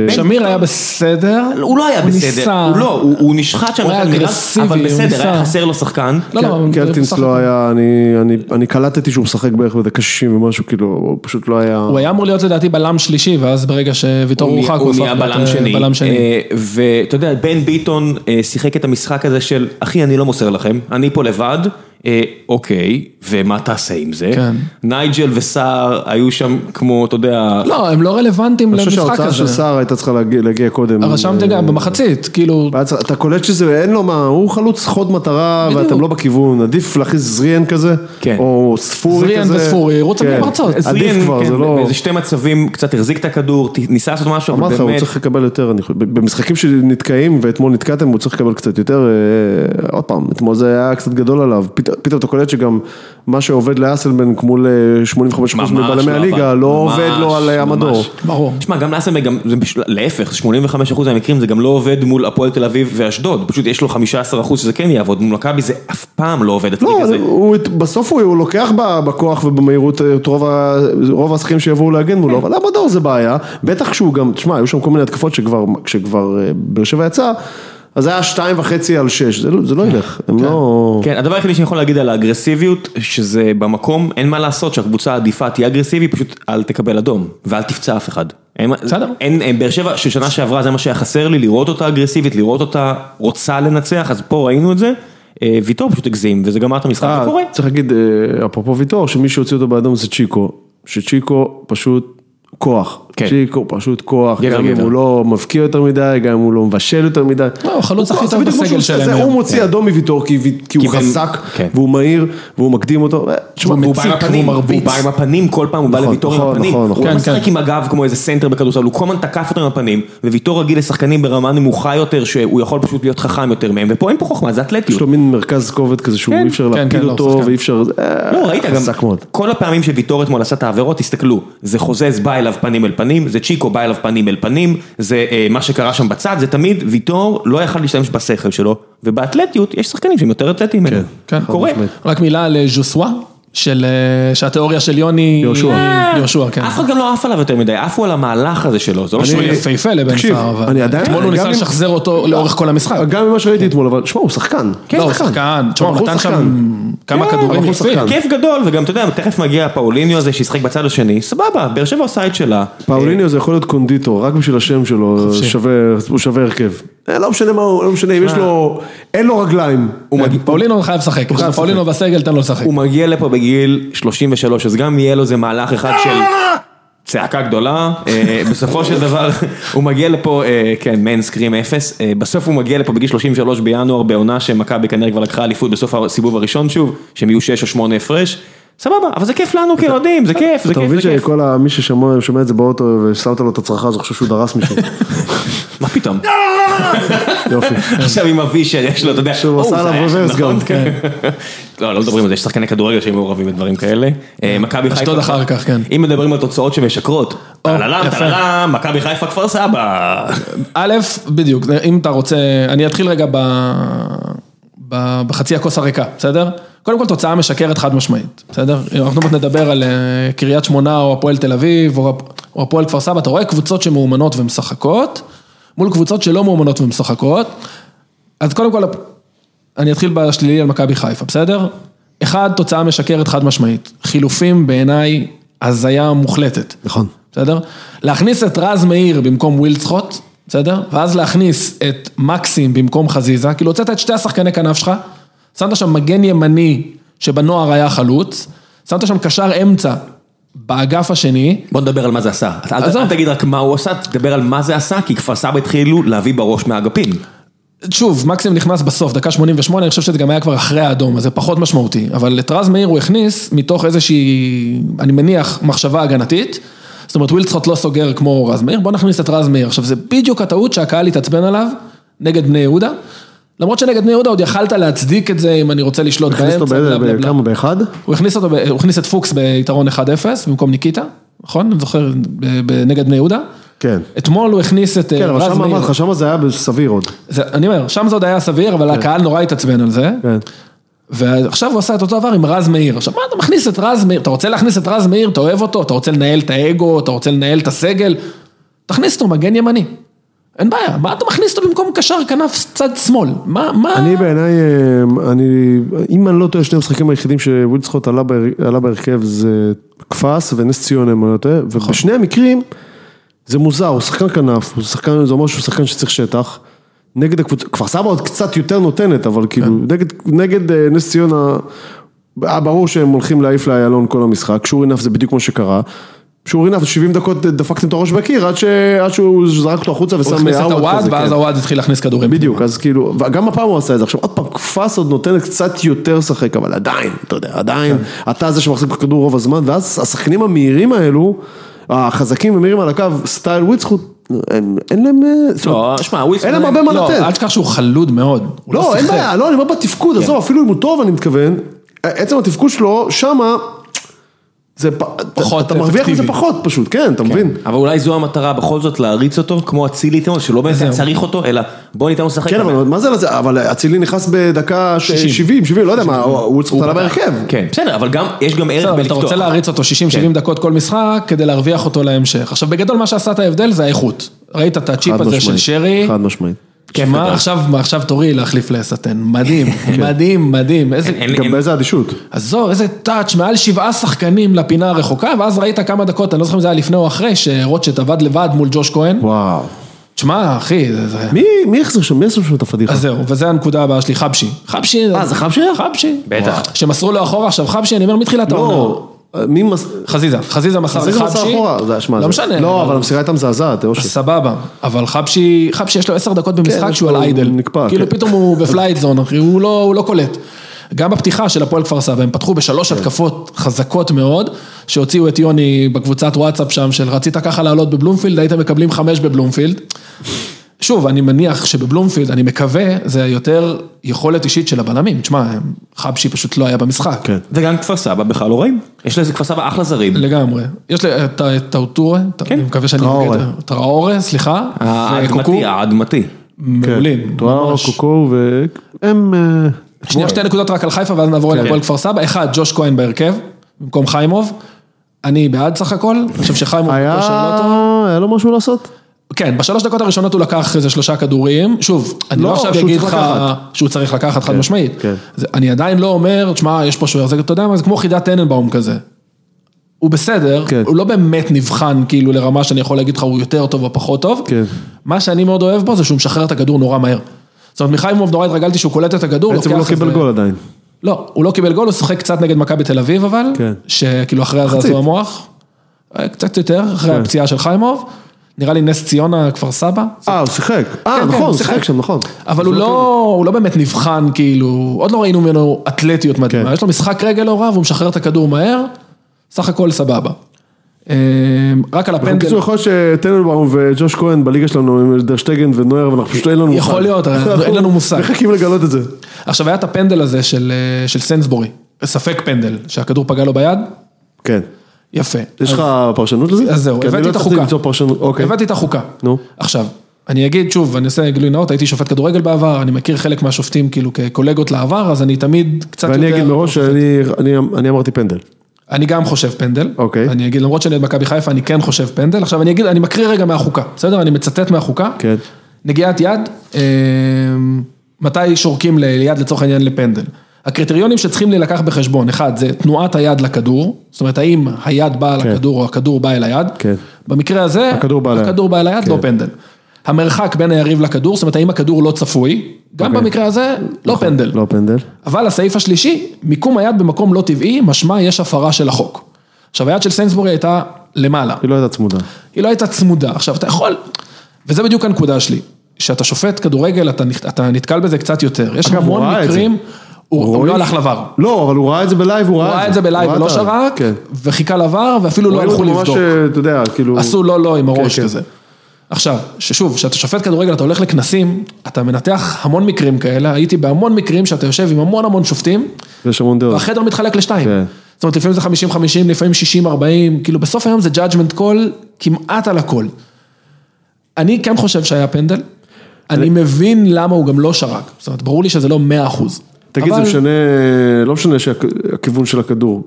[SPEAKER 3] שמיר היה בסדר.
[SPEAKER 1] הוא לא היה בסדר.
[SPEAKER 3] ניסה.
[SPEAKER 1] הוא לא, הוא הוא נשחט שם,
[SPEAKER 3] הוא היה
[SPEAKER 1] יותר מרב,
[SPEAKER 3] אגרסיבי,
[SPEAKER 1] אבל
[SPEAKER 3] הוא
[SPEAKER 1] בסדר, היה
[SPEAKER 3] ניסה.
[SPEAKER 1] חסר לו שחקן.
[SPEAKER 3] לא, לא, אבל
[SPEAKER 2] קלטינס
[SPEAKER 3] בסך
[SPEAKER 2] לא
[SPEAKER 3] הכל-
[SPEAKER 2] היה, אני- אני- אני קלטתי שהוא משחק בערך בדקה 60 ומשהו, כאילו, הוא פשוט לא היה...
[SPEAKER 3] הוא היה אמור להיות לדעתי בלם שלישי, ואז ברגע שוויטור
[SPEAKER 1] הוא
[SPEAKER 3] הורחק,
[SPEAKER 1] נהיה- הוא
[SPEAKER 3] הפך
[SPEAKER 1] נהיה
[SPEAKER 3] להיות,
[SPEAKER 1] בלם
[SPEAKER 3] אה,
[SPEAKER 1] שני,
[SPEAKER 3] בלם שני.
[SPEAKER 1] אה, ואתה יודע, בן ביטון אה, שיחק את המשחק הזה של, אחי, אני לא מוסר לכם, אני פה לבד, אה, אוקיי, ומה תעשה עם זה?
[SPEAKER 3] כן.
[SPEAKER 1] נייג'ל וסער היו שם כמו, אתה יודע,
[SPEAKER 3] לא, הם לא רלוונטיים
[SPEAKER 2] אני חושב
[SPEAKER 3] למשחק
[SPEAKER 2] שההוצאה של אה,
[SPEAKER 3] הזה.
[SPEAKER 2] סער הייתה צריכה להגיע- להגיע קודם.
[SPEAKER 3] רשמתי גם במחצית, כאילו,
[SPEAKER 2] והיה צריך- אתה קולט שזה, אין לו מה, הוא חלוץ חוד מטרה
[SPEAKER 3] בדיוק.
[SPEAKER 2] ואתם לא בכיוון, עדיף להכניס זריאן כזה,
[SPEAKER 1] כן.
[SPEAKER 2] או ספורי כזה.
[SPEAKER 3] זריאן וספורי, רוצים
[SPEAKER 2] כן.
[SPEAKER 3] למרצות.
[SPEAKER 1] זריאן,
[SPEAKER 2] עדיף כבר,
[SPEAKER 1] כן,
[SPEAKER 2] זה לא...
[SPEAKER 1] באיזה שתי מצבים, קצת החזיק את הכדור, ת- ניסה לעשות משהו, אבל
[SPEAKER 2] אמרתי לך, הוא
[SPEAKER 1] באמת,
[SPEAKER 2] צריך לקבל יותר, אני חושב, במשחקים שנתקעים ואתמול נתקעתם, הוא צריך לקבל קצת יותר, אה, עוד פעם, אתמול זה היה קצת גדול עליו, פת- פתאום אתה קולט שגם מה שעובד לאסלבנק מול אה, 85%
[SPEAKER 1] ממש
[SPEAKER 2] מבלמי
[SPEAKER 1] לא
[SPEAKER 2] הליגה,
[SPEAKER 1] עבד.
[SPEAKER 2] לא
[SPEAKER 1] ממש,
[SPEAKER 2] עובד לו על אה,
[SPEAKER 1] ממש.
[SPEAKER 2] המדור.
[SPEAKER 3] ברור.
[SPEAKER 1] תשמע, גם לאסנברג, גם, זה פשוט- להפך, 85% מהמקרים זה גם לא עובד מול הפועל תל אביב ואשדוד, פשוט יש לו 15% שזה כן יעבוד, מול מכבי זה אף פעם לא עובד הטריק
[SPEAKER 2] לא,
[SPEAKER 1] הזה.
[SPEAKER 2] הוא- בסוף הוא הוא לוקח ב- בכוח ובמהירות אה, את רוב ה- רוב השחקים שיבואו להגן מולו,
[SPEAKER 1] כן.
[SPEAKER 2] אבל המדור זה בעיה, בטח שהוא גם, תשמע, היו שם כל מיני התקפות שכבר, כשכבר אה, באר שבע יצא, אז היה שתיים וחצי על שש, זה לא- זה לא ילך, הם לא...
[SPEAKER 1] כן, הדבר היחידי שאני יכול להגיד על האגרסיביות, שזה במקום, אין מה לעשות, שהקבוצה העדיפה תהיה אגרסיבי, פשוט אל תקבל אדום, ואל תפצע אף אחד. אין מה-
[SPEAKER 3] בסדר.
[SPEAKER 1] אין, אין, באר שבע, ששנה שעברה זה מה שהיה חסר לי, לראות אותה אגרסיבית, לראות אותה רוצה לנצח, אז פה ראינו את זה, אה, ויטור פשוט הגזים, וזה גמר את המשחק, זה קורה.
[SPEAKER 2] אה, צריך להגיד, אה, אפרופו ויטור, שמי שהוציא אותו באדום זה צ'יקו, שצ'יקו פשוט כוח.
[SPEAKER 1] כן.
[SPEAKER 2] צ'יקו פשוט כוח,
[SPEAKER 1] גבר,
[SPEAKER 2] גם אם
[SPEAKER 1] גבר.
[SPEAKER 2] הוא לא מבקיע יותר מדי, גם אם הוא לא מבשל יותר מדי.
[SPEAKER 3] לא, הוא החלוץ
[SPEAKER 2] הוא
[SPEAKER 3] הכי
[SPEAKER 2] כוח,
[SPEAKER 3] טוב
[SPEAKER 2] זה בדיוק מה
[SPEAKER 3] בסגל
[SPEAKER 2] שהוא עושה,
[SPEAKER 3] שלהם
[SPEAKER 2] זה
[SPEAKER 3] היום.
[SPEAKER 2] הוא מוציא אדום מוויטור כי וי- כי הוא
[SPEAKER 1] כי בין-
[SPEAKER 2] חזק,
[SPEAKER 1] כן.
[SPEAKER 2] והוא מהיר, והוא מקדים אותו. אה, תשמע,
[SPEAKER 3] והוא
[SPEAKER 2] מציק.
[SPEAKER 3] בא עם הפנים,
[SPEAKER 1] הפנים,
[SPEAKER 3] הוא מרביץ.
[SPEAKER 1] הוא בא עם הפנים כל פעם, הוא בא
[SPEAKER 2] נכון,
[SPEAKER 1] לוויטור עם
[SPEAKER 2] נכון,
[SPEAKER 1] הפנים.
[SPEAKER 2] נכון,
[SPEAKER 1] הוא
[SPEAKER 2] נכון.
[SPEAKER 1] לא
[SPEAKER 3] כן,
[SPEAKER 1] משחק
[SPEAKER 3] כן.
[SPEAKER 1] עם הגב כמו איזה סנטר בכדורסל, הוא כל הזמן תקף אותו עם הפנים, וויטור רגיל לשחקנים ברמה נמוכה יותר, שהוא יכול פשוט להיות חכם יותר מהם, ופה אין פה חוכמה, זה אתלטיות.
[SPEAKER 2] יש לו מין מרכז כובד כזה שהוא
[SPEAKER 1] כן.
[SPEAKER 2] אי אפשר
[SPEAKER 3] כן, כן,
[SPEAKER 2] להפיל
[SPEAKER 3] לא,
[SPEAKER 2] אותו,
[SPEAKER 3] שחקן.
[SPEAKER 2] ואי אפשר... אה,
[SPEAKER 1] לא, ראית גם,
[SPEAKER 2] חזק מאוד.
[SPEAKER 1] כל הפעמים שוויטור אתמול עשה את העבירות, תסתכלו, זה חוזז בא אליו פנים אל פנים, זה צ'יקו בא אליו פנים אל פנים, זה אה, מה שקרה שם בצד, זה תמיד ויטור לא יכל להשתמש בשכל שלו, ובאתלטיות יש שחקנים שהם יותר אתלטיים ממנו,
[SPEAKER 3] כן,
[SPEAKER 1] קורה.
[SPEAKER 2] משמעית.
[SPEAKER 3] רק מילה על אה, ז'וסווה, של, אה, שהתיאוריה של יוני...
[SPEAKER 2] יהושע.
[SPEAKER 3] אה, יהושע, כן.
[SPEAKER 1] אף אחד גם לא עף עליו יותר מדי, עפו על המהלך הזה שלו, זה לא
[SPEAKER 3] שהוא
[SPEAKER 1] שהוא יפה.
[SPEAKER 3] יפהפה לבן
[SPEAKER 2] תקשיב,
[SPEAKER 3] סער, אבל
[SPEAKER 2] אני עדיין-
[SPEAKER 3] אתמול הוא
[SPEAKER 2] גם
[SPEAKER 3] ניסה
[SPEAKER 2] אם- לא,
[SPEAKER 3] לשחזר אותו לאורך כל המשחק. כן.
[SPEAKER 2] גם ממה שראיתי אתמול, אבל שמע, הוא שחקן.
[SPEAKER 3] לא, הוא שחקן, תשמע, הוא
[SPEAKER 2] הבחור
[SPEAKER 3] נתן
[SPEAKER 2] כן, נכון. שחקן.
[SPEAKER 3] שם כמה
[SPEAKER 2] כן,
[SPEAKER 3] כדורים
[SPEAKER 2] הבחור
[SPEAKER 3] יפים.
[SPEAKER 2] שחקן.
[SPEAKER 1] כיף גדול, וגם אתה יודע, תכף מגיע הפאוליניו הזה שישחק בצד השני, סבבה, באר שבע עושה את שלה.
[SPEAKER 2] פאוליניו זה יכול להיות קונדיטור, רק בשביל השם שלו, שווה- הוא שווה הרכב. אה, לא משנה מה הוא, לא משנה, אם יש לו, אין לו רגליים.
[SPEAKER 3] פאולינו כן, חייב לשחק,
[SPEAKER 2] חייב
[SPEAKER 3] פאולינו בסגל, תן לו לשחק.
[SPEAKER 1] הוא מגיע לפה בגיל 33, אז גם יהיה לו איזה מהלך אחד של צעקה גדולה, אה, בסופו של דבר הוא מגיע לפה, אה, כן, מיינסקרים אפס, אה, בסוף הוא מגיע לפה בגיל 33 בינואר, בעונה שמכבי כנראה כבר לקחה אליפות בסוף הסיבוב הראשון שוב, שהם יהיו 6 או 8 הפרש. סבבה, אבל זה כיף לנו כאוהדים, זה כיף, זה
[SPEAKER 2] אתה
[SPEAKER 1] כיף,
[SPEAKER 2] מבין
[SPEAKER 1] זה כיף.
[SPEAKER 2] שכל ה- מי ששמע שומע את זה באוטו ושמת לו את הצרחה הזו, חושב שהוא דרס מישהו.
[SPEAKER 1] מה פתאום?
[SPEAKER 2] יופי.
[SPEAKER 3] כן.
[SPEAKER 1] עכשיו עם הווישר יש לו, אתה יודע,
[SPEAKER 2] שהוא
[SPEAKER 1] "או,
[SPEAKER 2] עשה
[SPEAKER 1] זה
[SPEAKER 2] עליו
[SPEAKER 1] היה,
[SPEAKER 2] רוורס
[SPEAKER 1] נכון?"
[SPEAKER 2] גם,
[SPEAKER 1] לא, לא מדברים על זה, יש שחקני כדורגל שהם מעורבים בדברים כאלה. אה, מכבי חיפה.
[SPEAKER 3] כן. אשדוד אחר כך, כן.
[SPEAKER 1] אם מדברים על תוצאות שמשקרות, טללם,
[SPEAKER 3] יפה.
[SPEAKER 1] טללם, מכבי חיפה כפר סבא.
[SPEAKER 3] א', בדיוק, אם אתה רוצה, אני אתחיל רגע ב... ב... בחצי הכוס הריקה, בסדר? קודם כל תוצאה משקרת חד משמעית, בסדר? אנחנו עוד נדבר על אה, קריית שמונה או הפועל תל אביב או, הפ- או הפועל כפר סבא, אתה רואה קבוצות שמאומנות ומשחקות, מול קבוצות שלא מאומנות ומשחקות. אז קודם כל, אני אתחיל בשלילי על מכבי חיפה, בסדר? אחד, תוצאה משקרת חד משמעית. חילופים בעיניי הזיה מוחלטת.
[SPEAKER 2] נכון.
[SPEAKER 3] בסדר? להכניס את רז מאיר במקום ווילדסחוט, בסדר? ואז להכניס את מקסים במקום חזיזה, כאילו הוצאת את שתי השחקני כנף שלך, שמת שם מגן ימני שבנוער היה חלוץ, שמת שם קשר אמצע באגף השני,
[SPEAKER 1] בוא נדבר על מה זה עשה. אתה- אל-
[SPEAKER 3] עזוב.
[SPEAKER 1] אל תגיד רק מה הוא עשה, תדבר על מה זה עשה, כי כפר סבא התחילו להביא בראש מהאגפים.
[SPEAKER 3] שוב, מקסים נכנס בסוף, דקה 88, אני חושב שזה גם היה כבר אחרי האדום, אז זה פחות משמעותי. אבל את רז מאיר הוא הכניס מתוך איזושהי, אני מניח, מחשבה הגנתית. זאת אומרת, ווילדסחוט לא סוגר כמו רז מאיר, בוא נכניס את רז מאיר. עכשיו, זה בדיוק הטעות שהקהל התעצבן עליו, נגד בני יהודה. למרות שנגד בני יהודה עוד יכלת להצדיק את זה אם אני רוצה לשלוט
[SPEAKER 2] הכניס אותו
[SPEAKER 3] באמצע, בלה בלה
[SPEAKER 2] באיזה,
[SPEAKER 3] בלה.
[SPEAKER 2] כמה, באחד?
[SPEAKER 3] הוא הכניס אותו, ב- הוא הכניס את פוקס ביתרון 1-0 במקום ניקיטה, נכון? אני זוכר, ב- ב- נגד בני יהודה.
[SPEAKER 2] כן.
[SPEAKER 3] אתמול הוא הכניס את אה,
[SPEAKER 2] כן, אבל
[SPEAKER 3] רז
[SPEAKER 2] שם
[SPEAKER 3] מאיר.
[SPEAKER 2] אמרתי לך, שם זה היה בסביר עוד.
[SPEAKER 3] זה, אני אומר, שם זה עוד היה סביר, אבל הקהל נורא התעצבן על זה.
[SPEAKER 2] כן.
[SPEAKER 3] ועכשיו הוא עשה את אותו דבר עם רז מאיר. עכשיו, מה אתה מכניס את רז מאיר? אתה רוצה להכניס את רז מאיר, אתה אוהב אותו, אתה רוצה לנהל את האגו, אתה רוצה לנהל את הסגל, תכניס אותו מגן ימני. אין בעיה, מה אתה מכניס אותו במקום קשר כנף צד שמאל? מה, מה...
[SPEAKER 2] אני בעיניי, אה, אני, אם אני לא טועה, שני המשחקים היחידים שווילדסחוט עלה בהר- עלה בהרכב זה קפס ונס ציונה, אם אני לא טועה,
[SPEAKER 3] נכון.
[SPEAKER 2] ובשני המקרים זה מוזר, הוא שחקן כנף, הוא שחקן, זה אומר שהוא שחקן שצריך שטח. נגד הקבוצה, כפר סבא עוד קצת יותר נותנת, אבל כאילו,
[SPEAKER 3] כן.
[SPEAKER 2] נגד, נגד אה, נס ציונה, היה ברור שהם הולכים להעיף לאיילון כל המשחק, שור אינף זה בדיוק מה שקרה. שור אינף, 70 דקות דפקתם את הראש בקיר, עד, ש, עד שהוא זרק אותו החוצה
[SPEAKER 3] הוא
[SPEAKER 2] ושם
[SPEAKER 3] הכניס את
[SPEAKER 2] אאוט
[SPEAKER 3] הוואד,
[SPEAKER 2] כזה,
[SPEAKER 3] ואז
[SPEAKER 2] כן.
[SPEAKER 3] הוואד התחיל להכניס כדורים.
[SPEAKER 2] בדיוק, אז כאילו, גם הפעם הוא עשה את זה. עכשיו, עוד פעם, קפס עוד נותן קצת יותר לשחק, אבל עדיין, אתה יודע, עדיין, אתה זה שמחזיק בכדור רוב הזמן, ואז השחקנים המהירים האלו, החזקים ומהירים על הקו, סטייל וויצחוט, אין אין להם... אה, זאת אומרת,
[SPEAKER 1] לא, שמע, הוא...
[SPEAKER 2] אין להם הרבה מה
[SPEAKER 3] לא,
[SPEAKER 2] לתת.
[SPEAKER 3] אל תשכח שהוא חלוד מאוד. הוא
[SPEAKER 2] לא, אין
[SPEAKER 3] שיחק.
[SPEAKER 2] בעיה, לא, אני אומר בתפקוד, עזוב, אפילו אם הוא טוב, אני מתכוון, עצם התפקוד שלו, שמה, זה פ-
[SPEAKER 3] פחות
[SPEAKER 2] אתה מרוויח מזה
[SPEAKER 3] אפקטיבי.
[SPEAKER 2] פחות פשוט, כן, אתה מבין?
[SPEAKER 1] אבל אולי זו המטרה, בכל זאת להריץ אותו, כמו אצילי איתנו, שלא באמת
[SPEAKER 3] זהו.
[SPEAKER 1] צריך אותו, אלא בוא ניתן לו לשחק.
[SPEAKER 2] כן, אבל מה זה, לזה? אבל אצילי נכנס בדקה ש-
[SPEAKER 3] 60.
[SPEAKER 2] 70, 70, לא יודע מה, הוא צריך עלה בהרכב.
[SPEAKER 1] כן, בסדר, אבל גם, יש גם ערך
[SPEAKER 3] בסדר, אבל אתה
[SPEAKER 1] בלפתוח.
[SPEAKER 3] רוצה להריץ אותו 60-70
[SPEAKER 2] כן.
[SPEAKER 3] דקות כל משחק, כדי להרוויח אותו להמשך. עכשיו, בגדול מה שעשה את ההבדל זה האיכות. ראית את הצ'יפ הזה של שרי,
[SPEAKER 2] חד משמעית.
[SPEAKER 3] כן, מה עכשיו, מה, עכשיו תורי להחליף לסטן, מדהים,
[SPEAKER 2] כן.
[SPEAKER 3] מדהים, מדהים, איזה,
[SPEAKER 1] אין- אין-
[SPEAKER 2] גם באיזה אדישות.
[SPEAKER 3] עזוב, איזה טאץ', מעל שבעה שחקנים לפינה הרחוקה, ואז ראית כמה דקות, אני לא זוכר אם זה היה לפני או אחרי, שרוטשט עבד לבד מול ג'וש כהן,
[SPEAKER 2] וואו.
[SPEAKER 3] תשמע, אחי, זה, זה...
[SPEAKER 2] מי- מי החזיר שם? מי החזיר שם את הפדיחה?
[SPEAKER 3] אז זהו, וזו הנקודה הבאה שלי, חבשי. חבשי...
[SPEAKER 2] אה, זה חבשי היה?
[SPEAKER 3] חבשי.
[SPEAKER 1] בטח.
[SPEAKER 3] שמסרו לו אחורה עכשיו, חבשי, אני אומר, מתחילת העונה.
[SPEAKER 2] לא, מי מס...
[SPEAKER 3] חזיזה, חזיזה מסר
[SPEAKER 2] חזיר
[SPEAKER 3] לחבשי.
[SPEAKER 2] מסר אחורה. זה אשמה.
[SPEAKER 3] אה, לא
[SPEAKER 2] זה-
[SPEAKER 3] משנה.
[SPEAKER 2] לא, אבל המסירה הייתה מזעזעת, אושר.
[SPEAKER 3] סבבה, אבל חבשי, חבשי יש לו עשר דקות במשחק
[SPEAKER 2] כן,
[SPEAKER 3] שהוא
[SPEAKER 2] הוא
[SPEAKER 3] על איידל.
[SPEAKER 2] נקפא,
[SPEAKER 3] כאילו
[SPEAKER 2] כן.
[SPEAKER 3] פתאום הוא בפלייט זון, אחי, הוא לא, הוא לא קולט. גם בפתיחה של הפועל כפר סבא, הם פתחו בשלוש
[SPEAKER 2] כן.
[SPEAKER 3] התקפות חזקות מאוד, שהוציאו את יוני בקבוצת וואטסאפ שם, של רצית ככה לעלות בבלומפילד, הייתם מקבלים חמש בבלומפילד. שוב, אני מניח שבבלומפילד, אני מקווה, זה יותר יכולת אישית של הבלמים. תשמע, חבשי פשוט לא היה במשחק.
[SPEAKER 2] כן.
[SPEAKER 1] וגם כפר סבא בכלל לא רעים. יש לזה כפר סבא אחלה זרים.
[SPEAKER 3] לגמרי. יש לי את טאוטורה, אני מקווה שאני...
[SPEAKER 2] טראורה.
[SPEAKER 3] טראורה, סליחה.
[SPEAKER 1] אה,
[SPEAKER 3] אה, וקוקו.
[SPEAKER 1] האדמתי, האדמתי.
[SPEAKER 3] מעולים.
[SPEAKER 2] טווארו,
[SPEAKER 3] ממש.
[SPEAKER 2] כן. קוקו ו... הם... אה,
[SPEAKER 3] שנייה, שתי נקודות רק על חיפה, ואז
[SPEAKER 2] כן.
[SPEAKER 3] נעבור להפועל כפר סבא. אחד, ג'וש כהן בהרכב, במקום חיימוב. אני בעד סך הכל, אני חושב שחיימוב...
[SPEAKER 2] היה...
[SPEAKER 3] בכושר לא טוב.
[SPEAKER 2] היה לו משהו לעשות?
[SPEAKER 3] כן, בשלוש דקות הראשונות הוא לקח איזה שלושה כדורים. שוב, אני
[SPEAKER 2] לא,
[SPEAKER 3] לא עכשיו
[SPEAKER 2] שהוא
[SPEAKER 3] אגיד
[SPEAKER 2] צריך
[SPEAKER 3] לך
[SPEAKER 2] לקחת.
[SPEAKER 3] שהוא צריך לקחת, חד משמעית.
[SPEAKER 2] כן.
[SPEAKER 3] זה- אני עדיין לא אומר, תשמע, יש פה שוער, זה אתה יודע מה, זה כמו חידת טננבאום כזה. הוא בסדר,
[SPEAKER 2] כן.
[SPEAKER 3] הוא לא באמת נבחן כאילו לרמה שאני יכול להגיד לך הוא יותר טוב או פחות טוב.
[SPEAKER 2] כן.
[SPEAKER 3] מה שאני מאוד אוהב בו זה שהוא משחרר את הכדור נורא מהר. זאת אומרת, מחיימוב נורא התרגלתי שהוא קולט את הכדור,
[SPEAKER 2] בעצם הוא לא
[SPEAKER 3] לוקח את
[SPEAKER 2] קיבל
[SPEAKER 3] זה-
[SPEAKER 2] גול עדיין.
[SPEAKER 3] לא, הוא לא קיבל גול, הוא שיחק קצת נגד מכבי תל אביב אבל,
[SPEAKER 2] כן.
[SPEAKER 3] שכאילו אחרי
[SPEAKER 2] מחצית.
[SPEAKER 3] הזעזוע המוח, אה, קצת יותר, אחרי
[SPEAKER 2] כן.
[SPEAKER 3] הפציעה של חיימוב, נראה לי נס ציונה, כפר סבא.
[SPEAKER 2] אה, הוא שיחק. אה,
[SPEAKER 3] כן,
[SPEAKER 2] נכון,
[SPEAKER 3] הוא
[SPEAKER 2] הוא שיחק
[SPEAKER 3] שיחק.
[SPEAKER 2] שם, נכון.
[SPEAKER 3] אבל הוא לא, הוא לא באמת נבחן, כאילו, עוד לא ראינו ממנו אתלטיות מדהימה,
[SPEAKER 2] כן.
[SPEAKER 3] יש לו משחק רגל לא רע והוא משחרר את הכדור מהר, סך הכל סבבה. אה, רק על הפנדל,
[SPEAKER 2] בקיצור, יכול להיות שטננבאום וג'וש כהן בליגה שלנו עם דרשטגן ונויר, ואנחנו פשוט אין לנו מושג.
[SPEAKER 3] יכול להיות, אבל
[SPEAKER 2] אנחנו
[SPEAKER 3] אין לנו מושג.
[SPEAKER 2] מחכים לגלות את זה.
[SPEAKER 3] עכשיו היה את הפנדל הזה של, אה, של סנסבורי, ספק פנדל, שהכדור פגע לו ביד,
[SPEAKER 2] כן.
[SPEAKER 3] יפה.
[SPEAKER 2] יש
[SPEAKER 3] אז-
[SPEAKER 2] לך פרשנות לזה?
[SPEAKER 3] אז זהו,
[SPEAKER 2] כי אני
[SPEAKER 3] הבאתי
[SPEAKER 2] לא
[SPEAKER 3] את
[SPEAKER 2] הצלחתי
[SPEAKER 3] החוקה.
[SPEAKER 2] למצוא פרשנות, אוקיי.
[SPEAKER 3] הבאתי את החוקה.
[SPEAKER 2] נו.
[SPEAKER 3] עכשיו, אני אגיד שוב, אני עושה גילוי נאות, הייתי שופט כדורגל בעבר, אני מכיר חלק מהשופטים כאילו כקולגות לעבר, אז אני תמיד קצת
[SPEAKER 2] ואני אגיד מראש שאני אני- אני אמרתי פנדל.
[SPEAKER 3] אני גם חושב פנדל.
[SPEAKER 2] אוקיי.
[SPEAKER 3] אני אגיד, למרות שאני אוהד מכבי חיפה, אני כן חושב פנדל. עכשיו אני אגיד, אני מקריא רגע מהחוקה, בסדר? אני מצטט מהחוקה.
[SPEAKER 2] כן.
[SPEAKER 3] נגיעת יד, אה, מתי שורקים ל- ליד לצורך העניין לפנדל. הקריטריונים שצריכים להילקח בחשבון, אחד, זה תנועת היד לכדור, זאת אומרת, האם היד באה
[SPEAKER 2] כן.
[SPEAKER 3] לכדור או הכדור בא אל היד.
[SPEAKER 2] כן.
[SPEAKER 3] במקרה הזה,
[SPEAKER 2] הכדור בא אל היד.
[SPEAKER 3] הכדור בא אל היד,
[SPEAKER 2] כן.
[SPEAKER 3] לא פנדל. המרחק בין היריב לכדור, זאת אומרת, האם הכדור לא צפוי, גם
[SPEAKER 2] אוקיי.
[SPEAKER 3] במקרה הזה, לא פנדל.
[SPEAKER 2] לא פנדל.
[SPEAKER 3] אבל הסעיף השלישי, מיקום היד במקום לא טבעי, משמע יש הפרה של החוק. עכשיו היד של סיינסבורי הייתה למעלה,
[SPEAKER 2] היא לא הייתה צמודה.
[SPEAKER 3] היא לא הייתה צמודה, עכשיו אתה יכול, וזה בדיוק הנקודה שלי, שאתה שופט כדורגל, אתה, נכ- אתה נתקל בזה קצת יותר, יש
[SPEAKER 2] אגב, הוא
[SPEAKER 3] המון
[SPEAKER 2] ראה את
[SPEAKER 3] מקרים, הוא, הוא
[SPEAKER 2] רואי?
[SPEAKER 3] לא הלך לבר,
[SPEAKER 2] לא, אבל הוא ראה את זה בלייב, הוא
[SPEAKER 3] הוא ראה את זה בלייב
[SPEAKER 2] הוא
[SPEAKER 3] ולא
[SPEAKER 2] ראה את ה-
[SPEAKER 3] שרק,
[SPEAKER 2] כן.
[SPEAKER 3] וחיכה לבר, ואפילו לא
[SPEAKER 2] רואים
[SPEAKER 3] הלכו
[SPEAKER 2] אותו ממש,
[SPEAKER 3] לבדוק.
[SPEAKER 2] אה, אתה יודע, כאילו...
[SPEAKER 3] עשו לא לא עם הראש
[SPEAKER 2] כן.
[SPEAKER 3] כזה. עכשיו, ששוב, כשאתה שופט כדורגל, אתה הולך לכנסים, אתה מנתח המון מקרים כאלה, הייתי בהמון מקרים שאתה יושב עם המון המון שופטים,
[SPEAKER 2] יש המון דעות.
[SPEAKER 3] והחדר מתחלק לשתיים.
[SPEAKER 2] כן.
[SPEAKER 3] זאת אומרת, לפעמים זה 50-50, לפעמים 60-40, כאילו בסוף היום זה judgment call כמעט על הכל. אני כן חושב שהיה פנדל, אני מבין למה הוא גם לא שרק, זאת אומרת, ברור לי שזה לא 100 אחוז.
[SPEAKER 2] תגיד, זה משנה, לא משנה שהכיוון של הכדור.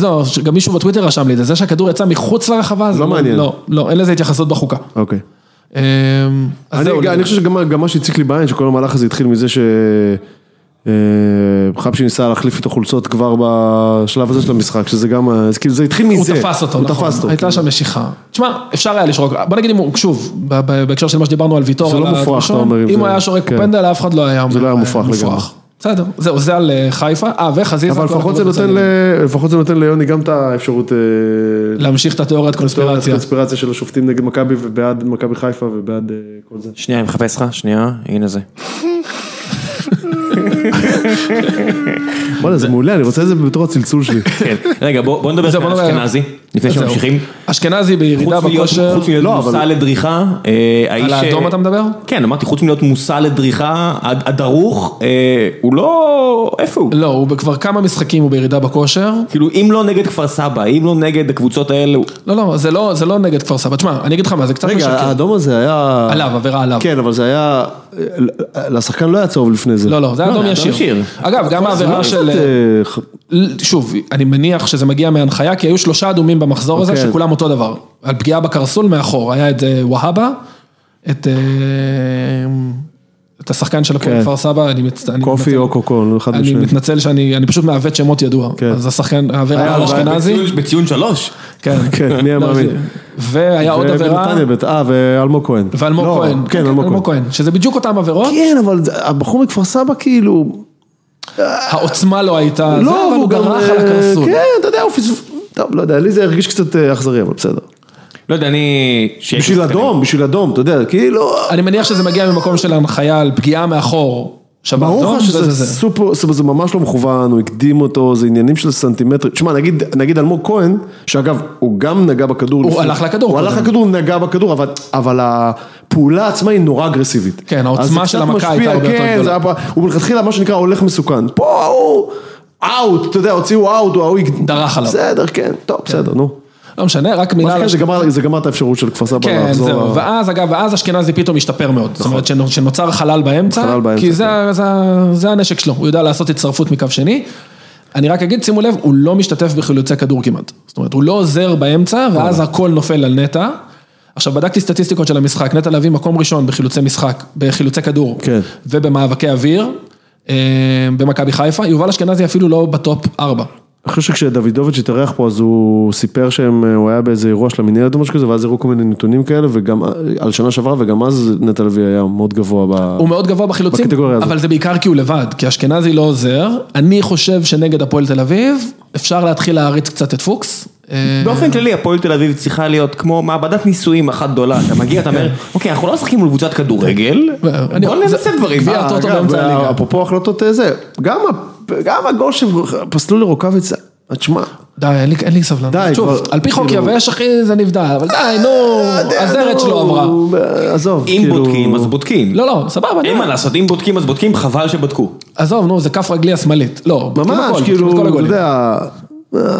[SPEAKER 3] לא, גם מישהו בטוויטר רשם לי את זה, זה שהכדור יצא מחוץ לרחבה, זה
[SPEAKER 2] לא מעניין.
[SPEAKER 3] לא, לא, אין לזה התייחסות בחוקה.
[SPEAKER 2] אוקיי.
[SPEAKER 3] אמ, אז
[SPEAKER 2] אני,
[SPEAKER 3] זהו,
[SPEAKER 2] אני חושב שגם גם מה שהציק לי בעין, שכל המהלך הזה התחיל מזה ש... אה, חבשי ניסה להחליף את החולצות כבר בשלב הזה של המשחק, שזה גם, ה- אז כאילו זה התחיל
[SPEAKER 3] הוא
[SPEAKER 2] מזה.
[SPEAKER 3] תפס אותו,
[SPEAKER 2] הוא
[SPEAKER 3] נכון,
[SPEAKER 2] תפס אותו.
[SPEAKER 3] הייתה
[SPEAKER 2] כאילו.
[SPEAKER 3] שם משיכה. תשמע, אפשר היה לשרוק, בוא נגיד אם הוא, שוב, ב- ב- בהקשר של מה שדיברנו על ויטור,
[SPEAKER 2] זה לא
[SPEAKER 3] על
[SPEAKER 2] מופרך,
[SPEAKER 3] הראשון,
[SPEAKER 2] אתה אומר, אם
[SPEAKER 3] אם
[SPEAKER 2] זה-
[SPEAKER 3] הוא היה שורק
[SPEAKER 2] כן.
[SPEAKER 3] פנדל, אף אחד לא היה
[SPEAKER 2] זה לא היה
[SPEAKER 3] אומר,
[SPEAKER 2] מופרך לגמרי.
[SPEAKER 3] בסדר, זהו, זה על אה, חיפה, אה, וחזיזה.
[SPEAKER 2] אבל
[SPEAKER 3] כל הכבוד
[SPEAKER 2] לפחות זה, נותן
[SPEAKER 3] לצלם.
[SPEAKER 2] ל... לפחות זה נותן ליוני גם את האפשרות... אה,
[SPEAKER 3] להמשיך את התיאוריית קונספירציה.
[SPEAKER 2] הקונספירציה של השופטים נגד מכבי ובעד מכבי חיפה ובעד אה, כל זה.
[SPEAKER 1] שנייה, אני מחפש לך, שנייה, הנה זה.
[SPEAKER 2] וואלה, זה מעולה, אני רוצה את זה בתור הצלצול שלי.
[SPEAKER 1] כן. רגע, בוא בוא נדבר
[SPEAKER 3] זהו,
[SPEAKER 1] על
[SPEAKER 3] בוא נדבר-
[SPEAKER 1] אשכנזי, לפני
[SPEAKER 3] זהו.
[SPEAKER 1] שממשיכים.
[SPEAKER 3] אשכנזי בירידה
[SPEAKER 1] חוץ מלהיות-
[SPEAKER 3] בכושר.
[SPEAKER 1] חוץ מלהיות
[SPEAKER 2] לא, אבל-
[SPEAKER 1] מושא לדריכה, אה, האיש...
[SPEAKER 3] על האדום
[SPEAKER 1] אה,
[SPEAKER 3] אתה מדבר?
[SPEAKER 1] כן, אמרתי, חוץ מלהיות מושא לדריכה, הד- הדרוך, אה, הוא לא... איפה הוא?
[SPEAKER 3] לא, הוא כבר כמה משחקים הוא בירידה בכושר.
[SPEAKER 1] כאילו, אם לא נגד כפר סבא, אם לא נגד הקבוצות האלה, הוא-
[SPEAKER 3] לא, לא, זה לא, זה לא נגד כפר סבא. תשמע, אני אגיד לך מה, זה קצת
[SPEAKER 2] רגע,
[SPEAKER 1] אה,
[SPEAKER 3] משקר.
[SPEAKER 2] האדום הזה היה...
[SPEAKER 3] עליו, עבירה עליו.
[SPEAKER 2] כן, אבל זה היה... אה, לשחקן לא היה צהוב לפני זה.
[SPEAKER 3] לא, לא, זה היה
[SPEAKER 1] לא,
[SPEAKER 3] אדום
[SPEAKER 1] זה אדום
[SPEAKER 3] ישיר.
[SPEAKER 1] ישיר.
[SPEAKER 3] אגב, גם
[SPEAKER 2] זה
[SPEAKER 3] העבירה
[SPEAKER 2] לא
[SPEAKER 3] של...
[SPEAKER 2] קצת, אה, ח-
[SPEAKER 3] שוב, אני מניח שזה מגיע מהנחיה, כי היו שלושה אדומים במחזור הזה,
[SPEAKER 2] אוקיי.
[SPEAKER 3] שכולם אותו דבר. על פגיעה בקרסול מאחור, היה את אה, והבה, את... אה, את השחקן של הפועל
[SPEAKER 2] כן.
[SPEAKER 3] כפר סבא, אני מצ- אני
[SPEAKER 2] קופי
[SPEAKER 3] מתנצל.
[SPEAKER 2] או קוקון, אחד
[SPEAKER 3] אני
[SPEAKER 2] משניהם.
[SPEAKER 3] מתנצל שאני אני פשוט מעוות שמות ידוע.
[SPEAKER 2] כן.
[SPEAKER 3] אז השחקן,
[SPEAKER 2] היה
[SPEAKER 3] העבירה אה, על
[SPEAKER 2] אבל
[SPEAKER 3] אשכנזי.
[SPEAKER 1] לא, בציון- בציון שלוש.
[SPEAKER 3] כן,
[SPEAKER 2] כן, מי היה
[SPEAKER 3] לא,
[SPEAKER 2] מאמין?
[SPEAKER 3] זה- והיה עוד עבירה,
[SPEAKER 2] ובנתניה בטח, אה, ואלמוג כהן.
[SPEAKER 3] ואלמוג
[SPEAKER 2] לא,
[SPEAKER 3] כהן.
[SPEAKER 2] כן, אלמוג כהן.
[SPEAKER 3] שזה בדיוק אותם עבירות,
[SPEAKER 2] כן, אבל זה- הבחור מכפר סבא כאילו...
[SPEAKER 3] העוצמה לא הייתה, זה,
[SPEAKER 2] לא,
[SPEAKER 3] אבל הוא
[SPEAKER 2] והוא גם...
[SPEAKER 3] גרח
[SPEAKER 2] אה,
[SPEAKER 3] על הקרסול.
[SPEAKER 2] כן, אתה יודע, הוא פספוס... טוב, לא יודע, לי זה הרגיש קצת אה, אכזרי, אבל בסדר.
[SPEAKER 3] כן,
[SPEAKER 1] לא יודע, אני... שיהיה
[SPEAKER 2] בשביל
[SPEAKER 1] כזה
[SPEAKER 2] אדום, בשביל אדום, אתה יודע, כאילו...
[SPEAKER 3] אני מניח שזה מגיע ממקום של הנחיה על פגיעה מאחור. שבת
[SPEAKER 2] ברור
[SPEAKER 3] דום,
[SPEAKER 2] לך
[SPEAKER 3] זה,
[SPEAKER 2] שזה
[SPEAKER 3] זה, זה.
[SPEAKER 2] סופר, זאת אומרת, זה ממש לא מכוון, הוא הקדים אותו, זה עניינים של סנטימטרים. תשמע, נגיד, נגיד אלמוג כהן, שאגב, הוא גם נגע בכדור.
[SPEAKER 3] הוא הלך לכדור
[SPEAKER 2] הוא
[SPEAKER 3] קודם.
[SPEAKER 2] הלך לכדור, נגע בכדור, אבל, אבל הפעולה עצמה היא נורא אגרסיבית.
[SPEAKER 3] כן, העוצמה
[SPEAKER 2] אז זה
[SPEAKER 3] של
[SPEAKER 2] קצת
[SPEAKER 3] המכה
[SPEAKER 2] משפיע,
[SPEAKER 3] הייתה הרבה יותר
[SPEAKER 2] כן,
[SPEAKER 3] גדולה.
[SPEAKER 2] זה היה פ- הוא מלכתחילה, מה שנקרא, הולך מסוכן. פה הוא אאוט, אתה יודע, הוציאו אאוט, הוא ההוא הקדים.
[SPEAKER 3] דרך עליו.
[SPEAKER 2] בסדר, כן, טוב, בסדר, נו.
[SPEAKER 3] לא משנה, רק
[SPEAKER 2] מה
[SPEAKER 3] מילה... על
[SPEAKER 2] שכן, זה גמר- זה גמר את האפשרות של כפר סבא
[SPEAKER 3] כן,
[SPEAKER 2] לחזור.
[SPEAKER 3] זהו,
[SPEAKER 2] ל-
[SPEAKER 3] ואז אגב, ואז אשכנזי פתאום השתפר מאוד, זאת אומרת שנ- שנוצר חלל באמצע,
[SPEAKER 2] נכון. חלל באמצע, כן.
[SPEAKER 3] כי זה, ה- זה, ה- זה הנשק שלו, הוא יודע לעשות הצטרפות מקו שני. אני רק אגיד, שימו לב, הוא לא משתתף בחילוצי כדור כמעט, זאת אומרת, הוא לא עוזר באמצע,
[SPEAKER 2] נכון.
[SPEAKER 3] ואז הכל נופל על נטע. עכשיו בדקתי סטטיסטיקות של המשחק, נטע לביא מקום ראשון בחילוצי משחק, בחילוצי כדור,
[SPEAKER 2] כן.
[SPEAKER 3] ובמאבקי אוויר, אה, במכבי חיפה, יובל אשכנזי אפילו לא בטופ ארבע.
[SPEAKER 2] אני חושב שכשדוידוביץ' התארח פה אז הוא סיפר שהוא היה באיזה אירוע של המנהלת או משהו כזה ואז הראו כל מיני נתונים כאלה וגם אה, על שנה שעברה וגם אז נטע לביא היה מאוד גבוה ב...
[SPEAKER 3] הוא מאוד גבוה בחילוצים,
[SPEAKER 2] בקטגוריה הזאת.
[SPEAKER 3] אבל זה בעיקר כי הוא לבד, כי אשכנזי לא עוזר. אני חושב שנגד הפועל תל אביב, אפשר להתחיל להריץ קצת את פוקס, אה,
[SPEAKER 1] באופן כללי הפועל תל אביב צריכה להיות כמו מעבדת ניסויים אחת גדולה, אתה מגיע, אתה אומר, אוקיי, אנחנו לא משחקים מול קבוצת כדורגל,
[SPEAKER 3] כן. אני-
[SPEAKER 1] בוא
[SPEAKER 3] זה-
[SPEAKER 1] ננסה דברים.
[SPEAKER 3] גביע
[SPEAKER 1] אה,
[SPEAKER 3] הטוטו
[SPEAKER 2] אגב,
[SPEAKER 3] באמצע
[SPEAKER 2] וה-
[SPEAKER 3] הליגה.
[SPEAKER 2] אפרופו החלטות אה, זה, גם ה- גם הגול שפסלו לרוקאביצה, אה, תשמע,
[SPEAKER 3] די, אין לי- אין לי סבלנות.
[SPEAKER 2] די,
[SPEAKER 3] שוב,
[SPEAKER 2] כבר,
[SPEAKER 3] על פי חוק
[SPEAKER 2] כאילו-
[SPEAKER 3] יבש, אחי, זה נבדל, אבל די, נו, הזרת שלו עברה.
[SPEAKER 2] אה, עזוב,
[SPEAKER 1] אם בודקים, אז בודקים.
[SPEAKER 3] כאילו- לא, לא, סבבה, אני כן,
[SPEAKER 1] אין
[SPEAKER 3] אומר.
[SPEAKER 1] מה לעשות, אם בודקים אז בודקים, חבל שבדקו.
[SPEAKER 3] עזוב, נו, זה כף רגלי השמאלית. לא, בודקים
[SPEAKER 2] ממש,
[SPEAKER 3] הכל, את כל
[SPEAKER 2] כאילו, אתה
[SPEAKER 3] הגולים.
[SPEAKER 2] יודע,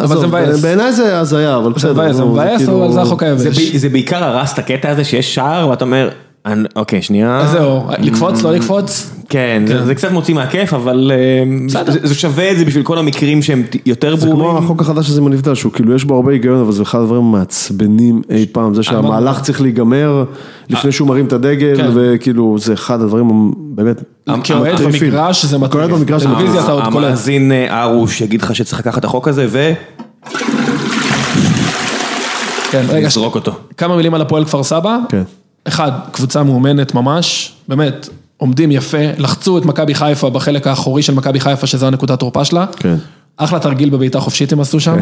[SPEAKER 2] אבל
[SPEAKER 3] זה מבאס.
[SPEAKER 2] בעיניי זה הזיה, אבל
[SPEAKER 3] זה
[SPEAKER 2] בסדר,
[SPEAKER 3] מבאס, זה
[SPEAKER 2] נו,
[SPEAKER 3] מבאס,
[SPEAKER 2] כאילו-
[SPEAKER 3] אבל זה החוק
[SPEAKER 1] זה
[SPEAKER 3] היבש.
[SPEAKER 1] ב- זה בעיקר הרס את הקטע הזה שיש שער ואתה אומר, "אני- אוקיי, שנייה.
[SPEAKER 3] אז אה, זהו, לקפוץ,
[SPEAKER 1] Mm.
[SPEAKER 3] לא לקפוץ?
[SPEAKER 1] כן, זה- זה קצת מוציא מהכיף, אבל אה,
[SPEAKER 3] בסדר.
[SPEAKER 1] זה- זה שווה את זה בשביל כל המקרים שהם ט- יותר
[SPEAKER 2] זה כמו
[SPEAKER 1] ברורים.
[SPEAKER 2] החוק החדש הזה עם הנבדל, שהוא כאילו יש בו הרבה היגיון, אבל זה אחד הדברים המעצבנים אי פעם, זה שהמהלך צריך להיגמר לפני שהוא מרים את
[SPEAKER 3] כן.
[SPEAKER 2] הדגל, וכאילו זה אחד הדברים המ- באמת,
[SPEAKER 3] כאוהד
[SPEAKER 2] המטריפים.
[SPEAKER 3] במגרש זה מטריף.
[SPEAKER 2] כאוהד במגרש זה
[SPEAKER 3] טלוויזיה
[SPEAKER 2] מטריף.
[SPEAKER 3] אתה עוד קולט.
[SPEAKER 1] המאזין אה, אה, ארוש יגיד לך שצריך לקחת את החוק הזה ו... אה,
[SPEAKER 3] כן, רגע, ש-
[SPEAKER 1] לזרוק אותו.
[SPEAKER 3] כמה מילים על הפועל כפר סבא.
[SPEAKER 2] כן.
[SPEAKER 3] אחד, קבוצה מאומנת ממש, באמת, עומדים יפה, לחצו את מכבי חיפה בחלק האחורי של מכבי חיפה, שזו הנקודת תורפה שלה.
[SPEAKER 2] כן.
[SPEAKER 3] אחלה תרגיל בבעיטה חופשית הם עשו שם.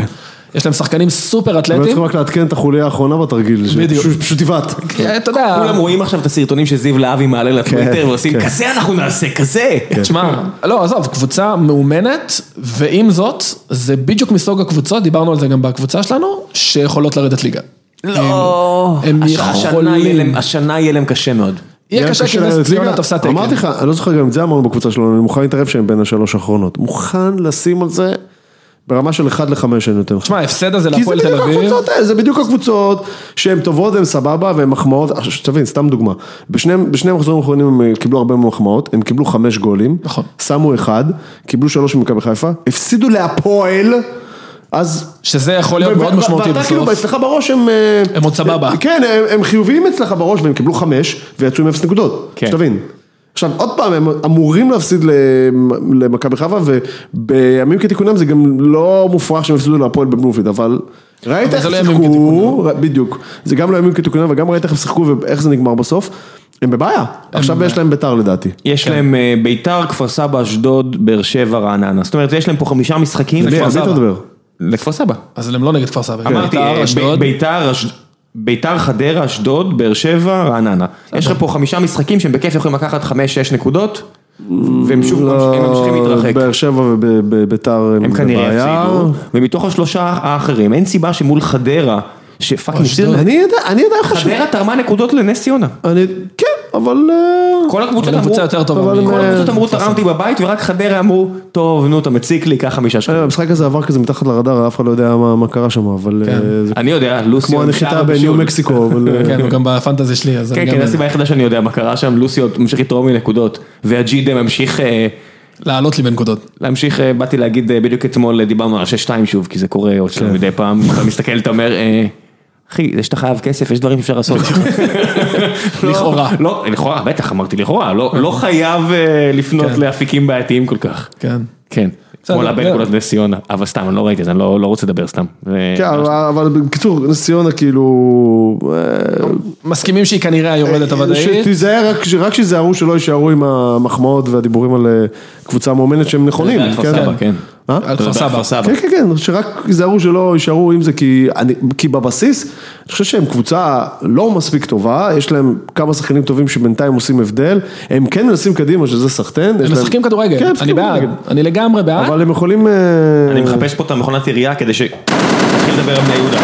[SPEAKER 3] יש להם שחקנים סופר
[SPEAKER 2] הם היו
[SPEAKER 3] אתלטיים.
[SPEAKER 2] צריכים רק לעדכן את החוליה האחרונה בתרגיל,
[SPEAKER 3] אה, בדיוק.
[SPEAKER 2] שפשוט פשוט עיוות.
[SPEAKER 3] אה, אתה יודע,
[SPEAKER 1] כולם רואים עכשיו את הסרטונים שזיו להבי מעלה לטוויטר
[SPEAKER 2] כן,
[SPEAKER 1] ועושים
[SPEAKER 2] כן.
[SPEAKER 1] כזה אנחנו נעשה, כזה.
[SPEAKER 3] תשמע, לא, עזוב, קבוצה מאומנת, ועם זאת, זה בדיוק מסוג הקבוצות, דיברנו על זה גם בקבוצה שלנו, שיכולות לרדת ליגה.
[SPEAKER 1] לא.
[SPEAKER 3] הם
[SPEAKER 1] הש- השנה יהיה
[SPEAKER 3] יכולים.
[SPEAKER 1] להם- השנה יהיה להם קשה מאוד.
[SPEAKER 2] כן,
[SPEAKER 3] יהיה קשה כי נס ציונה תפסה תקן.
[SPEAKER 2] אמרתי לך, אני לא זוכר גם את זה אמרנו בקבוצה שלנו, אני מוכן להתערב שהם בין השלוש האחרונות. מוכן לשים על זה ברמה של 1 ל-5 שאני נותן לך.
[SPEAKER 3] תשמע, ההפסד הזה
[SPEAKER 2] כי זה
[SPEAKER 3] להפועל תל
[SPEAKER 2] בדיוק
[SPEAKER 3] אביב,
[SPEAKER 2] הקבוצות האלה, זה בדיוק הקבוצות שהן טובות והן סבבה והן מחמאות, עכשיו שתבין, סתם דוגמה, בשני, בשני המחזורים האחרונים הם אה, קיבלו הרבה מחמאות, הם קיבלו חמש גולים,
[SPEAKER 3] נכון.
[SPEAKER 2] שמו אחד, קיבלו שלוש ממכבי חיפה, הפסידו להפועל, אז...
[SPEAKER 3] שזה יכול להיות
[SPEAKER 2] ו-
[SPEAKER 3] מאוד
[SPEAKER 2] ו-
[SPEAKER 3] משמעותי
[SPEAKER 2] ואתה כאילו
[SPEAKER 3] בסוף.
[SPEAKER 2] אצלך בראש הם... אה,
[SPEAKER 3] הם עוד סבבה.
[SPEAKER 2] אה, כן, הם, הם חיוביים אצלך בראש והם קיבלו חמש ויצאו עם אפס נקודות,
[SPEAKER 1] כן.
[SPEAKER 2] שתבין. עכשיו עוד פעם, הם אמורים להפסיד למ- למכבי חיפה ובימים כתיקונם זה גם לא מופרך שהם הפסידו להפועל בבלומפילד, אבל ראית
[SPEAKER 3] אבל
[SPEAKER 2] איך
[SPEAKER 3] זה לא
[SPEAKER 2] הם
[SPEAKER 3] ימים
[SPEAKER 2] שיחקו, ר- בדיוק, זה גם לא ימים כתיקונם וגם ראית איך הם שיחקו ואיך זה נגמר בסוף, הם בבעיה, עכשיו יש להם ביתר לדעתי.
[SPEAKER 1] יש להם אה, ביתר, כפר סבא, אשדוד, באר שבע, רעננה. זאת אומרת, יש להם פה חמישה משחקים.
[SPEAKER 2] מי
[SPEAKER 1] לכפר
[SPEAKER 2] על מי
[SPEAKER 1] סבא.
[SPEAKER 2] אתה מדבר?
[SPEAKER 1] לכפר סבא.
[SPEAKER 3] אז הם לא נגד כפר סבא, הם
[SPEAKER 1] אמרתי,
[SPEAKER 3] בית"ר,
[SPEAKER 1] אה, ב-
[SPEAKER 3] אשדוד.
[SPEAKER 1] ביתר, אש- ביתר, חדרה, אשדוד, באר שבע, רעננה. יש לך פה חמישה משחקים שהם בכיף יכולים לקחת חמש, שש נקודות, והם שוב
[SPEAKER 3] לא,
[SPEAKER 1] ממש- הם ממשיכים להתרחק.
[SPEAKER 2] באר שבע וביתר הם
[SPEAKER 1] הם כנראה
[SPEAKER 2] בבעיה.
[SPEAKER 1] יפסידו, ומתוך השלושה האחרים, אין סיבה שמול חדרה, שפאק ניסיון,
[SPEAKER 2] אני יודע- אני עדיין חושב,
[SPEAKER 1] חדרה תרמה נקודות לנס ציונה.
[SPEAKER 2] אני, כן, אבל... אה,
[SPEAKER 1] כל הקבוצות
[SPEAKER 3] אבל
[SPEAKER 1] אמרו,
[SPEAKER 3] הקבוצה יותר טובה
[SPEAKER 1] אבל
[SPEAKER 3] מ-
[SPEAKER 1] כל הקבוצות אמרו
[SPEAKER 3] כפר סבא.
[SPEAKER 1] תרמתי בבית, ורק חדרה אמרו, טוב נו אתה מציק לי, קח חמישה שקלים.
[SPEAKER 2] המשחק הזה עבר כזה מתחת לרדאר, אף אחד לא יודע מה מה קרה שם, אבל אה, זה
[SPEAKER 1] אני יודע, לוסיו...
[SPEAKER 2] כמו הנחיתה בניו מקסיקו, אבל... אה,
[SPEAKER 3] כן, הוא גם בפנטזי שלי, אז אני
[SPEAKER 1] כן,
[SPEAKER 3] גם...
[SPEAKER 1] כן, זו הסיבה היחידה שאני יודע מה קרה שם, לוסיו ממשיך לתרום לי נקודות, והג'ידה ממשיך, אה,
[SPEAKER 3] לעלות לי בנקודות.
[SPEAKER 1] להמשיך, אה, באתי להגיד אה, בדיוק אתמול, אה, דיברנו על 6-2 שוב, כי זה קורה עוד
[SPEAKER 3] כן.
[SPEAKER 1] שלנו מדי פעם, אתה מסתכל, אתה אומר, אה, אחי, זה שאתה חייב כסף, יש דברים שאפשר לעשות. לא,
[SPEAKER 3] לכאורה.
[SPEAKER 1] לא, לכאורה, בטח, אמרתי לכאורה, לא לא חייב אה, לפנות
[SPEAKER 3] כן.
[SPEAKER 1] לאפיקים בעייתיים כל כך.
[SPEAKER 3] כן.
[SPEAKER 1] כן,
[SPEAKER 3] בסדר,
[SPEAKER 1] כמו לאבד
[SPEAKER 3] כן.
[SPEAKER 1] נקודות נס ציונה, אבל סתם, אני לא ראיתי את זה, אני לא לא רוצה לדבר סתם. זה-
[SPEAKER 2] כן, אבל- אבל בקיצור, נס ציונה כאילו... אה,
[SPEAKER 3] מסכימים שהיא כנראה היורדת הוודאית.
[SPEAKER 2] שתיזהר, רק ש- רק שיזהרו שלא יישארו עם המחמאות והדיבורים על אה, קבוצה מאומנת שהם נכונים.
[SPEAKER 1] אתה יודע, כפר סבא, כן.
[SPEAKER 2] אה?
[SPEAKER 3] על
[SPEAKER 1] אתה מדבר
[SPEAKER 3] כפר
[SPEAKER 1] על
[SPEAKER 3] סבא.
[SPEAKER 1] כפר סבא.
[SPEAKER 2] כן, כן, כן, שרק ייזהרו שלא יישארו עם זה, כי, אני, כי בבסיס, אני חושב שהם קבוצה לא מספיק טובה, יש להם כמה שחקנים טובים שבינתיים עושים הבדל, הם כן מנסים קדימה שזה סחטיין. כן,
[SPEAKER 3] הם משחקים כדורגל, אני בעד, אני לגמרי בעד.
[SPEAKER 2] אבל הם יכולים... אה,
[SPEAKER 1] אני מחפש פה את המכונת ירייה כדי ש... תתחיל לדבר על בני יהודה.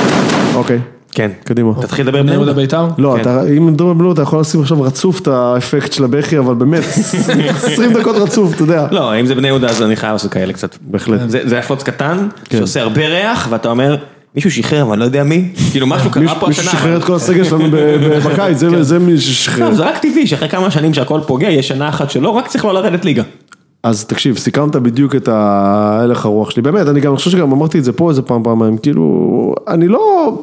[SPEAKER 2] אוקיי,
[SPEAKER 1] כן.
[SPEAKER 2] קדימה.
[SPEAKER 1] תתחיל לדבר על
[SPEAKER 3] בני יהודה בית"ר?
[SPEAKER 2] לא,
[SPEAKER 1] כן.
[SPEAKER 2] אתה, אם מדברים בלו, אתה יכול לשים עכשיו רצוף את האפקט של הבכי, אבל באמת, 20 דקות רצוף, אתה יודע.
[SPEAKER 1] לא, אם זה בני יהודה אז אני חייב לעשות כאלה קצת.
[SPEAKER 2] בהחלט.
[SPEAKER 1] זה זה הפלוץ קטן,
[SPEAKER 2] כן.
[SPEAKER 1] שעושה הרבה ריח, ואתה אומר, מישהו שחרר, אבל אני לא יודע מי. כאילו משהו קרה פה
[SPEAKER 2] מישהו
[SPEAKER 1] השנה.
[SPEAKER 2] שחרר את כל הסגל שלנו ב- ב- בקיץ,
[SPEAKER 3] כן.
[SPEAKER 2] זה- זה מי ששחרר.
[SPEAKER 1] לא, זה רק טבעי, שאחרי כמה שנים שהכל פוגע, יש שנה אחת שלא, רק צריך לא לרדת ליגה.
[SPEAKER 2] אז תקשיב, סיכמת בדיוק את ההלך הרוח שלי, באמת, אני גם חושב שגם אמרתי את זה פה איזה פעם פעמיים, כאילו, אני לא,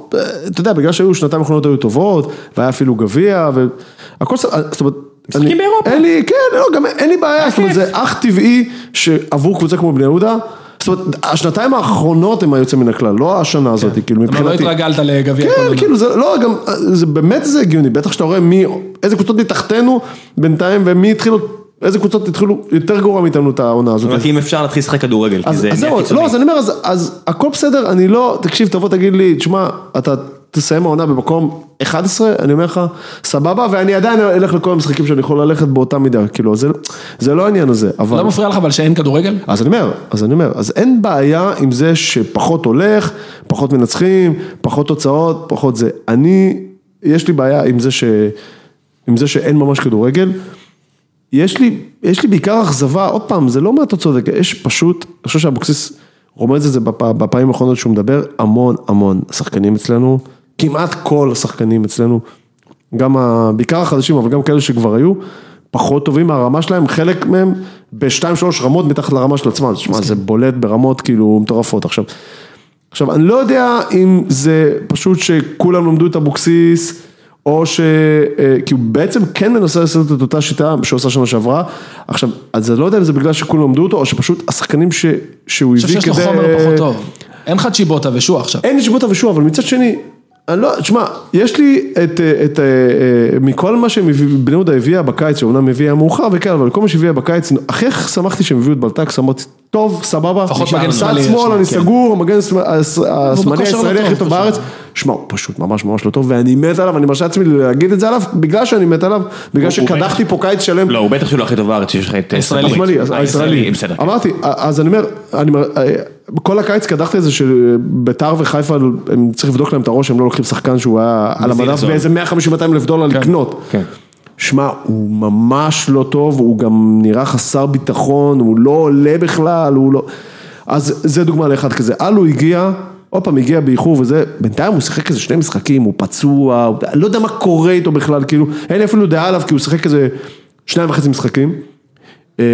[SPEAKER 2] אתה יודע, בגלל שהיו שנתיים האחרונות היו טובות, והיה אפילו גביע, והכל, ס- זאת אומרת,
[SPEAKER 1] משחקים
[SPEAKER 2] אני-
[SPEAKER 1] באירופה.
[SPEAKER 2] אין לי, כן, לא, גם אין לי בעיה, זאת אומרת, זה אך טבעי שעבור קבוצה כמו בני יהודה, זאת אומרת, השנתיים האחרונות הם היוצא מן הכלל, לא השנה הזאת,
[SPEAKER 1] כן.
[SPEAKER 2] כאילו,
[SPEAKER 3] אבל לא
[SPEAKER 2] מבחינתי.
[SPEAKER 3] התרגלת לגביע. כל
[SPEAKER 2] כן,
[SPEAKER 3] הזמן.
[SPEAKER 2] כאילו, זה לא, גם, זה באמת זה הגיוני, בטח שאתה רואה מי, איזה קבוצות מתחתנו בינתיים, ומי התחיל עוד איזה קבוצות התחילו יותר גרוע מאיתנו את העונה הזאת.
[SPEAKER 1] רק אם אפשר להתחיל לשחק כדורגל, כי
[SPEAKER 2] אז
[SPEAKER 1] זה
[SPEAKER 2] אז
[SPEAKER 1] נהיה
[SPEAKER 2] זהו,
[SPEAKER 1] קיצוני.
[SPEAKER 2] לא, אז אני אומר, אז- אז הכל בסדר, אני לא, תקשיב, תבוא תגיד לי, תשמע, אתה תסיים העונה במקום 11, אני אומר לך, סבבה, ואני עדיין אלך לכל המשחקים שאני יכול ללכת באותה מידה, כאילו, זה- זה לא העניין הזה, אבל...
[SPEAKER 3] לא מפריע לך אבל שאין כדורגל?
[SPEAKER 2] אז אני אומר, אז אני אומר, אז אין בעיה עם זה שפחות הולך, פחות מנצחים, פחות תוצאות, פחות זה. אני, יש לי בעיה עם זה, ש, עם זה שאין ממש כדורגל. יש לי, יש לי בעיקר אכזבה, עוד פעם, זה לא מהתוצאות, יש פשוט, אני חושב שאבוקסיס רומז את זה בפ, בפעמים האחרונות שהוא מדבר, המון המון שחקנים אצלנו, כמעט כל השחקנים אצלנו, גם ה, בעיקר החדשים, אבל גם כאלה שכבר היו, פחות טובים מהרמה שלהם, חלק מהם בשתיים שלוש רמות מתחת לרמה של עצמם, תשמע, זה בולט ברמות כאילו מטורפות עכשיו. עכשיו, אני לא יודע אם זה פשוט שכולם למדו את אבוקסיס, או ש... אה, כי הוא בעצם כן מנסה לעשות את אותה שיטה שהוא עשה שנה שעברה. עכשיו, אז אני לא יודע אם זה בגלל שכולם למדו אותו, או שפשוט השחקנים ש... שהוא
[SPEAKER 3] אני
[SPEAKER 2] הביא
[SPEAKER 3] חושב
[SPEAKER 2] כדי...
[SPEAKER 3] שיש לו חומר פחות טוב. אין לך צ'יבוטה ושוע עכשיו.
[SPEAKER 2] אין לי שיבוטה ושוב, אבל מצד שני, אני לא, תשמע, יש לי את, אה, את, אה, אה, מכל מה שבני יהודה הביאה בקיץ, שאומנם הביאה מאוחר וכן, אבל כל מה שהביאה בקיץ, הכי שמחתי שהם הביאו את בלטקס, אמרתי, טוב, סבבה,
[SPEAKER 3] לפחות
[SPEAKER 1] מגן
[SPEAKER 2] צד
[SPEAKER 3] שמאלי יש
[SPEAKER 2] שמאל,
[SPEAKER 3] לו,
[SPEAKER 2] אני
[SPEAKER 3] כן.
[SPEAKER 2] סגור, המגן השמאל- הס- השמאלי
[SPEAKER 3] בכושר לא
[SPEAKER 2] הישראלי
[SPEAKER 3] טוב,
[SPEAKER 2] הכי טוב
[SPEAKER 3] בכושר.
[SPEAKER 2] בארץ, שמע, הוא פשוט ממש ממש לא טוב, ואני מת עליו, אני מרשה לעצמי להגיד את זה עליו, בגלל שאני מת עליו, בגלל
[SPEAKER 1] הוא- הוא
[SPEAKER 2] שקדחתי פה קיץ שלם,
[SPEAKER 1] לא, הוא בטח שהוא לא הכי טוב בארץ שיש לך את... אה,
[SPEAKER 3] הישראלי.
[SPEAKER 1] סבורית.
[SPEAKER 2] השמאלי, אז- הישראלי.
[SPEAKER 1] בסדר.
[SPEAKER 2] אמרתי, אז אני אומר, אני אומר, אה, כל הקיץ קדחתי את זה שביתר וחיפה, הם צריך לבדוק להם את הראש, הם לא לוקחים שחקן שהוא היה על
[SPEAKER 1] מזיל
[SPEAKER 2] המדף
[SPEAKER 1] זול.
[SPEAKER 2] באיזה 150-200 אלף דולר לקנות.
[SPEAKER 1] כן.
[SPEAKER 2] שמע, הוא ממש לא טוב, הוא גם נראה חסר ביטחון, הוא לא עולה בכלל, הוא לא... אז זה דוגמה לאחד כזה. אלו הגיע, עוד פעם הגיע באיחור וזה, בינתיים הוא שיחק איזה שני משחקים, הוא פצוע, הוא... לא יודע מה קורה איתו בכלל, כאילו, אין לי אפילו דעה עליו, כי הוא שיחק איזה שניים וחצי משחקים. אה,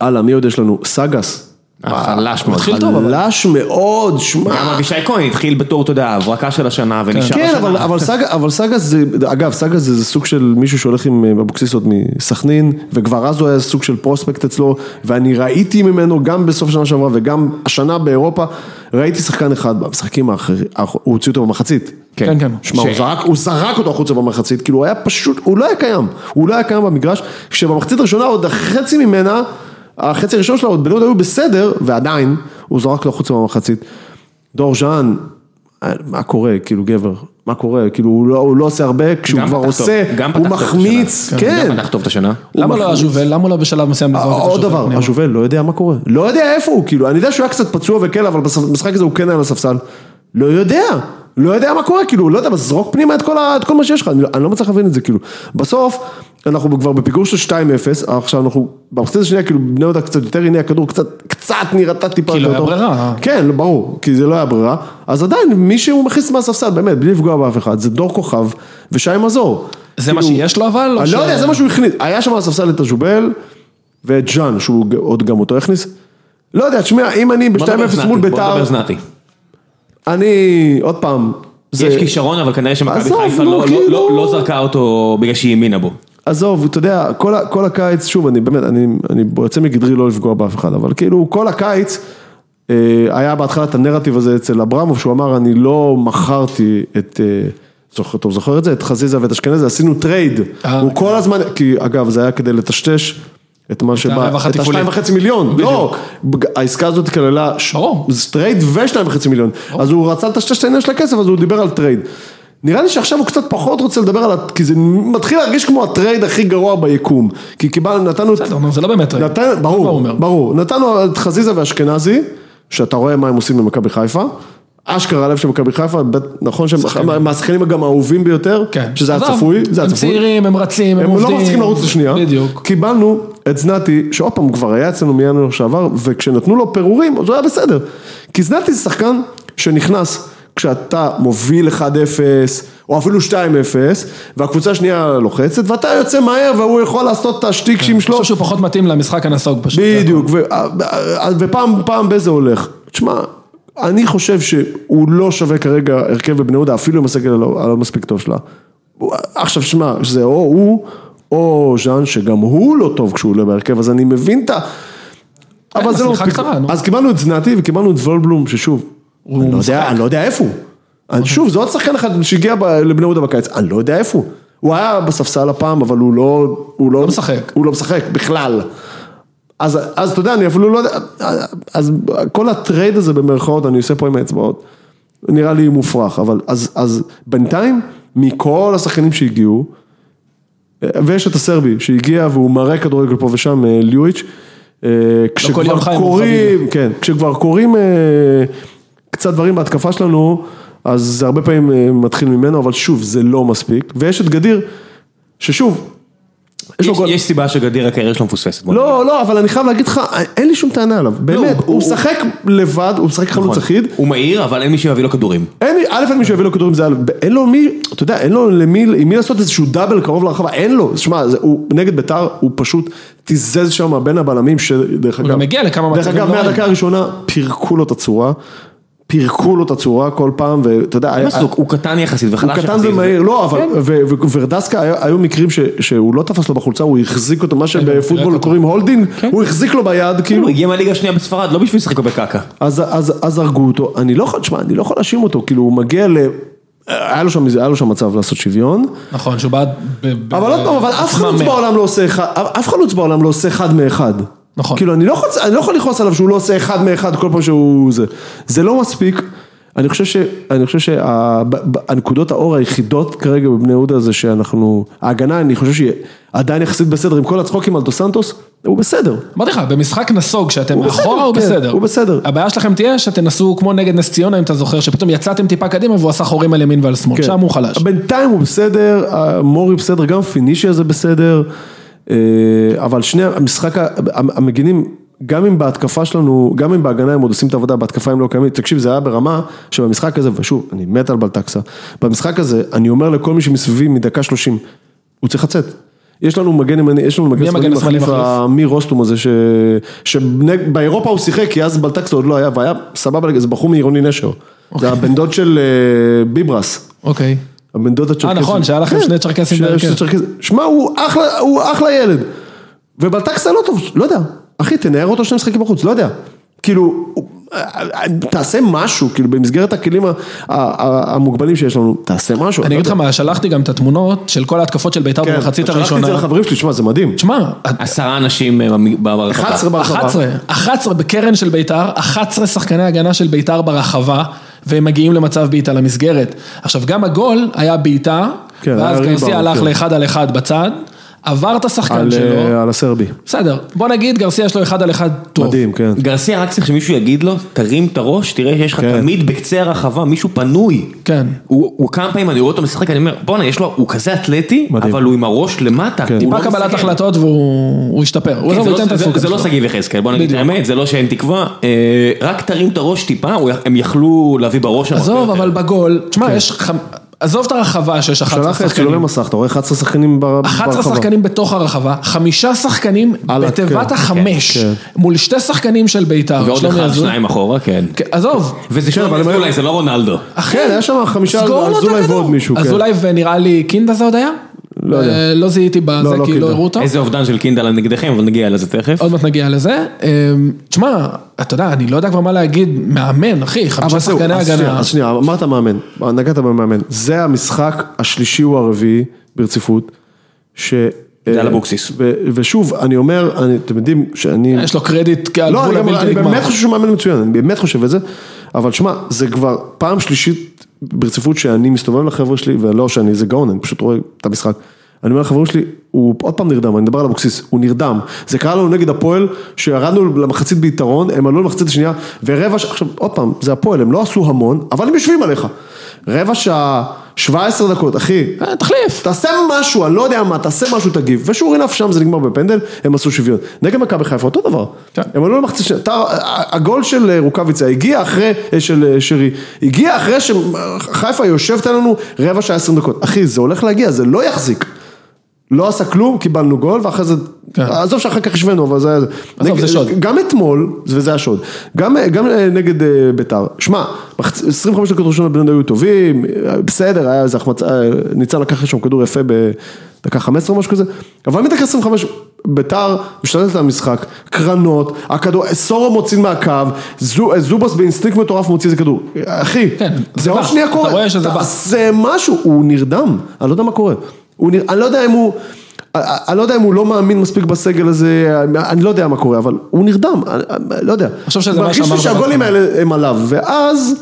[SPEAKER 2] הלאה, מי עוד יש לנו? סגס.
[SPEAKER 1] חלש מאוד.
[SPEAKER 3] התחיל טוב, אבל- כן,
[SPEAKER 2] חלש מאוד, שמע.
[SPEAKER 1] גם אבישי כהן התחיל בתור, אתה יודע, ההברקה של השנה ונשאר
[SPEAKER 2] כן, אבל,
[SPEAKER 1] השנה.
[SPEAKER 2] אבל, סגה, אבל סגה זה, אגב, סגה זה, זה סוג של מישהו שהולך עם אה, אבוקסיס עוד מסכנין, וכבר אז הוא היה סוג של פרוספקט אצלו, ואני ראיתי ממנו גם בסוף שנה שעברה וגם השנה באירופה, ראיתי שחקן אחד במשחקים האחרים, האח- הוא הוציא אותו במחצית.
[SPEAKER 3] כן, כן.
[SPEAKER 2] שמע, הוא,
[SPEAKER 1] ש-
[SPEAKER 2] זרק, הוא זרק אותו החוצה במחצית, כאילו הוא היה פשוט, הוא לא היה קיים, הוא לא היה קיים במגרש, כשבמחצית הראשונה עוד חצי ממנה, החצי הראשון שלה עוד בני יהודה היו בסדר, ועדיין, הוא זרק אותו החוצה במחצית. דור ז'אן, אה, מה קורה, כאילו גבר, מה קורה, כאילו הוא לא, הוא לא עושה הרבה, כשהוא
[SPEAKER 1] גם
[SPEAKER 2] כבר
[SPEAKER 1] פתח
[SPEAKER 2] עושה,
[SPEAKER 1] טוב, גם
[SPEAKER 2] הוא
[SPEAKER 1] פתח טוב את
[SPEAKER 2] מחמיץ,
[SPEAKER 1] השנה.
[SPEAKER 2] כן.
[SPEAKER 1] גם פתח טוב את השנה.
[SPEAKER 3] למה לא הז'ובל? למה לא בשלב מסוים לזרוק
[SPEAKER 2] אה,
[SPEAKER 3] את
[SPEAKER 2] עוד
[SPEAKER 3] השופט
[SPEAKER 2] דבר,
[SPEAKER 3] פנימה?
[SPEAKER 2] השובל לא יודע מה קורה, לא יודע איפה הוא, כאילו, אני יודע שהוא היה קצת פצוע וכן, אבל בס- במשחק הזה הוא כן היה על הספסל, לא יודע, לא יודע מה קורה, כאילו, לא יודע, אז זרוק פנימה את כל, ה, את כל מה שיש לך, אני, לא- אני לא מצליח להבין את זה, כאילו, בסוף, אנחנו כבר בפיגור של 2-0, עכשיו אנחנו, במחצית השנייה, כאילו, בני יהודה קצת יותר, הנה הכדור קצת, קצת נראתה טיפה
[SPEAKER 3] כי לא
[SPEAKER 2] יותר טוב.
[SPEAKER 3] היה ברירה.
[SPEAKER 2] כן, לא, ברור, כי זה לא היה ברירה, אז עדיין, מישהו מכניס מהספסל, באמת, בלי לפגוע באף אחד, זה דור כוכב ושי מזור.
[SPEAKER 3] זה מה שיש לו אבל? או
[SPEAKER 2] אני
[SPEAKER 3] ש-
[SPEAKER 2] לא יודע, זה מה שהוא הכניס, היה שם על הספסל את הז'ובל ואת ג'אן, שהוא ג- עוד גם אותו הכניס. לא יודע, תשמע, אם אני
[SPEAKER 1] בוא נדבר
[SPEAKER 2] ב-2-0
[SPEAKER 1] זנתי,
[SPEAKER 2] מול
[SPEAKER 1] בוא
[SPEAKER 2] ביתר,
[SPEAKER 1] נדבר זנתי.
[SPEAKER 2] אני, עוד פעם, זה,
[SPEAKER 1] יש כישרון, אבל כנראה שמכבי
[SPEAKER 2] עזוב,
[SPEAKER 1] חיפה
[SPEAKER 2] נו,
[SPEAKER 1] לא- לא-
[SPEAKER 2] כאילו-
[SPEAKER 1] לא לא זרקה אותו בגלל שהיא האמינה בו.
[SPEAKER 2] עזוב, אתה יודע, כל ה- כל הקיץ, שוב, אני באמת, אני אני יוצא מגדרי לא לפגוע באף אחד, אבל כאילו, כל הקיץ, אה, היה בהתחלה את הנרטיב הזה אצל אברמוב, שהוא אמר, אני לא מכרתי את... אה, זוכר טוב, זוכר את זה? את חזיזה ואת אשכנזה, עשינו טרייד.
[SPEAKER 3] אה,
[SPEAKER 2] הוא כל הזמן, כי אגב, זה היה כדי לטשטש את מה שבא,
[SPEAKER 3] הרווח
[SPEAKER 2] את
[SPEAKER 3] התפעולי.
[SPEAKER 2] השתיים וחצי מיליון, לא, בג- העסקה הזאת כללה ש-
[SPEAKER 3] ברור.
[SPEAKER 2] זה טרייד ושניים וחצי מיליון, אז הוא רצה לטשטש את העניין של הכסף, אז הוא דיבר על טרייד. נראה לי שעכשיו הוא קצת פחות רוצה לדבר על, ה- כי זה מתחיל להרגיש כמו הטרייד הכי גרוע ביקום, כי קיבלנו, נתנו,
[SPEAKER 3] בסדר, נו, זה לא באמת רגע.
[SPEAKER 2] נתן,
[SPEAKER 3] מה הוא
[SPEAKER 2] ברור,
[SPEAKER 3] אומר?
[SPEAKER 2] ברור, נתנו את חזיזה ואשכנזי, שאתה רואה מה הם עושים במכבי חיפה. אשכרה הלב של מכבי חיפה, בית- נכון שהם מהשחקנים גם האהובים ביותר,
[SPEAKER 3] כן.
[SPEAKER 2] שזה היה
[SPEAKER 3] עזוב,
[SPEAKER 2] צפוי, זה היה
[SPEAKER 3] הם
[SPEAKER 2] צפוי.
[SPEAKER 3] צעירים, הם רצים, הם
[SPEAKER 2] הם
[SPEAKER 3] עובדים.
[SPEAKER 2] לא מצליחים לרוץ לשנייה. לא.
[SPEAKER 3] בדיוק.
[SPEAKER 2] קיבלנו את זנתי, שעוד פעם הוא כבר היה אצלנו מינואר שעבר, וכשנתנו לו פירורים, אז הוא היה בסדר. כי זנתי זה שחקן שנכנס כשאתה מוביל 1-0, או אפילו 2-0, והקבוצה השנייה לוחצת, ואתה יוצא מהר והוא יכול לעשות את השטיקים
[SPEAKER 3] אני
[SPEAKER 2] שלו.
[SPEAKER 3] חושב שהוא פחות מתאים למשחק הנסוג פשוט.
[SPEAKER 2] בדיוק, ו- ופעם פעם בזה הולך. תשמע, אני חושב שהוא לא שווה כרגע הרכב בבני יהודה, אפילו עם הסגל הלא הלא מספיק טוב שלה. הוא- עכשיו, שמע, זה או הוא, או ז'אן, שגם הוא לא טוב כשהוא עולה בהרכב, אז אני מבין את ה... אבל זה לא
[SPEAKER 3] השמיכה
[SPEAKER 2] מספיק.
[SPEAKER 3] קצרה, נו.
[SPEAKER 2] אז קיבלנו את זנתי וקיבלנו את וולבלום, ששוב, אני לא יודע-
[SPEAKER 3] משחק.
[SPEAKER 2] אני לא יודע איפה הוא. אני- שוב, זה עוד שחקן אחד שהגיע ב- לבני יהודה בקיץ, אני לא יודע איפה הוא. הוא היה בספסל הפעם, אבל הוא לא... הוא לא,
[SPEAKER 3] משחק.
[SPEAKER 2] הוא לא משחק בכלל. אז, אז אתה יודע, אני אפילו לא יודע, אז כל הטרייד הזה במרכאות, אני עושה פה עם האצבעות, נראה לי מופרך, אבל אז, אז בינתיים, מכל השחקנים שהגיעו, ויש את הסרבי שהגיע והוא מראה כדורגל פה ושם, אה, ליואיץ', אה,
[SPEAKER 1] לא
[SPEAKER 3] כל יום
[SPEAKER 2] כשכבר
[SPEAKER 3] חיים,
[SPEAKER 2] קורים, כן, כשכבר קורים אה, קצת דברים בהתקפה שלנו, אז זה הרבה פעמים אה, מתחיל ממנו, אבל שוב, זה לא מספיק, ויש את גדיר, ששוב, יש לו
[SPEAKER 1] יש-
[SPEAKER 2] גול,
[SPEAKER 1] יש סיבה שגדיר הקריירה שלו מפוספסת. בוא נגיד.
[SPEAKER 2] לא, לא, אבל אני חייב להגיד לך, אין לי שום טענה עליו, באמת,
[SPEAKER 1] לא, הוא-
[SPEAKER 2] הוא
[SPEAKER 1] הוא-
[SPEAKER 2] משחק לבד, הוא אה, משחק חלוץ
[SPEAKER 1] נכון.
[SPEAKER 2] אחיד,
[SPEAKER 1] הוא מהיר, אבל אין מי שיביא לו כדורים.
[SPEAKER 2] אין לי, א' אין מי שיביא לו כדורים זה, א', אין לו מי, אתה יודע, אין לו למי, עם מי לעשות איזשהו דאבל קרוב לרחבה, אין לו, שמע, זה- הוא נגד ביתר, הוא פשוט תיזז שם בין הבלמים, שדרך אגב,
[SPEAKER 3] גם הגיע לכמה
[SPEAKER 2] דרך
[SPEAKER 3] מצבים לא
[SPEAKER 2] אגב,
[SPEAKER 3] נוראים.
[SPEAKER 2] מהדקה הראשונה, פירקו לו את הצורה, פירקו לו את הצורה כל פעם, ואתה יודע, היה-
[SPEAKER 1] מה זה, הוא קטן יחסית וחלש
[SPEAKER 2] הוא
[SPEAKER 1] יחסית.
[SPEAKER 2] קטן ומהיר, לא,
[SPEAKER 3] כן.
[SPEAKER 2] אבל, ו- ו- וורדסקה, היו- היו מקרים ש- שהוא לא תפס לו בחולצה, הוא החזיק אותו, מה שבפוטבול
[SPEAKER 3] אותו.
[SPEAKER 2] קוראים הולדינג,
[SPEAKER 3] כן.
[SPEAKER 2] הוא החזיק לו ביד, כאילו,
[SPEAKER 1] הוא הגיע מהליגה השנייה בספרד, לא בשביל לשחק בקקה.
[SPEAKER 2] אז, אז, אז הרגו אותו, אני לא יכול, תשמע, אני לא יכול להאשים אותו, כאילו הוא מגיע ל... היה לו שם, היה לו שם מצב לעשות שוויון,
[SPEAKER 3] נכון, שהוא בעד... ב-
[SPEAKER 2] אבל
[SPEAKER 3] ב-
[SPEAKER 2] עוד פעם, אבל אף
[SPEAKER 3] עוצמה
[SPEAKER 2] חלוץ
[SPEAKER 3] מאה.
[SPEAKER 2] בעולם לא עושה אחד, אף חלוץ בעולם לא עושה אחד מאחד.
[SPEAKER 3] נכון.
[SPEAKER 2] כאילו, אני לא יכול, אני לא יכול לכעוס עליו שהוא לא עושה אחד מאחד כל פעם שהוא זה. זה לא מספיק. אני חושב ש... אני חושב שהנקודות האור היחידות כרגע בבני יהודה זה שאנחנו... ההגנה, אני חושב שהיא עדיין יחסית בסדר, עם כל הצחוקים על דו סנטוס, הוא בסדר.
[SPEAKER 3] אמרתי לך, במשחק נסוג שאתם
[SPEAKER 2] הוא בסדר,
[SPEAKER 3] מאחורה הוא
[SPEAKER 2] כן,
[SPEAKER 3] בסדר.
[SPEAKER 2] הוא בסדר.
[SPEAKER 3] הבעיה שלכם תהיה שתנסו כמו נגד נס ציונה, אם אתה זוכר, שפתאום יצאתם טיפה קדימה והוא עשה חורים על ימין ועל שמאל,
[SPEAKER 2] כן.
[SPEAKER 3] שם הוא חלש.
[SPEAKER 2] בינתיים הוא בסדר, אה, מורי בסדר, גם פינישי הזה בסדר, אה, אבל שני המשחק, ה- המגינים, גם אם בהתקפה שלנו, גם אם בהגנה הם עוד עושים את העבודה, בהתקפה הם לא קיימים, תקשיב זה היה ברמה שבמשחק הזה, ושוב, אני מת על בלטקסה, במשחק הזה אני אומר לכל מי שמסביבי מדקה שלושים, הוא צריך לצאת. יש לנו מגן ימני, יש לנו מגן
[SPEAKER 3] מי המגן
[SPEAKER 2] שמאלי
[SPEAKER 3] השמאלי
[SPEAKER 2] מחליף,
[SPEAKER 3] מחליף?
[SPEAKER 2] מי רוסטום הזה, ש... שבאירופה הוא שיחק, כי אז בלטקסה עוד לא היה, והיה סבבה, זה בחור מעירוני נשר. זה הבן דוד של אה, ביברס.
[SPEAKER 3] אוקיי.
[SPEAKER 2] הבן דוד הצ'רקסי.
[SPEAKER 3] נכון, שהיה לכם שני צ'רקסים
[SPEAKER 2] שהיה
[SPEAKER 3] בהרכב.
[SPEAKER 2] שני צ'רקסים. שמע, הוא אחלה, הוא אחלה ילד. ובלטקסה לא טוב, לא יודע. אחי, תנער אותו שני משחקים בחוץ, לא יודע. כאילו, הוא- תעשה משהו, כאילו, במסגרת הכלים ה- ה- ה- המוגבלים שיש לנו, תעשה משהו.
[SPEAKER 3] אני
[SPEAKER 2] לא
[SPEAKER 3] אגיד לך
[SPEAKER 2] יודע.
[SPEAKER 3] מה, שלחתי גם את התמונות של כל ההתקפות של בית"ר
[SPEAKER 2] כן,
[SPEAKER 3] במחצית
[SPEAKER 2] שלחתי את זה
[SPEAKER 3] הראשונה.
[SPEAKER 2] לחברים שלי, שמע, זה מדהים.
[SPEAKER 3] תשמע,
[SPEAKER 1] עשרה אנשים אה, במ- ברחבה.
[SPEAKER 2] 11 ברחבה.
[SPEAKER 3] 11, 11 בקרן של בית"ר, 11 שחקני הגנה של בית"ר ברחבה, והם מגיעים למצב בעיטה למסגרת. עכשיו, גם הגול היה בעיטה,
[SPEAKER 2] כן,
[SPEAKER 3] ואז
[SPEAKER 2] היה
[SPEAKER 3] גרסיה
[SPEAKER 2] ריבאונד,
[SPEAKER 3] הלך
[SPEAKER 2] כן.
[SPEAKER 3] לאחד על אחד בצד, עבר את השחקן
[SPEAKER 2] על,
[SPEAKER 3] שלו,
[SPEAKER 2] אה, על הסרבי.
[SPEAKER 3] בסדר, בוא נגיד גרסיה יש לו אחד על אחד טוב.
[SPEAKER 2] מדהים, כן.
[SPEAKER 1] גרסיה רק צריך שמישהו יגיד לו, תרים את הראש, תראה שיש לך
[SPEAKER 2] כן.
[SPEAKER 1] תמיד בקצה הרחבה מישהו פנוי.
[SPEAKER 3] כן.
[SPEAKER 1] הוא הוא כמה פעמים אני רואה אותו משחק, אני אומר, בואנה, יש לו, הוא כזה אתלטי,
[SPEAKER 2] מדהים.
[SPEAKER 1] אבל הוא עם הראש למטה.
[SPEAKER 2] כן.
[SPEAKER 1] הוא
[SPEAKER 3] טיפה
[SPEAKER 1] לא
[SPEAKER 3] קבלת
[SPEAKER 1] מסתכל.
[SPEAKER 3] החלטות והוא הוא ישתפר. הוא
[SPEAKER 1] כן,
[SPEAKER 3] עזוב,
[SPEAKER 1] זה
[SPEAKER 3] הוא
[SPEAKER 1] לא-
[SPEAKER 3] ייתן את
[SPEAKER 1] זה-
[SPEAKER 3] הפוקוס
[SPEAKER 1] זה לא
[SPEAKER 3] שלו.
[SPEAKER 1] שגיב יחזקאל, בוא נגיד את
[SPEAKER 3] בדיוק.
[SPEAKER 1] האמת, זה לא שאין תקווה, אה, רק תרים את הראש טיפה, הוא- הם יכלו להביא בראש אה, שם. הרבה
[SPEAKER 3] עזוב,
[SPEAKER 1] יותר.
[SPEAKER 3] אבל בגול,
[SPEAKER 2] כן.
[SPEAKER 3] תשמע, יש, חמ- עזוב את הרחבה שיש 11
[SPEAKER 2] שלח לי
[SPEAKER 3] שחקנים.
[SPEAKER 2] צילומי מסך, אתה רואה 11 שחקנים בר- ברחבה.
[SPEAKER 3] 11 שחקנים בתוך הרחבה, חמישה שחקנים
[SPEAKER 2] על ה-
[SPEAKER 3] בתיבת
[SPEAKER 2] כן,
[SPEAKER 3] החמש,
[SPEAKER 2] כן.
[SPEAKER 3] מול שתי שחקנים של בית"ר,
[SPEAKER 1] ועוד
[SPEAKER 3] שלומי
[SPEAKER 1] אחד,
[SPEAKER 3] אזולאי.
[SPEAKER 1] שניים אחורה, כן.
[SPEAKER 3] כן, עזוב,
[SPEAKER 1] וזה שלומי
[SPEAKER 2] אבל הם היו-
[SPEAKER 1] אזולאי, זה לא רונלדו.
[SPEAKER 3] אחי,
[SPEAKER 2] כן, היה שם חמישה,
[SPEAKER 3] סגור לו את
[SPEAKER 2] אזולאי
[SPEAKER 3] הכדור.
[SPEAKER 2] ועוד מישהו, כן.
[SPEAKER 3] אזולאי ונראה לי קינדה זה עוד היה?
[SPEAKER 2] לא יודע.
[SPEAKER 3] אה, לא זיהיתי בזה,
[SPEAKER 2] לא
[SPEAKER 3] כי לא
[SPEAKER 2] קינדה.
[SPEAKER 3] הראו אותו.
[SPEAKER 1] איזה אובדן של קינדל נגדכם, אבל נגיע לזה תכף.
[SPEAKER 3] עוד מעט נגיע לזה. אה, תשמע, אתה יודע, אני לא יודע כבר מה להגיד, מאמן, אחי, חמישה
[SPEAKER 2] אבל זהו,
[SPEAKER 3] שחקני
[SPEAKER 2] אז שנייה,
[SPEAKER 3] הגנה.
[SPEAKER 2] אז שנייה, אמרת מאמן, נגעת במאמן, זה המשחק השלישי או הרביעי ברציפות, ש... אה,
[SPEAKER 1] זה על אבוקסיס.
[SPEAKER 2] ו- ושוב, אני אומר, אני- אתם יודעים שאני...
[SPEAKER 3] יש לו קרדיט על
[SPEAKER 2] לא,
[SPEAKER 3] גבול
[SPEAKER 2] אני גם-
[SPEAKER 3] הבלתי
[SPEAKER 2] אני
[SPEAKER 3] נגמר.
[SPEAKER 2] באמת חושב שהוא מאמן מצוין, אני באמת חושב את זה, אבל שמע, זה כבר פעם שלישית ברציפות שאני מסתובב לחבר'ה שלי, ולא שאני איזה גאון, אני פשוט רואה את המשחק. אני אומר לחברים שלי, הוא עוד פעם נרדם, אני מדבר על אבוקסיס, הוא נרדם. זה קרה לנו נגד הפועל, שירדנו למחצית ביתרון, הם עלו למחצית השנייה, ורבע שעה, עכשיו עוד פעם, זה הפועל, הם לא עשו המון, אבל הם יושבים עליך. רבע שעה, 17 דקות, אחי,
[SPEAKER 3] אה, תחליף.
[SPEAKER 2] תעשה משהו, אני לא יודע מה, תעשה משהו, תגיב. ושור אינף שם זה נגמר בפנדל, הם עשו שוויון. נגד מכבי חיפה אותו דבר.
[SPEAKER 3] כן.
[SPEAKER 2] הם עלו למחצית שנייה, אתה- הגול של אה, רוקאביצה הגיע אחרי, אה, של אה, שרי, הגיע אחרי שחיפה יושבת עלינו רבע שעה עשרים דקות. אחי, זה הולך להגיע, זה לא יחזיק. לא עשה כלום, קיבלנו גול, ואחרי זה,
[SPEAKER 3] כן.
[SPEAKER 2] עזוב שאחר כך השווינו, אבל זה היה זה.
[SPEAKER 3] עזוב, זה שוד.
[SPEAKER 2] גם אתמול, וזה השוד, גם, גם אה, נגד אה, ביתר, שמע, מחצ- 25 דקות ראשונות בני יהודה היו טובים, אה, בסדר, היה איזה החמצה, אה, ניצן לקח שם כדור יפה בדקה 15 או משהו כזה, אבל מדקה 25 ביתר משתלטת על המשחק, קרנות, הכדור, סורו מוציא מהקו, זו, אה, זובס באינסטינקט מטורף מוציא איזה כדור, אה, אחי,
[SPEAKER 3] כן, זה
[SPEAKER 2] זה עוד
[SPEAKER 3] בא,
[SPEAKER 2] שנייה
[SPEAKER 3] אתה
[SPEAKER 2] קורה, אה,
[SPEAKER 3] רואה שזה בא.
[SPEAKER 2] תעשה משהו, הוא נרדם, אני לא יודע מה קורה. הוא נראה, אני לא יודע אם הוא... אני לא יודע אם הוא לא מאמין מספיק בסגל הזה, אני לא יודע מה קורה, אבל הוא נרדם, אני- אני לא יודע.
[SPEAKER 3] חושב שזה מה
[SPEAKER 2] מרגיש לי
[SPEAKER 3] שאמרת
[SPEAKER 2] שהגולים
[SPEAKER 3] בהתחלה.
[SPEAKER 2] האלה הם עליו, ואז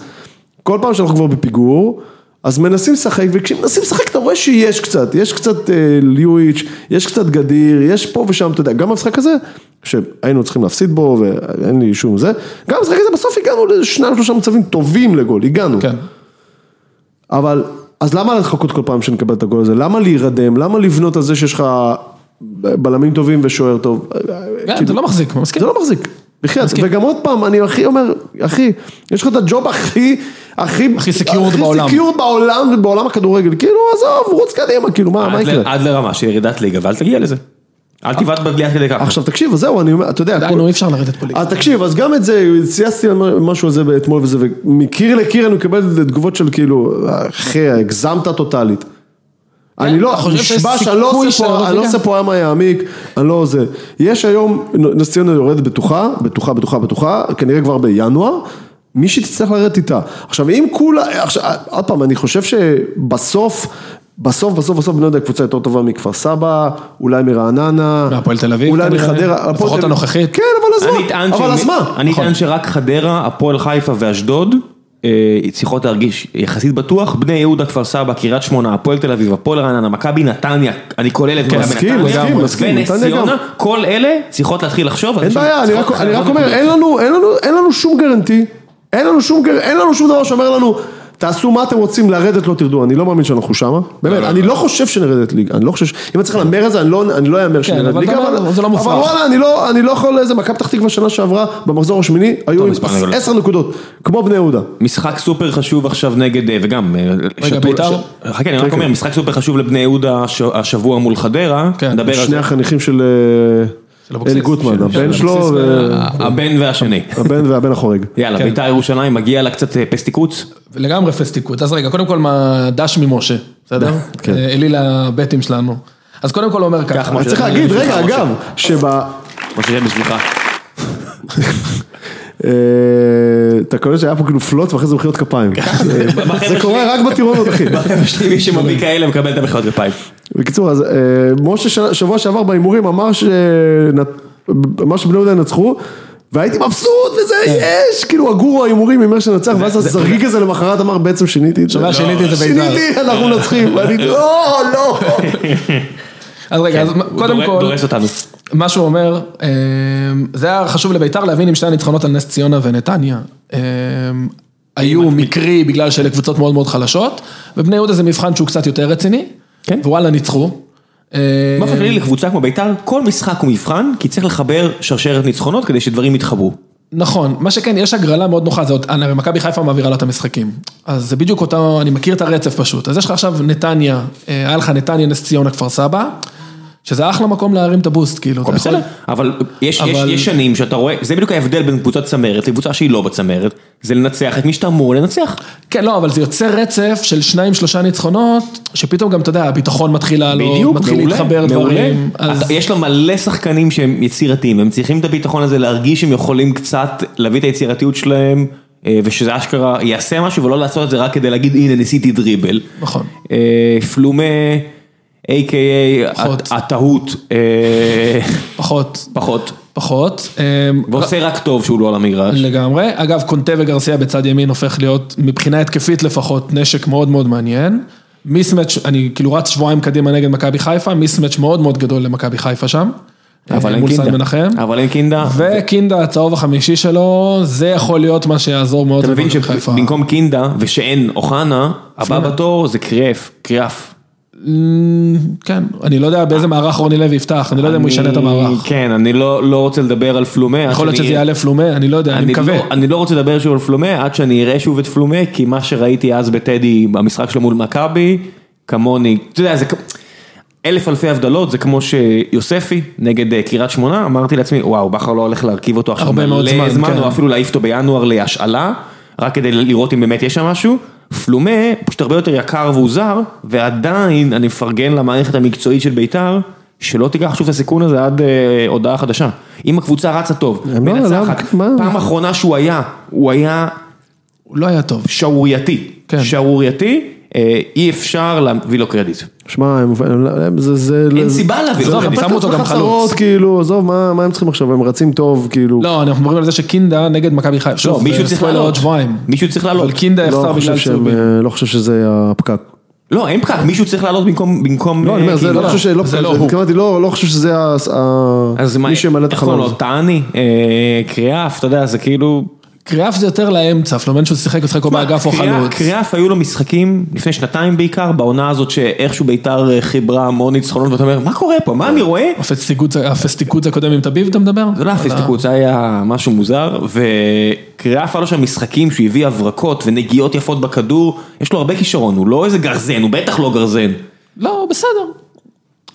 [SPEAKER 2] כל פעם שאנחנו כבר בפיגור, אז מנסים לשחק, וכשמנסים לשחק אתה רואה שיש קצת, יש קצת אה, ליואיץ', יש קצת גדיר, יש פה ושם, אתה יודע, גם המשחק הזה, שהיינו צריכים להפסיד בו, ואין לי שום זה, גם המשחק הזה בסוף הגענו לשניים שלושה מצבים טובים לגול, הגענו.
[SPEAKER 3] כן.
[SPEAKER 2] אבל, אז למה לחכות כל פעם שנקבל את הגול הזה? למה להירדם? למה לבנות על זה שיש לך בלמים טובים ושוער טוב?
[SPEAKER 3] כן,
[SPEAKER 2] כאילו,
[SPEAKER 3] זה לא מחזיק, מסכים.
[SPEAKER 2] זה לא מחזיק. בחייאת,
[SPEAKER 3] מסכים.
[SPEAKER 2] וגם עוד פעם, אני הכי אומר, אחי, יש לך את הג'וב הכי, הכי,
[SPEAKER 3] הכי secured בעולם.
[SPEAKER 2] הכי סקיורד בעולם, בעולם הכדורגל, כאילו, עזוב, רוץ קדימה, כאילו,
[SPEAKER 3] אה,
[SPEAKER 2] מה, מה
[SPEAKER 1] עד ל-
[SPEAKER 3] לא-
[SPEAKER 2] יקרה?
[SPEAKER 1] עד לרמה של ירידת ליגה, ואל תגיע לזה. אל תבעט בדלי עד כדי ככה.
[SPEAKER 2] עכשיו תקשיב, אז זהו, אני אומר, אתה יודע,
[SPEAKER 3] די,
[SPEAKER 2] כל-
[SPEAKER 3] נו, אי אפשר לרדת פה ליגה.
[SPEAKER 2] אז אה, תקשיב, אז גם את זה, צייסתי על משהו הזה אתמול וזה, ומקיר לקיר אני מקבל תגובות של כאילו, אחי, הגזמת טוטאלית. אני לא,
[SPEAKER 3] אתה כן, חושב שיש
[SPEAKER 2] נשבע שאני לא
[SPEAKER 3] סיכוי
[SPEAKER 2] עושה
[SPEAKER 3] שאני לא
[SPEAKER 2] פה, אני לא
[SPEAKER 3] יודע?
[SPEAKER 2] עושה פה ימה יעמיק, אני לא זה. יש היום, נס ציונה יורדת בטוחה, בטוחה, בטוחה, בטוחה, כנראה כבר בינואר, מי שתצטרך לרדת איתה. עכשיו אם כולה, עכשיו, עוד פעם, אני חושב שבסוף, בסוף, בסוף, בסוף, אני לא יודע, קבוצה יותר טובה מכפר סבא, אולי מרעננה,
[SPEAKER 3] מהפועל תל אביב
[SPEAKER 2] אולי
[SPEAKER 3] כנראה,
[SPEAKER 2] מחדרה,
[SPEAKER 3] לפחות
[SPEAKER 2] הפועל תל אביב.
[SPEAKER 3] הנוכחית.
[SPEAKER 2] כן, אבל אז
[SPEAKER 1] אני
[SPEAKER 2] מה?
[SPEAKER 1] אטען
[SPEAKER 2] אבל
[SPEAKER 1] שמי-
[SPEAKER 2] אז מה? נכון.
[SPEAKER 1] אני אטען שרק חדרה, הפועל חיפה ואשדוד אה, צריכות להרגיש יחסית בטוח, בני יהודה, כפר סבא, קריית שמונה, הפועל תל אביב, הפועל רעננה, מכבי נתניה, אני כולל את כל
[SPEAKER 2] כן, מסכים, מסכים, מסכים,
[SPEAKER 1] ונס
[SPEAKER 2] נתניה גם.
[SPEAKER 1] ציונה, כל אלה צריכות להתחיל לחשוב. על
[SPEAKER 2] אין
[SPEAKER 1] זה
[SPEAKER 2] בעיה, אני
[SPEAKER 1] שהן
[SPEAKER 2] רק-
[SPEAKER 1] צריכות
[SPEAKER 2] אני רק
[SPEAKER 1] לעבוד
[SPEAKER 2] אומר,
[SPEAKER 1] נקודות.
[SPEAKER 2] אין לנו, אין לנו, אין לנו שום גרנטי, אין לנו שום גר- אין לנו שום דבר שאומר לנו, תעשו מה אתם רוצים, לרדת לא תרדו, אני לא מאמין שאנחנו שמה, באמת, אני לא חושב שנרדת ליגה, אני לא חושב, ש- אם אני צריך להמר את זה, אני לא- אני לא אאמר שנרדת
[SPEAKER 3] כן, אבל
[SPEAKER 2] ליגה,
[SPEAKER 3] אתה אומר, זה לא מופרך.
[SPEAKER 2] אבל וואלה, אני לא- אני לא יכול, איזה מכבי פתח תקווה שנה שעברה, במחזור השמיני, היו עם
[SPEAKER 1] מספר גדול.
[SPEAKER 2] עשר נקודות, כמו בני יהודה.
[SPEAKER 1] משחק סופר חשוב עכשיו נגד, אה, וגם, אה, שתול-
[SPEAKER 3] בית"ר?
[SPEAKER 1] ש- חכה, אני רק
[SPEAKER 2] כן.
[SPEAKER 1] אומר, משחק סופר חשוב לבני יהודה הש- השבוע מול חדרה,
[SPEAKER 3] כן,
[SPEAKER 1] נדבר על
[SPEAKER 2] שני
[SPEAKER 1] זה,
[SPEAKER 2] החניכים של
[SPEAKER 3] של
[SPEAKER 2] אה,
[SPEAKER 3] אבוקסיס.
[SPEAKER 2] אלי גוטמן,
[SPEAKER 3] של-
[SPEAKER 2] הבן
[SPEAKER 3] של
[SPEAKER 2] שלו,
[SPEAKER 3] אבוקסיס
[SPEAKER 2] ו-
[SPEAKER 1] הבן והשני.
[SPEAKER 2] הבן והבן החורג.
[SPEAKER 1] יאללה,
[SPEAKER 3] כן.
[SPEAKER 1] בית"ר ירושלים, מגיע לה קצת אה, פסטיקוץ,
[SPEAKER 3] לגמרי פסטיקות. אז רגע, קודם כל מה דש ממשה, בסדר?
[SPEAKER 2] כן.
[SPEAKER 3] אה, אליל הבטים שלנו. אז קודם כל הוא אומר
[SPEAKER 1] קח,
[SPEAKER 3] ככה.
[SPEAKER 1] משה.
[SPEAKER 2] אז צריך להגיד, רגע, אגב, שב...
[SPEAKER 1] מה שזה בשבילך.
[SPEAKER 2] אה, אתה קולט שהיה פה כאילו פלוץ ואחרי זה מחיאות כפיים.
[SPEAKER 3] כן.
[SPEAKER 2] אה, זה קורה רק בטירונות אחי.
[SPEAKER 1] בחבר'ה שלי מי שמביא כאלה מקבל את המחיאות בפייפ.
[SPEAKER 2] בקיצור, אז אה, משה ש- שבוע שעבר בהימורים אמר שמה שבני יהודה ינצחו. והייתי מבסוט וזה
[SPEAKER 3] כן.
[SPEAKER 2] יש, כאילו הגורו ההימורים הימר שנצח, ואז הזרגיג הזה למחרת אמר בעצם שיניתי את זה. לא,
[SPEAKER 3] שומע, שיניתי את זה בית"ר.
[SPEAKER 2] שיניתי, אנחנו מנצחים, ואני לא, לא.
[SPEAKER 3] אז רגע, אז מה-
[SPEAKER 1] הוא
[SPEAKER 3] קודם
[SPEAKER 1] דורס-
[SPEAKER 3] כל,
[SPEAKER 1] דורס אותנו.
[SPEAKER 3] מה שהוא אומר, אה, זה היה חשוב לביתר להבין אם שני הניצחונות על נס ציונה ונתניה. אה, היו מקרי בגלל שאלה קבוצות מאוד מאוד חלשות, ובני יהודה זה מבחן שהוא קצת יותר רציני,
[SPEAKER 1] כן.
[SPEAKER 3] ווואלה ניצחו. אה,
[SPEAKER 1] באופן כללי לקבוצה כמו בית"ר, כל משחק הוא מבחן, כי צריך לחבר שרשרת ניצחונות כדי שדברים יתחברו.
[SPEAKER 3] נכון, מה שכן, יש הגרלה מאוד נוחה, זה עוד, הנה, מכבי חיפה מעבירה לה את המשחקים. אז זה בדיוק אותה, אני מכיר את הרצף פשוט. אז יש לך עכשיו נתניה, אה, היה לך נתניה, נס ציונה, כפר סבא, שזה אחלה מקום להרים את הבוסט, כאילו.
[SPEAKER 1] הכל
[SPEAKER 3] אתה יכול-
[SPEAKER 1] בסדר, אבל יש- יש
[SPEAKER 3] אבל-
[SPEAKER 1] יש שנים שאתה רואה, זה בדיוק ההבדל בין קבוצת צמרת לקבוצה שהיא לא בצמרת, זה לנצח את מי שאתה אמור לנצח.
[SPEAKER 3] כן, לא, אבל זה יוצר רצף של שניים, שלושה ניצחונות, שפתאום גם, אתה יודע, הביטחון מתחיל לעלות,
[SPEAKER 1] בדיוק, אה,
[SPEAKER 3] מתחיל לא, להתחבר דברים. אז
[SPEAKER 1] אתה- יש לה מלא שחקנים שהם יצירתיים, הם צריכים את הביטחון הזה להרגיש שהם יכולים קצת להביא את היצירתיות שלהם, אה, ושזה אשכרה יעשה משהו ולא לעשות את זה רק כדי להגיד הנה ניסיתי דריבל.
[SPEAKER 3] נכון.
[SPEAKER 1] אה, פלומה, A.K.A.
[SPEAKER 3] פחות.
[SPEAKER 1] הטעות, אה,
[SPEAKER 3] פחות,
[SPEAKER 1] פחות,
[SPEAKER 3] פחות. אמ,
[SPEAKER 1] ועושה רק טוב שהוא לא על המגרש.
[SPEAKER 3] לגמרי. אגב, קונטה וגרסיה בצד ימין הופך להיות, מבחינה התקפית לפחות, נשק מאוד מאוד מעניין. מיסמץ', אני כאילו רץ שבועיים קדימה נגד מכבי חיפה, מיסמץ' מאוד מאוד גדול למכבי חיפה שם. אה,
[SPEAKER 1] אבל אין
[SPEAKER 3] מול סן
[SPEAKER 1] קינדה,
[SPEAKER 3] מנחם.
[SPEAKER 1] אבל אין קינדה,
[SPEAKER 3] וקינדה, הצהוב החמישי שלו, זה יכול להיות מה שיעזור מאוד
[SPEAKER 1] אתה מבין
[SPEAKER 3] למכבי חיפה.
[SPEAKER 1] שבמקום קינדה ושאין אוחנה, הבא בתור זה קריאף, קריאף.
[SPEAKER 3] כן, אני לא יודע באיזה מערך רוני לוי יפתח, אני לא יודע אם הוא ישנה את המערך.
[SPEAKER 1] כן, אני לא לא רוצה לדבר על פלומה. עד
[SPEAKER 3] יכול להיות
[SPEAKER 1] שאני-
[SPEAKER 3] שזה יעלה פלומה, אני לא יודע, אני מקווה.
[SPEAKER 1] לא, אני לא רוצה לדבר שוב על פלומה עד שאני אראה שוב את פלומה, כי מה שראיתי אז בטדי במשחק שלו מול מכבי, כמוני, אתה יודע, זה כ- אלף אלפי הבדלות, זה כמו שיוספי נגד אה, קריית שמונה, אמרתי לעצמי, וואו, בכר לא הולך להרכיב אותו עכשיו
[SPEAKER 3] הרבה מאוד זמן, כן.
[SPEAKER 1] או אפילו להעיף אותו בינואר להשאלה, רק כדי לראות אם באמת יש שם משהו. פלומה פשוט הרבה יותר יקר והוא זר, ועדיין אני מפרגן למערכת המקצועית של בית"ר. שלא תיקח שוב את הסיכון הזה עד אה, הודעה חדשה. אם הקבוצה רצה טוב,
[SPEAKER 2] הם לא-
[SPEAKER 1] מנצחת,
[SPEAKER 2] לא- מה?
[SPEAKER 1] פעם האחרונה שהוא היה, הוא היה
[SPEAKER 3] הוא לא היה טוב.
[SPEAKER 1] שערורייתי.
[SPEAKER 3] כן.
[SPEAKER 1] שערורייתי, אה, אה, אי אפשר להביא לו קרדיט.
[SPEAKER 2] שמע, הם- הם- זה... זה-
[SPEAKER 1] אין
[SPEAKER 2] זה-
[SPEAKER 1] סיבה להביא לו
[SPEAKER 2] זה-
[SPEAKER 1] קרדיט.
[SPEAKER 2] הם
[SPEAKER 3] שמו אותו גם
[SPEAKER 2] פתחו
[SPEAKER 3] חלוץ.
[SPEAKER 2] כאילו, עזוב, מה מה הם צריכים עכשיו, הם רצים טוב, כאילו.
[SPEAKER 3] לא, אנחנו מדברים על זה שקינדה נגד מכבי חיפה.
[SPEAKER 1] לא,
[SPEAKER 3] שוב,
[SPEAKER 1] מישהו
[SPEAKER 3] אה,
[SPEAKER 1] צריך
[SPEAKER 3] ספוילר
[SPEAKER 1] לעלות.
[SPEAKER 3] עוד שבועיים.
[SPEAKER 1] מישהו צריך לעלות.
[SPEAKER 3] אבל קינדה
[SPEAKER 2] לא
[SPEAKER 3] יחסר
[SPEAKER 2] חושב
[SPEAKER 3] בגלל
[SPEAKER 2] שהם,
[SPEAKER 3] צהובים.
[SPEAKER 2] אה, לא חושב שזה הפקק.
[SPEAKER 1] לא, אין פקק, מישהו צריך לעלות במקום... במקום,
[SPEAKER 2] לא, אני אומר,
[SPEAKER 1] אה,
[SPEAKER 2] זה
[SPEAKER 1] כאילו,
[SPEAKER 2] לא חושב שלא,
[SPEAKER 3] זה לא הוא.
[SPEAKER 2] התכוונתי, לא לא חושב שזה ה- ה-
[SPEAKER 1] אז מה,
[SPEAKER 2] מי שימלא את
[SPEAKER 1] איך לא- קוראים
[SPEAKER 2] החלום.
[SPEAKER 1] לו,
[SPEAKER 2] הזה.
[SPEAKER 1] טעני, אה, קריאף, אתה יודע, זה כאילו...
[SPEAKER 3] קריאף זה יותר לאמצע, פלומן שהוא שיחק, הוא שיחק או באגף או
[SPEAKER 1] קריאף-
[SPEAKER 3] חלוץ.
[SPEAKER 1] קריאף היו לו משחקים לפני שנתיים בעיקר, בעונה הזאת שאיכשהו ביתר אה, חיברה המון ניצחונות, ואתה אומר, מה קורה פה, מה אני רואה?
[SPEAKER 3] הפסטיקוץ- הפסטיקוץ הקודם עם תביב אתה מדבר?
[SPEAKER 1] זה לא היה פסטיקוט, זה היה משהו מוזר, וקריאף היה לו שם משחקים שהוא הביא הברקות ונגיעות יפות בכדור, יש לו הרבה כישרון, הוא לא איזה גרזן, הוא בטח לא גרזן.
[SPEAKER 3] לא, בסדר.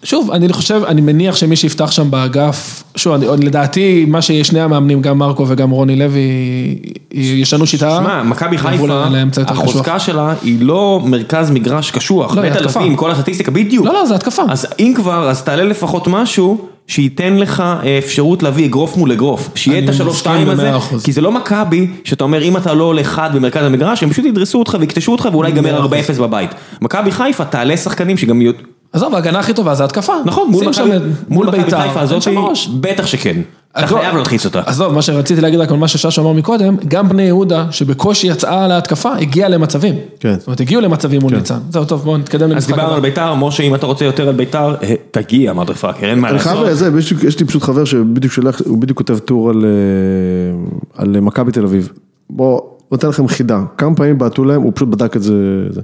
[SPEAKER 3] שוב, אני חושב, אני מניח שמי שיפתח שם באגף, שוב, אני, עוד- לדעתי, מה ששני המאמנים, גם מרקו וגם רוני לוי, י- ישנו שיטה.
[SPEAKER 1] שמע, מכבי
[SPEAKER 3] יעברו
[SPEAKER 1] חיפה,
[SPEAKER 3] לאמצע יותר קשוח.
[SPEAKER 1] החוזקה שלה היא לא מרכז מגרש קשוח,
[SPEAKER 3] לא, היא
[SPEAKER 1] בית
[SPEAKER 3] התקפה.
[SPEAKER 1] אלפים, כל הסטטיסטיקה, בדיוק.
[SPEAKER 3] לא, לא, זה התקפה.
[SPEAKER 1] אז אם כבר, אז תעלה לפחות משהו שייתן לך אה, אפשרות להביא אגרוף מול אגרוף. שיהיה
[SPEAKER 3] אני
[SPEAKER 1] את השלוש שתיים
[SPEAKER 3] מסכים
[SPEAKER 1] הזה,
[SPEAKER 3] במאה אחוז.
[SPEAKER 1] כי זה לא מכבי, שאתה אומר אם אתה לא עולה אחד במרכז המגרש, הם פשוט ידרסו אותך ויקטשו אותך ואולי
[SPEAKER 3] מאה
[SPEAKER 1] ייגמר
[SPEAKER 3] אחוז.
[SPEAKER 1] 4-0 בבית. מכבי חיפה תעלה שחקנים שגם יהיו...
[SPEAKER 3] עזוב, ההגנה הכי טובה זה התקפה.
[SPEAKER 1] נכון, מול
[SPEAKER 3] שים
[SPEAKER 1] מכבי-
[SPEAKER 3] שם את-
[SPEAKER 1] מול מכבי
[SPEAKER 3] בית"ר,
[SPEAKER 1] חיפה
[SPEAKER 3] אין לא-
[SPEAKER 1] הזאת,
[SPEAKER 3] שם ראש.
[SPEAKER 1] בטח שכן. אתה
[SPEAKER 3] הכל-
[SPEAKER 1] חייב להלחיץ אותה.
[SPEAKER 3] עזוב, מה שרציתי להגיד רק על מה שששו אמר מקודם, גם בני יהודה, שבקושי יצאה להתקפה, הגיעה למצבים.
[SPEAKER 2] כן.
[SPEAKER 3] זאת אומרת, הגיעו למצבים מול ניצן. זהו, טוב, בואו נתקדם
[SPEAKER 1] אז
[SPEAKER 3] למשחק
[SPEAKER 1] דיברנו
[SPEAKER 3] הבא.
[SPEAKER 1] על ביתר, משה אם אתה רוצה יותר על ביתר, אה, תגיע מרדפאקר, אין מה
[SPEAKER 2] אני
[SPEAKER 1] לעשות.
[SPEAKER 2] חייב לזה, בדיוק- יש לי פשוט חבר שבדיוק שלח, הוא בדיוק כותב טור על, אה, על מכבי תל אביב. בוא, נותן לכם חידה. כמה פעמים בעטו להם, הוא פשוט בדק את זה. זה.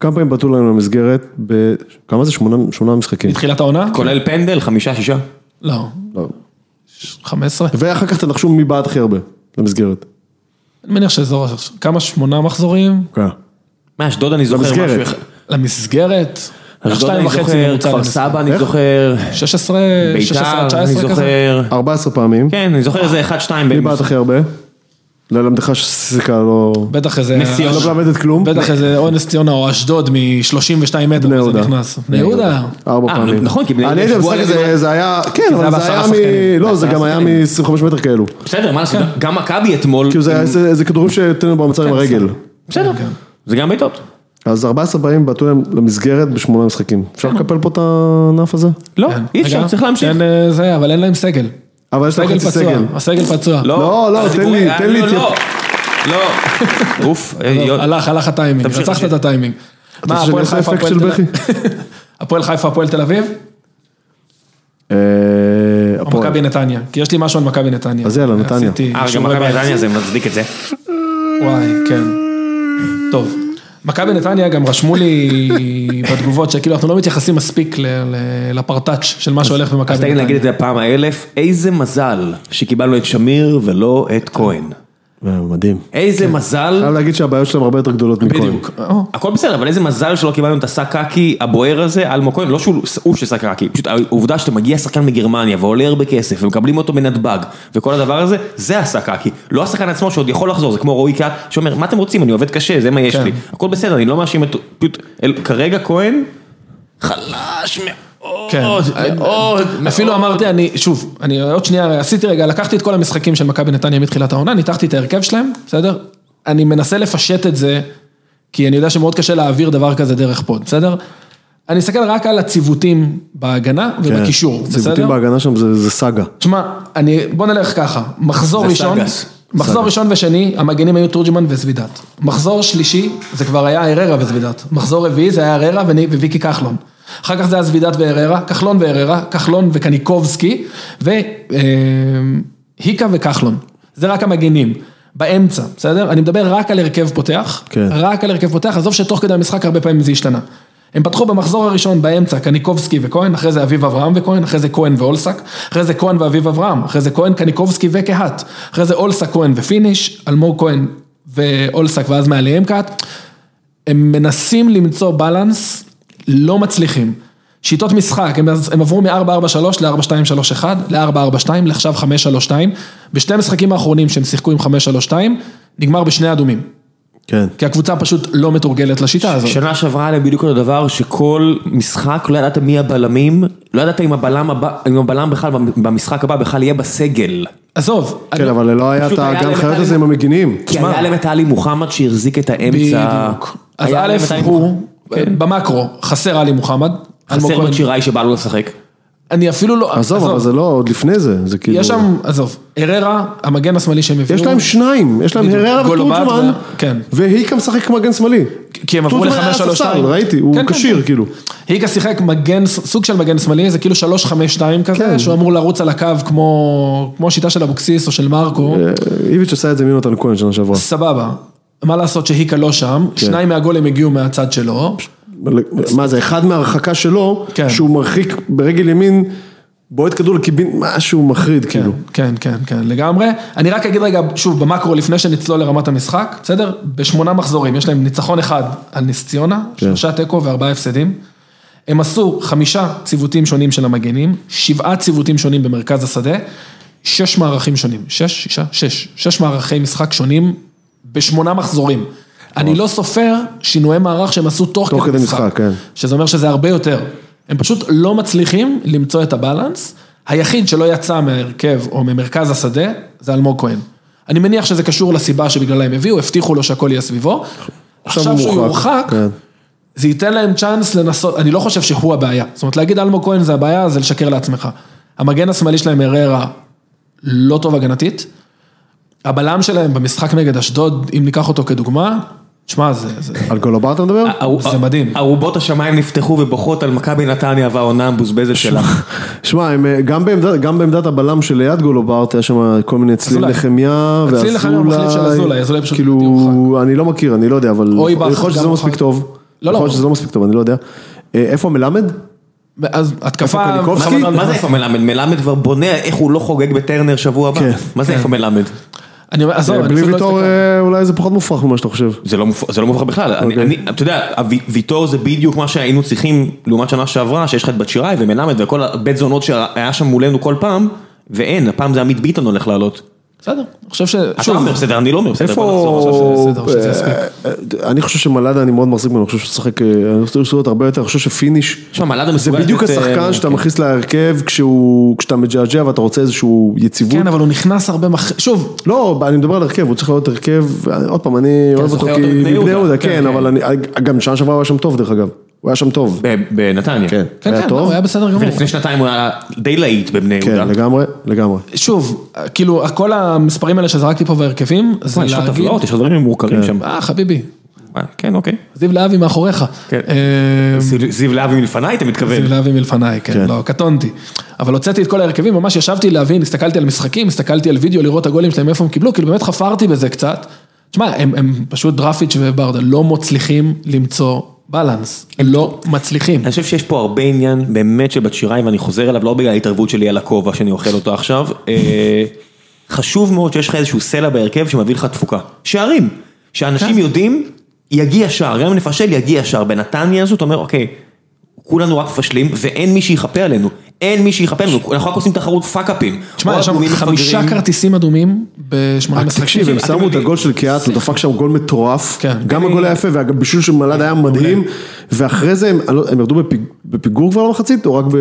[SPEAKER 2] כמה פעמים בעטו להם למסגרת, ב... כמה זה? שמונה, שמונה משחקים.
[SPEAKER 3] מתחילת העונה?
[SPEAKER 1] כולל פנדל, חמישה, שישה.
[SPEAKER 3] לא,
[SPEAKER 2] לא.
[SPEAKER 3] 15.
[SPEAKER 2] ואחר כך תנחשו מי בעט הכי הרבה למסגרת.
[SPEAKER 3] אני מניח שאזור כמה שמונה מחזורים
[SPEAKER 1] אה.
[SPEAKER 2] כן.
[SPEAKER 1] מאשדוד אני זוכר
[SPEAKER 2] במסגרת.
[SPEAKER 1] משהו אחד.
[SPEAKER 3] למסגרת.
[SPEAKER 1] אשדוד
[SPEAKER 3] שתיים
[SPEAKER 1] לא אני
[SPEAKER 3] וחצי
[SPEAKER 1] זוכר,
[SPEAKER 3] ממוצע
[SPEAKER 1] כפר
[SPEAKER 3] למשחק.
[SPEAKER 1] סבא אני
[SPEAKER 2] איך?
[SPEAKER 1] זוכר,
[SPEAKER 3] 16,
[SPEAKER 1] ביתר
[SPEAKER 3] 16,
[SPEAKER 1] אני
[SPEAKER 3] 19 כזה.
[SPEAKER 1] זוכר.
[SPEAKER 2] 14 פעמים.
[SPEAKER 1] כן, אני זוכר איזה 1-2
[SPEAKER 2] מי בעט הכי הרבה? לא, ללמדך שסיסיקה לא...
[SPEAKER 3] בטח איזה...
[SPEAKER 1] נסיון.
[SPEAKER 2] לא מלמדת כלום.
[SPEAKER 3] בטח איזה אונס ציונה או אשדוד מ-32 מטר,
[SPEAKER 2] בני
[SPEAKER 3] וזה
[SPEAKER 2] יהודה.
[SPEAKER 3] נכנס. בני יהודה.
[SPEAKER 2] ארבע
[SPEAKER 1] אה,
[SPEAKER 2] פעמים.
[SPEAKER 1] נכון, כי בני
[SPEAKER 2] אני
[SPEAKER 1] יהודה ישבו
[SPEAKER 2] הייתי במשחק
[SPEAKER 1] עליהם
[SPEAKER 2] הזה,
[SPEAKER 1] עם-
[SPEAKER 2] זה היה, כן,
[SPEAKER 3] זה היה
[SPEAKER 2] אבל זה
[SPEAKER 3] בעשרה
[SPEAKER 2] היה
[SPEAKER 3] שחקנים.
[SPEAKER 2] מ... לא, זה
[SPEAKER 1] בעשרה
[SPEAKER 2] גם היה
[SPEAKER 1] שחקנים.
[SPEAKER 2] מ-25 מטר כאלו.
[SPEAKER 1] בסדר, מה לעשות, גם מכבי אתמול,
[SPEAKER 2] כאילו זה כן. היה
[SPEAKER 1] עם-
[SPEAKER 2] איזה איזה כדורים שתנו במצב עם הרגל.
[SPEAKER 1] בסדר, זה גם בעיטות.
[SPEAKER 2] אז 14 פעמים בעטו להם למסגרת בשמונה משחקים. אפשר לקפל פה את הענף הזה?
[SPEAKER 1] לא,
[SPEAKER 3] כן.
[SPEAKER 1] אי אפשר,
[SPEAKER 3] רגע,
[SPEAKER 1] צריך להמשיך.
[SPEAKER 3] תן, אה, זה, אבל אין להם סגל.
[SPEAKER 2] אבל יש להם
[SPEAKER 3] סגל
[SPEAKER 2] חצי
[SPEAKER 3] פצוע.
[SPEAKER 2] סגל.
[SPEAKER 3] הסגל פצוע.
[SPEAKER 2] לא, לא,
[SPEAKER 1] אז
[SPEAKER 2] תן לי,
[SPEAKER 1] דיבורי,
[SPEAKER 2] תן
[SPEAKER 1] אה,
[SPEAKER 2] לי
[SPEAKER 1] לא,
[SPEAKER 2] טיפ. לא,
[SPEAKER 1] לא, לא, אוף, אה, יו-
[SPEAKER 3] טוב, הלך, הלך הטיימינג,
[SPEAKER 1] תמשיך,
[SPEAKER 3] רצחת את
[SPEAKER 1] תמשיך.
[SPEAKER 3] הטיימינג. מה,
[SPEAKER 2] רוצה
[SPEAKER 3] הפועל
[SPEAKER 2] שאני אעשה
[SPEAKER 3] חיפה, הפועל
[SPEAKER 2] אפקט של
[SPEAKER 3] תל- הפועל חיפה, הפועל תל אביב?
[SPEAKER 2] אה,
[SPEAKER 3] או
[SPEAKER 2] הפועל.
[SPEAKER 3] מכבי נתניה? כי יש לי משהו על מכבי נתניה.
[SPEAKER 2] אז יאללה, נתניה.
[SPEAKER 3] עשיתי
[SPEAKER 1] אה, רגע,
[SPEAKER 3] שיעורי
[SPEAKER 1] מכבי
[SPEAKER 3] בית.
[SPEAKER 1] נתניה זה מצדיק את זה.
[SPEAKER 3] וואי, כן. טוב. מכבי נתניה גם רשמו לי בתגובות שכאילו אנחנו לא מתייחסים מספיק ל- ל- לפרטאץ' של מה שהולך
[SPEAKER 1] אז
[SPEAKER 3] במכבי
[SPEAKER 1] תגיד להגיד את
[SPEAKER 3] נתניה.
[SPEAKER 1] זה הפעם האלף, איזה מזל שקיבלנו את שמיר ולא את כהן.
[SPEAKER 2] אה, מדהים.
[SPEAKER 1] איזה מזל.
[SPEAKER 2] חייב להגיד שהבעיות שלהם הרבה יותר גדולות מכל. כן.
[SPEAKER 3] בדיוק. או,
[SPEAKER 1] הכל בסדר, אבל איזה מזל שלא קיבלנו את השקקי הבוער הזה, אלמו כהן, לא שהוא הוא ששקקי, פשוט העובדה שאתה מגיע שחקן מגרמניה ועולה הרבה כסף ומקבלים אותו בנתב"ג, וכל הדבר הזה, זה השקקי, לא השחקן עצמו שעוד יכול לחזור, זה כמו רועי קאט, שאומר, מה אתם רוצים, אני עובד קשה, זה מה יש
[SPEAKER 3] כן.
[SPEAKER 1] לי, הכל בסדר, אני לא מאשים את, פשוט, אל- כרגע כהן,
[SPEAKER 3] אה,
[SPEAKER 1] חלש מאוד,
[SPEAKER 3] כן.
[SPEAKER 1] מאוד,
[SPEAKER 3] אפילו
[SPEAKER 1] מאוד.
[SPEAKER 3] אמרתי, אני, שוב, אני עוד שנייה עשיתי רגע, לקחתי את כל המשחקים של מכבי נתניה מתחילת העונה, ניתחתי את ההרכב שלהם, בסדר? אני מנסה לפשט את זה, כי אני יודע שמאוד קשה להעביר דבר כזה דרך פוד, בסדר? אני מסתכל רק על הציוותים בהגנה
[SPEAKER 2] כן.
[SPEAKER 3] ובקישור, בסדר?
[SPEAKER 2] ציוותים בהגנה שם זה זה סאגה.
[SPEAKER 3] תשמע, אני, בוא נלך ככה, מחזור
[SPEAKER 1] זה
[SPEAKER 3] ראשון,
[SPEAKER 1] סגס.
[SPEAKER 3] מחזור
[SPEAKER 2] סגס.
[SPEAKER 3] ראשון ושני, המגנים היו תורג'מן וזבידת. מחזור שלישי, זה כבר היה אררה וזבידת. מחזור רביעי זה היה אררה וני- וויקי כחלון. אחר כך זה היה זבידת ואררה, כחלון ואררה, כחלון וקניקובסקי, והיקה וכחלון. זה רק המגנים. באמצע, בסדר? אני מדבר רק על הרכב פותח,
[SPEAKER 2] כן.
[SPEAKER 3] רק על הרכב פותח, עזוב שתוך כדי המשחק הרבה פעמים זה השתנה. הם פתחו במחזור הראשון באמצע, קניקובסקי וכהן, אחרי זה אביב אברהם וכהן, אחרי זה כהן ואולסק, אחרי זה כהן ואביב אברהם, אחרי זה כהן, קניקובסקי וקהת, אחרי זה אולסק, כהן ופיניש, אלמוג כהן ואולסק ואז מעליהם קהת. הם מנסים למצוא בלנס, לא מצליחים. שיטות משחק, הם, הם עברו מ-4-4-3 ל-4-2-3-1, ל-4-4-2, לעכשיו 5-3-2. בשני המשחקים האחרונים שהם שיחקו עם 5-3-2, נגמר בשני אדומים.
[SPEAKER 2] כן.
[SPEAKER 3] כי הקבוצה פשוט לא מתורגלת לשיטה הזאת.
[SPEAKER 1] שנה שעברה היה בדיוק אותו דבר, שכל משחק, לא ידעת מי הבלמים, לא ידעת אם הבלם, הבא, אם הבלם בכלל במשחק הבא בכלל יהיה בסגל.
[SPEAKER 3] עזוב,
[SPEAKER 2] כן,
[SPEAKER 3] אני-
[SPEAKER 2] אבל לא היה את
[SPEAKER 1] פשוט היה
[SPEAKER 2] הגן
[SPEAKER 1] להם את
[SPEAKER 2] חיות
[SPEAKER 1] ה-
[SPEAKER 2] הזה עם המגינים.
[SPEAKER 1] כי
[SPEAKER 3] תשמע.
[SPEAKER 1] היה להם את עלי מוחמד שהחזיק את האמצע.
[SPEAKER 3] בדיוק. אז
[SPEAKER 1] היה להם את
[SPEAKER 3] א',
[SPEAKER 1] עלי
[SPEAKER 3] הוא,
[SPEAKER 1] מוחמד.
[SPEAKER 2] כן.
[SPEAKER 3] במקרו, חסר עלי מוחמד. אלמוג
[SPEAKER 1] חסר
[SPEAKER 3] כהן. אה,
[SPEAKER 1] מכשיראי שבא לו לשחק.
[SPEAKER 3] אני אפילו לא...
[SPEAKER 2] עזוב, אבל זה לא, עוד לפני זה, זה כאילו...
[SPEAKER 3] יש שם, עזוב, אררה, המגן השמאלי שהם הביאו.
[SPEAKER 2] יש להם שניים, יש להם
[SPEAKER 3] בדיוק.
[SPEAKER 2] הררה
[SPEAKER 3] גולובט
[SPEAKER 2] וטורג'מן,
[SPEAKER 3] וה- כן.
[SPEAKER 2] והיקה משחק כמגן שמאלי.
[SPEAKER 3] כי הם עברו
[SPEAKER 2] טורג'מן היה
[SPEAKER 3] ל-5-3-2.
[SPEAKER 2] ספסל, ראיתי, הוא
[SPEAKER 3] כן, כן,
[SPEAKER 2] כשיר
[SPEAKER 3] כן.
[SPEAKER 2] כאילו.
[SPEAKER 3] היקה שיחק מגן, סוג של מגן שמאלי, זה כאילו 3-5-2
[SPEAKER 2] כן.
[SPEAKER 3] כזה, שהוא אמור לרוץ על הקו כמו כמו שיטה של אבוקסיס או של מרקו.
[SPEAKER 2] אה, איביץ' עשה את זה מיונתן כהן שנה שעברה.
[SPEAKER 3] סבבה. מה לעשות שהיקה לא שם,
[SPEAKER 2] כן.
[SPEAKER 3] שניים מהגולים הגיעו מהצד שלו.
[SPEAKER 2] מה זה, אחד מההרחקה שלו,
[SPEAKER 3] כן.
[SPEAKER 2] שהוא מרחיק ברגל ימין, בועט כדור לקיבין, משהו מחריד
[SPEAKER 3] כן,
[SPEAKER 2] כאילו.
[SPEAKER 3] כן, כן, כן, לגמרי. אני רק אגיד רגע, שוב, במקרו, לפני שנצלול לרמת המשחק, בסדר? בשמונה מחזורים, יש להם ניצחון אחד על נס ציונה, שלושה תיקו וארבעה הפסדים. הם עשו חמישה ציוותים שונים של המגנים, שבעה ציוותים שונים במרכז השדה, שש מערכים שונים, שש, שישה, שש, שש מערכי משחק שונים בשמונה מחזורים. אני לא סופר שינויי מערך שהם עשו תוך,
[SPEAKER 2] תוך כדי משחק, כן.
[SPEAKER 3] שזה אומר שזה הרבה יותר. הם פשוט לא מצליחים למצוא את הבלנס. היחיד שלא יצא מהרכב או ממרכז השדה זה אלמוג כהן. אני מניח שזה קשור לסיבה שבגללה הם הביאו, הבטיחו לו שהכל יהיה סביבו. עכשיו
[SPEAKER 2] הוא
[SPEAKER 3] שהוא
[SPEAKER 2] מורחק,
[SPEAKER 3] יורחק,
[SPEAKER 2] כן.
[SPEAKER 3] זה ייתן להם צ'אנס לנסות, אני לא חושב שהוא הבעיה. זאת אומרת, להגיד אלמוג כהן זה הבעיה, זה לשקר לעצמך. המגן השמאלי שלהם הררה לא טוב הגנתית. הבלם שלהם במשחק נגד אשדוד, אם ניקח אותו כדוגמה, תשמע, זה... זה...
[SPEAKER 2] על גולובר אתה
[SPEAKER 3] אה,
[SPEAKER 2] מדבר?
[SPEAKER 3] זה מדהים.
[SPEAKER 1] ארובות השמיים נפתחו ובוכות על מכבי נתניה והעונה המבוזבזת שלה.
[SPEAKER 2] שמע, הם, אה, גם בעמדת- גם בעמדת הבלם שליד גולוברט היה שם כל מיני צליל
[SPEAKER 3] אזולאי.
[SPEAKER 2] נחמיה ואזולאי.
[SPEAKER 3] הצליל נחמיה הוא מחליף של אזולאי, אזולאי פשוט
[SPEAKER 2] כאילו,
[SPEAKER 3] יורחק.
[SPEAKER 2] אני לא מכיר, אני לא יודע, אבל
[SPEAKER 3] אוי,
[SPEAKER 2] יכול
[SPEAKER 3] בכר
[SPEAKER 2] להיות שזה
[SPEAKER 3] גם
[SPEAKER 2] לא מספיק
[SPEAKER 3] מורחק.
[SPEAKER 2] טוב.
[SPEAKER 3] לא,
[SPEAKER 2] יכול
[SPEAKER 3] לא.
[SPEAKER 2] להיות שזה לא מספיק טוב, אני לא יודע. אה, איפה מלמד?
[SPEAKER 3] אז התקפה...
[SPEAKER 2] איפה קניקובסקי?
[SPEAKER 3] מה-
[SPEAKER 1] מה זה איפה מלמד? מלמד כבר בונה איך הוא לא חוגג בטרנר שבוע הבא.
[SPEAKER 2] כן.
[SPEAKER 1] מה זה איפה מלמד?
[SPEAKER 3] אני אומר, עזוב,
[SPEAKER 2] אה,
[SPEAKER 3] אני
[SPEAKER 2] בלי
[SPEAKER 3] אפילו לא
[SPEAKER 2] ויטור
[SPEAKER 3] הסתכלתי.
[SPEAKER 2] אה, אולי זה פחות מופרך ממה שאתה חושב.
[SPEAKER 1] זה לא מופ- זה לא מופרך בכלל,
[SPEAKER 3] אוקיי.
[SPEAKER 1] אני, אני, אתה יודע, הווי- ויטור זה בדיוק מה שהיינו צריכים לעומת שנה שעברה, שיש לך את בת שיראי ומלמד וכל הבית זונות שהיה שם מולנו כל פעם, ואין, הפעם זה עמית ביטון הולך לעלות.
[SPEAKER 3] בסדר, אני חושב ש...
[SPEAKER 1] אתה אומר בסדר, אני לא אומר בסדר, בוא נחזור עכשיו.
[SPEAKER 2] איפה...
[SPEAKER 3] שזה- שזה יספיק.
[SPEAKER 2] אה, אה, אני חושב שמלאדה, אני מאוד מחזיק ממנו, אני חושב שהוא שחק, אה, אני חושב שהוא עושה אותו הרבה יותר, אני חושב שפיניש.
[SPEAKER 1] תשמע, מלאדה
[SPEAKER 2] זה
[SPEAKER 1] מסוגל
[SPEAKER 2] בדיוק
[SPEAKER 1] לתת, אה,
[SPEAKER 2] השחקן
[SPEAKER 3] כן.
[SPEAKER 2] שאתה מכניס להרכב כשהוא- כשאתה מג'עג'ע ואתה רוצה איזשהו יציבות.
[SPEAKER 3] כן, אבל הוא נכנס הרבה מח... שוב,
[SPEAKER 2] לא, אני מדבר על הרכב, הוא צריך להיות הרכב, עוד פעם, אני אוהב אותו
[SPEAKER 1] זוכר
[SPEAKER 2] כי
[SPEAKER 1] אותו מבני
[SPEAKER 2] מבני
[SPEAKER 1] יהודה.
[SPEAKER 2] יהודה,
[SPEAKER 1] כן,
[SPEAKER 2] כן,
[SPEAKER 1] כן.
[SPEAKER 2] אבל אני, גם שנה שעברה הוא היה שם טוב דרך אגב, הוא היה שם טוב,
[SPEAKER 1] ב- בנתניה.
[SPEAKER 2] כן,
[SPEAKER 3] כן,
[SPEAKER 2] היה
[SPEAKER 3] כן, לא,
[SPEAKER 2] טוב,
[SPEAKER 3] הוא היה בסדר גמור.
[SPEAKER 1] ולפני שנתיים הוא היה די להיט בבני יהודה.
[SPEAKER 2] כן, לגמרי, לגמרי,
[SPEAKER 3] שוב, כאילו, כל המספרים האלה שזרקתי פה והרכבים, זה
[SPEAKER 1] מה, יש לך
[SPEAKER 3] להגיד...
[SPEAKER 1] טבלאות, יש לך דברים מורכבים
[SPEAKER 2] כן.
[SPEAKER 1] שם.
[SPEAKER 3] אה, חביבי,
[SPEAKER 1] אה, כן, אוקיי.
[SPEAKER 3] זיו להבי מאחוריך.
[SPEAKER 1] כן.
[SPEAKER 3] אה,
[SPEAKER 1] זיו- זיו להבי מלפניי, אתה מתכוון.
[SPEAKER 3] זיו להבי מלפניי, כן,
[SPEAKER 2] כן.
[SPEAKER 3] לא, קטונתי. אבל הוצאתי את כל ההרכבים, ממש ישבתי להבין, הסתכלתי על משחקים, הסתכלתי על וידאו, לראות את הגולים שלהם, איפה הם קיבלו, כאילו באמת חפרתי בזה קצת. תשמע, הם, הם פשוט דרפיץ' וברדה לא מצליחים למצוא בלנס, הם לא מצליחים.
[SPEAKER 1] אני חושב שיש פה הרבה עניין באמת של בת שיראי, ואני חוזר אליו לא בגלל ההתערבות שלי על הכובע שאני אוכל אותו עכשיו. אה, חשוב מאוד שיש לך איזשהו סלע בהרכב שמביא לך תפוקה. שערים,
[SPEAKER 3] כן.
[SPEAKER 1] שאנשים יודעים, יגיע שער, גם אם נפשל יגיע שער. בנתניה הזאת אתה אומר, אוקיי, כולנו רק מפשלים, ואין מי שיכפה עלינו. אין מי שיכפה עלינו, אנחנו רק עושים תחרות פאק-אפים.
[SPEAKER 3] תשמע,
[SPEAKER 1] או
[SPEAKER 3] יש שם
[SPEAKER 1] אדומים
[SPEAKER 3] חמישה
[SPEAKER 1] מפגרים. אה,
[SPEAKER 3] כרטיסים אדומים בשמונה
[SPEAKER 2] רק
[SPEAKER 3] משחקים.
[SPEAKER 2] תקשיב, הם
[SPEAKER 1] אתם
[SPEAKER 2] שמו את
[SPEAKER 1] יודעים.
[SPEAKER 2] הגול של קיאט, הוא דפק שם גול מטורף,
[SPEAKER 3] כן.
[SPEAKER 2] גם
[SPEAKER 1] אני-
[SPEAKER 2] הגול היה יפה והבישול של מלאד היה מדהים, ואחרי זה הם- אני לא- הם ירדו בפיג- בפיגור כבר למחצית, או רק ב...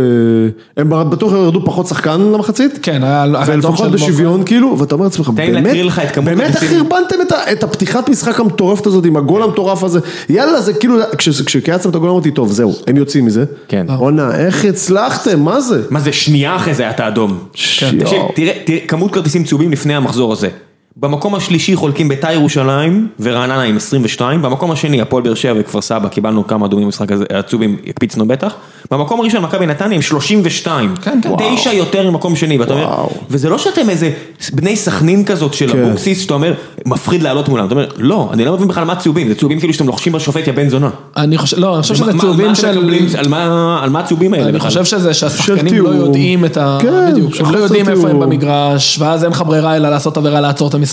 [SPEAKER 2] הם בטוח ירדו פחות שחקן למחצית,
[SPEAKER 3] כן, היה... היה דום של
[SPEAKER 2] ולפחות
[SPEAKER 3] אלמוג כהן.
[SPEAKER 2] בשוויון כאילו, ואתה אומר לעצמך,
[SPEAKER 1] לי
[SPEAKER 2] באמת,
[SPEAKER 1] להקריא לך את כמות
[SPEAKER 2] באמת
[SPEAKER 1] הניסים."
[SPEAKER 2] חרבנתם את ה- את הפתיחת משחק המטורפת הזאת עם
[SPEAKER 1] כן.
[SPEAKER 2] הגול המטורף הזה, יאללה זה כאילו, כש- כשקייצתם את הגול אמרתי, טוב זהו, הם יוצאים מזה,
[SPEAKER 1] כן.
[SPEAKER 2] עונה, איך הצלחתם, מה זה?
[SPEAKER 3] כן.
[SPEAKER 1] מה זה, שנייה אחרי זה היה את האדום.
[SPEAKER 2] שיואו.
[SPEAKER 1] תקשיב,
[SPEAKER 3] לא.
[SPEAKER 1] תראה, תראה, כמות כרטיסים צהובים לפני המחזור הזה. במקום השלישי חולקים ביתר ירושלים ורעננה עם 22, במקום השני הפועל באר שבע וכפר סבא, קיבלנו כמה אדומים במשחק הזה, עצובים, הקפיצנו בטח. במקום הראשון מכבי נתניה עם 32,
[SPEAKER 3] כן, כן.
[SPEAKER 1] תשע יותר ממקום שני, ואתה אומר,
[SPEAKER 2] וואו.
[SPEAKER 1] וזה לא שאתם איזה בני סכנין כזאת של
[SPEAKER 2] כן.
[SPEAKER 1] אבוקסיס, שאתה אומר, מפחיד לעלות מולם, אתה אומר, לא, אני לא מבין בכלל מה צהובים, זה צהובים כאילו שאתם לוחשים בשופט יא בן זונה.
[SPEAKER 3] אני חושב, לא, אני חושב
[SPEAKER 1] מה-
[SPEAKER 3] שזה
[SPEAKER 1] מה- מה
[SPEAKER 3] צהובים
[SPEAKER 1] אתם
[SPEAKER 3] של...
[SPEAKER 1] מקבלים, על מה- על מה הצהובים האלה?
[SPEAKER 3] אני
[SPEAKER 1] בכלל?
[SPEAKER 3] חושב שזה שהשחקנים לא
[SPEAKER 2] תיאום.
[SPEAKER 3] יודעים את ה...
[SPEAKER 2] כן,
[SPEAKER 3] בדיוק, הם
[SPEAKER 2] חוסר
[SPEAKER 3] לא יודעים איפה הם
[SPEAKER 2] תיאום.
[SPEAKER 3] במגרש, ואז אין לך ברירה אלא לעשות עבירה, לעצור את המשחק.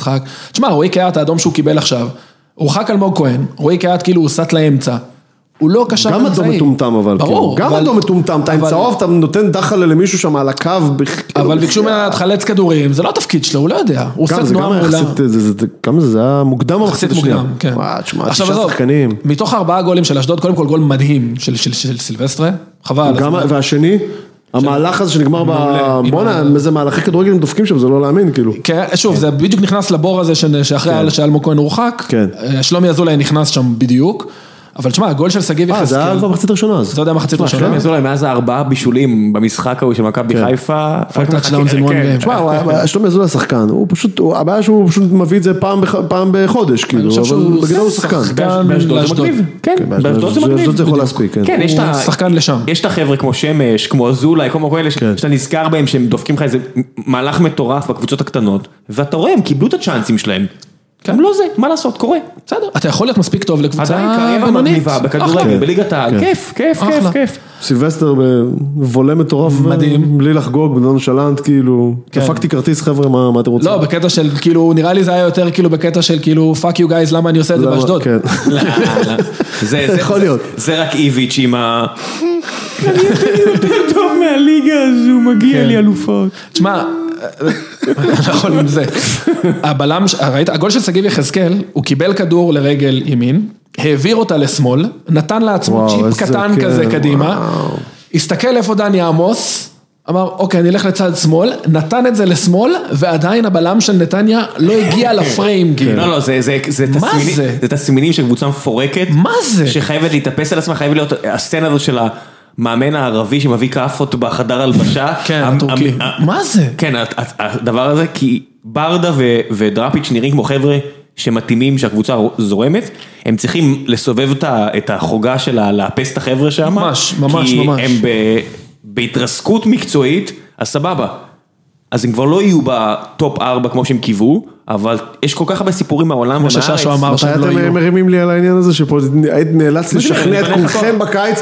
[SPEAKER 3] תשמע, רועי קהת, האדום שהוא קיבל עכשיו, הורחק אלמוג כהן, רועי קהת כאילו הוא סט לאמצע. הוא לא קשר
[SPEAKER 2] גם אדום מטומטם אבל,
[SPEAKER 3] ברור.
[SPEAKER 2] כאילו. גם
[SPEAKER 3] אבל-
[SPEAKER 2] אדום מטומטם, אתה עם
[SPEAKER 3] אבל-
[SPEAKER 2] צהוב, אתה נותן דחלה למישהו שם על הקו, בכ-
[SPEAKER 3] אבל
[SPEAKER 2] כאילו,
[SPEAKER 3] ביקשו ממנו להתחלץ כדורים, זה לא התפקיד שלו, הוא לא יודע. הוא עושה
[SPEAKER 2] כמה זה,
[SPEAKER 3] תנועה
[SPEAKER 2] כמה
[SPEAKER 3] מעולה.
[SPEAKER 2] יחסית, זה- זה- זה- כמה זה, זה היה מוקדם
[SPEAKER 3] יחסית
[SPEAKER 2] המחצית השנייה.
[SPEAKER 3] מוקדם, כן.
[SPEAKER 2] וואי, תשמע,
[SPEAKER 3] עכשיו,
[SPEAKER 2] תשעה
[SPEAKER 3] עזוב,
[SPEAKER 2] שחקנים.
[SPEAKER 3] מתוך ארבעה גולים של אשדוד, קודם כל גול מדהים של- של של סילבסטרה, חבל. אז-
[SPEAKER 2] גם, והשני, המהלך הזה שנגמר ב...
[SPEAKER 3] עם
[SPEAKER 2] בואנה,
[SPEAKER 3] ה-
[SPEAKER 2] איזה מהלכי כדורגל הם דופקים שם, זה לא להאמין, כאילו.
[SPEAKER 3] כן, שוב, זה בדיוק נכנס לבור הזה שנ- שאחרי ה- שאלמוג כהן הורחק,
[SPEAKER 2] כן.
[SPEAKER 3] אה, שלומי אזולאי נכנס שם בדיוק, אבל תשמע, הגול של שגיב
[SPEAKER 2] אה, זה היה
[SPEAKER 3] יחזקאל,
[SPEAKER 2] כבר מחצית ראשונה אז.
[SPEAKER 3] זה עוד היה מחצית
[SPEAKER 2] תשמע,
[SPEAKER 3] ראשונה.
[SPEAKER 2] כן.
[SPEAKER 1] אז אולי מאז הארבעה בישולים במשחק ההוא של מכבי
[SPEAKER 2] כן.
[SPEAKER 1] חיפה. רק
[SPEAKER 3] touchdowns in one
[SPEAKER 1] כן. תשמע,
[SPEAKER 3] game.
[SPEAKER 2] תשמע, הוא היה- שלומי אזולאי שחקן, הוא פשוט, הוא- הבעיה שהוא פשוט מביא את זה פעם בח- פעם בחודש, כאילו,
[SPEAKER 3] חושב שהוא
[SPEAKER 2] אבל בגדול הוא
[SPEAKER 3] שחקן.
[SPEAKER 2] שחקן.
[SPEAKER 1] באש- באשדוד זה
[SPEAKER 3] לאשדוד.
[SPEAKER 1] מגניב, כן,
[SPEAKER 2] כן, באשדוד
[SPEAKER 1] באשדוד זה
[SPEAKER 2] זה-
[SPEAKER 1] מגניב,
[SPEAKER 2] זאת זה יכול
[SPEAKER 1] בדיוק.
[SPEAKER 2] להספיק, כן.
[SPEAKER 1] כן, יש את
[SPEAKER 3] הוא
[SPEAKER 1] ה-
[SPEAKER 3] שחקן לשם.
[SPEAKER 1] יש את החבר'ה כמו שמש, כמו אזולאי, כמו כאלה, ש-
[SPEAKER 2] כן.
[SPEAKER 1] שאתה נזכר בהם שהם דופקים לך איזה מהלך מטורף בקבוצות הקטנות, ואתה רואה, הם קיבלו את הצ'אנסים שלהם.
[SPEAKER 3] כן.
[SPEAKER 1] הם לא זה, מה לעשות, קורה, בסדר.
[SPEAKER 3] אתה יכול להיות מספיק טוב לקבוצה
[SPEAKER 1] עדיין קריירה
[SPEAKER 3] בינונית.
[SPEAKER 1] מגניבה
[SPEAKER 3] אחלה.
[SPEAKER 1] בכדורגל, בליגת העל,
[SPEAKER 2] כן.
[SPEAKER 1] כיף, כיף,
[SPEAKER 3] אחלה.
[SPEAKER 1] כיף, כיף.
[SPEAKER 2] סילבסטר בוולה מטורף,
[SPEAKER 3] מדהים. כן.
[SPEAKER 2] בלי לחגוג, בנונשלנט, כאילו, דפקתי כרטיס חבר'ה, מה מה אתם רוצים?
[SPEAKER 3] לא, בקטע של כאילו, נראה לי זה היה יותר כאילו בקטע של כאילו, פאק יו גייז, למה אני עושה את זה
[SPEAKER 2] למה-
[SPEAKER 3] באשדוד?
[SPEAKER 2] כן.
[SPEAKER 1] לא, לא. זה- זה-
[SPEAKER 2] יכול
[SPEAKER 1] זה-
[SPEAKER 2] להיות.
[SPEAKER 1] זה רק איביץ' עם ה... אני יותר טוב מהליגה הזו, מגיע לי אלופות.
[SPEAKER 3] תשמע, נכון עם זה. הבלם, ש- ראית, הגול של שגיב יחזקאל, הוא קיבל כדור לרגל ימין, העביר אותה לשמאל, נתן לעצמו
[SPEAKER 2] וואו,
[SPEAKER 3] צ'יפ
[SPEAKER 2] איזה-
[SPEAKER 3] קטן
[SPEAKER 2] כן,
[SPEAKER 3] כזה קדימה,
[SPEAKER 2] וואו.
[SPEAKER 3] הסתכל איפה דני עמוס, אמר, אוקיי, אני אלך לצד שמאל, נתן את זה לשמאל, ועדיין הבלם של נתניה לא הגיע לפריים, כאילו.
[SPEAKER 1] לא, לא, זה- זה זה
[SPEAKER 3] מה
[SPEAKER 1] תסמינים-
[SPEAKER 3] זה?
[SPEAKER 1] זה תסמינים של קבוצה מפורקת.
[SPEAKER 3] מה זה?
[SPEAKER 1] שחייבת להתאפס על עצמה, חייבת להיות הסצנה הזו של המאמן הערבי שמביא כאפות בחדר הלבשה.
[SPEAKER 3] כן,
[SPEAKER 1] המ-
[SPEAKER 3] הטורקי.
[SPEAKER 1] המ- ה-
[SPEAKER 3] מה זה?
[SPEAKER 1] כן, הת- הת- הדבר הזה, כי ברדה ו- ודראפיץ' נראים כמו חבר'ה שמתאימים, שהקבוצה זורמת, הם צריכים לסובב את ה- את החוגה שלה, לאפס את החבר'ה שם.
[SPEAKER 3] ממש, ממש, ממש.
[SPEAKER 1] כי הם ב- בהתרסקות מקצועית, אז סבבה. אז הם כבר לא יהיו בטופ 4 כמו שהם קיוו, אבל יש כל כך הרבה סיפורים מהעולם ומהארץ.
[SPEAKER 3] שששו אמר
[SPEAKER 2] מתי
[SPEAKER 3] שהם לא יהיו.
[SPEAKER 2] אתם אה, מרימים לי על העניין הזה שפה היית נאלץ
[SPEAKER 1] יודע,
[SPEAKER 2] לשכנע
[SPEAKER 1] אני
[SPEAKER 2] את
[SPEAKER 1] קונה לך
[SPEAKER 2] כולכם
[SPEAKER 1] כובע.
[SPEAKER 2] בקיץ?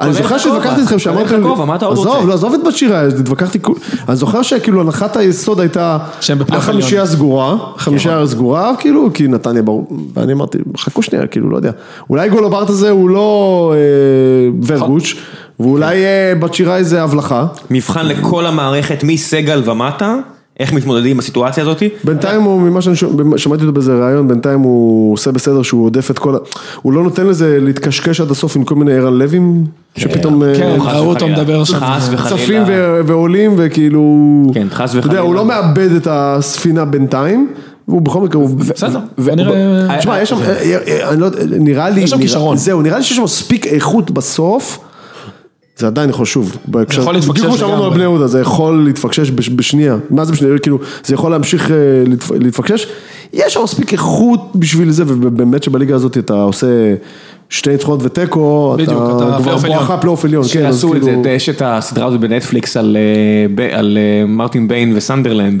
[SPEAKER 2] אני
[SPEAKER 1] קונה
[SPEAKER 2] זוכר
[SPEAKER 1] לך כובע.
[SPEAKER 2] שהתווכחתי איתכם,
[SPEAKER 1] קונה לך
[SPEAKER 2] שאמרתם,
[SPEAKER 1] כובע, מה אתה עוד
[SPEAKER 2] עזוב,
[SPEAKER 1] רוצה?
[SPEAKER 2] לא, עזוב את בת שירה, התווכחתי, כול- אני זוכר שכאילו הנחת היסוד הייתה,
[SPEAKER 3] שהם בפלייאוף
[SPEAKER 2] החמישייה
[SPEAKER 1] כן.
[SPEAKER 2] סגורה, חמישייה סגורה, כאילו, כי נתניה ברור, ואני אמרתי, חכו שנייה, כאילו, לא יודע, אולי גולוברט הזה הוא לא אה, ורגוץ', ואולי אה, בת שירה איזה הבלחה,
[SPEAKER 1] מבחן לכל המערכת מסגל ומטה, איך מתמודדים עם הסיטואציה הזאת.
[SPEAKER 3] אה,
[SPEAKER 2] בינתיים הוא, ממה שאני שומע- שמעתי אותו באיזה ראיון, בינתיים הוא עושה בסדר שהוא עודף את כל ה... הוא לא נותן לזה להתקשקש עד הסוף עם כל מיני ערן לוים, שפתאום אה,
[SPEAKER 3] כן,
[SPEAKER 1] חס
[SPEAKER 3] ראו אותו
[SPEAKER 1] וחלילה.
[SPEAKER 3] מדבר שם.
[SPEAKER 1] חס וחלילה.
[SPEAKER 2] צפים ו- ועולים וכאילו...
[SPEAKER 1] כן, חס
[SPEAKER 2] אתה יודע,
[SPEAKER 1] וחלילה.
[SPEAKER 2] הוא לא מאבד את הספינה בינתיים. והוא בכל מקרה, הוא...
[SPEAKER 3] בסדר,
[SPEAKER 2] ו-
[SPEAKER 3] בוא נראה-
[SPEAKER 2] תשמע, יש שם, אה, אה, אני לא יודע, נראה לי...
[SPEAKER 3] יש שם
[SPEAKER 2] נראה-
[SPEAKER 3] כישרון.
[SPEAKER 2] זהו, נראה לי שיש שם מספיק איכות בסוף. זה עדיין חשוב. בהקשר-
[SPEAKER 3] יכול להתפקשש
[SPEAKER 2] בדיוק כמו שאמרנו על
[SPEAKER 3] לגמרי.
[SPEAKER 2] בני יהודה, זה יכול להתפקשש בש- בשנייה. מה זה בשנייה? כאילו, זה יכול להמשיך אה, להתפ- להתפקשש. יש שם מספיק איכות בשביל זה, ובאמת שבליגה הזאת אתה עושה שתי ניצחונות ותיקו, אתה
[SPEAKER 3] בדיוק, אתה
[SPEAKER 2] כבר
[SPEAKER 3] פלייאוף
[SPEAKER 2] בואכה
[SPEAKER 3] עליון.
[SPEAKER 2] פלייאוף עליון. כן, אז
[SPEAKER 1] שעשו את אה, זה,
[SPEAKER 2] כאילו-
[SPEAKER 1] יש את הסדרה הזו בנטפליקס על, אה, ב- על אה, מרטין ביין וסנדרלנד.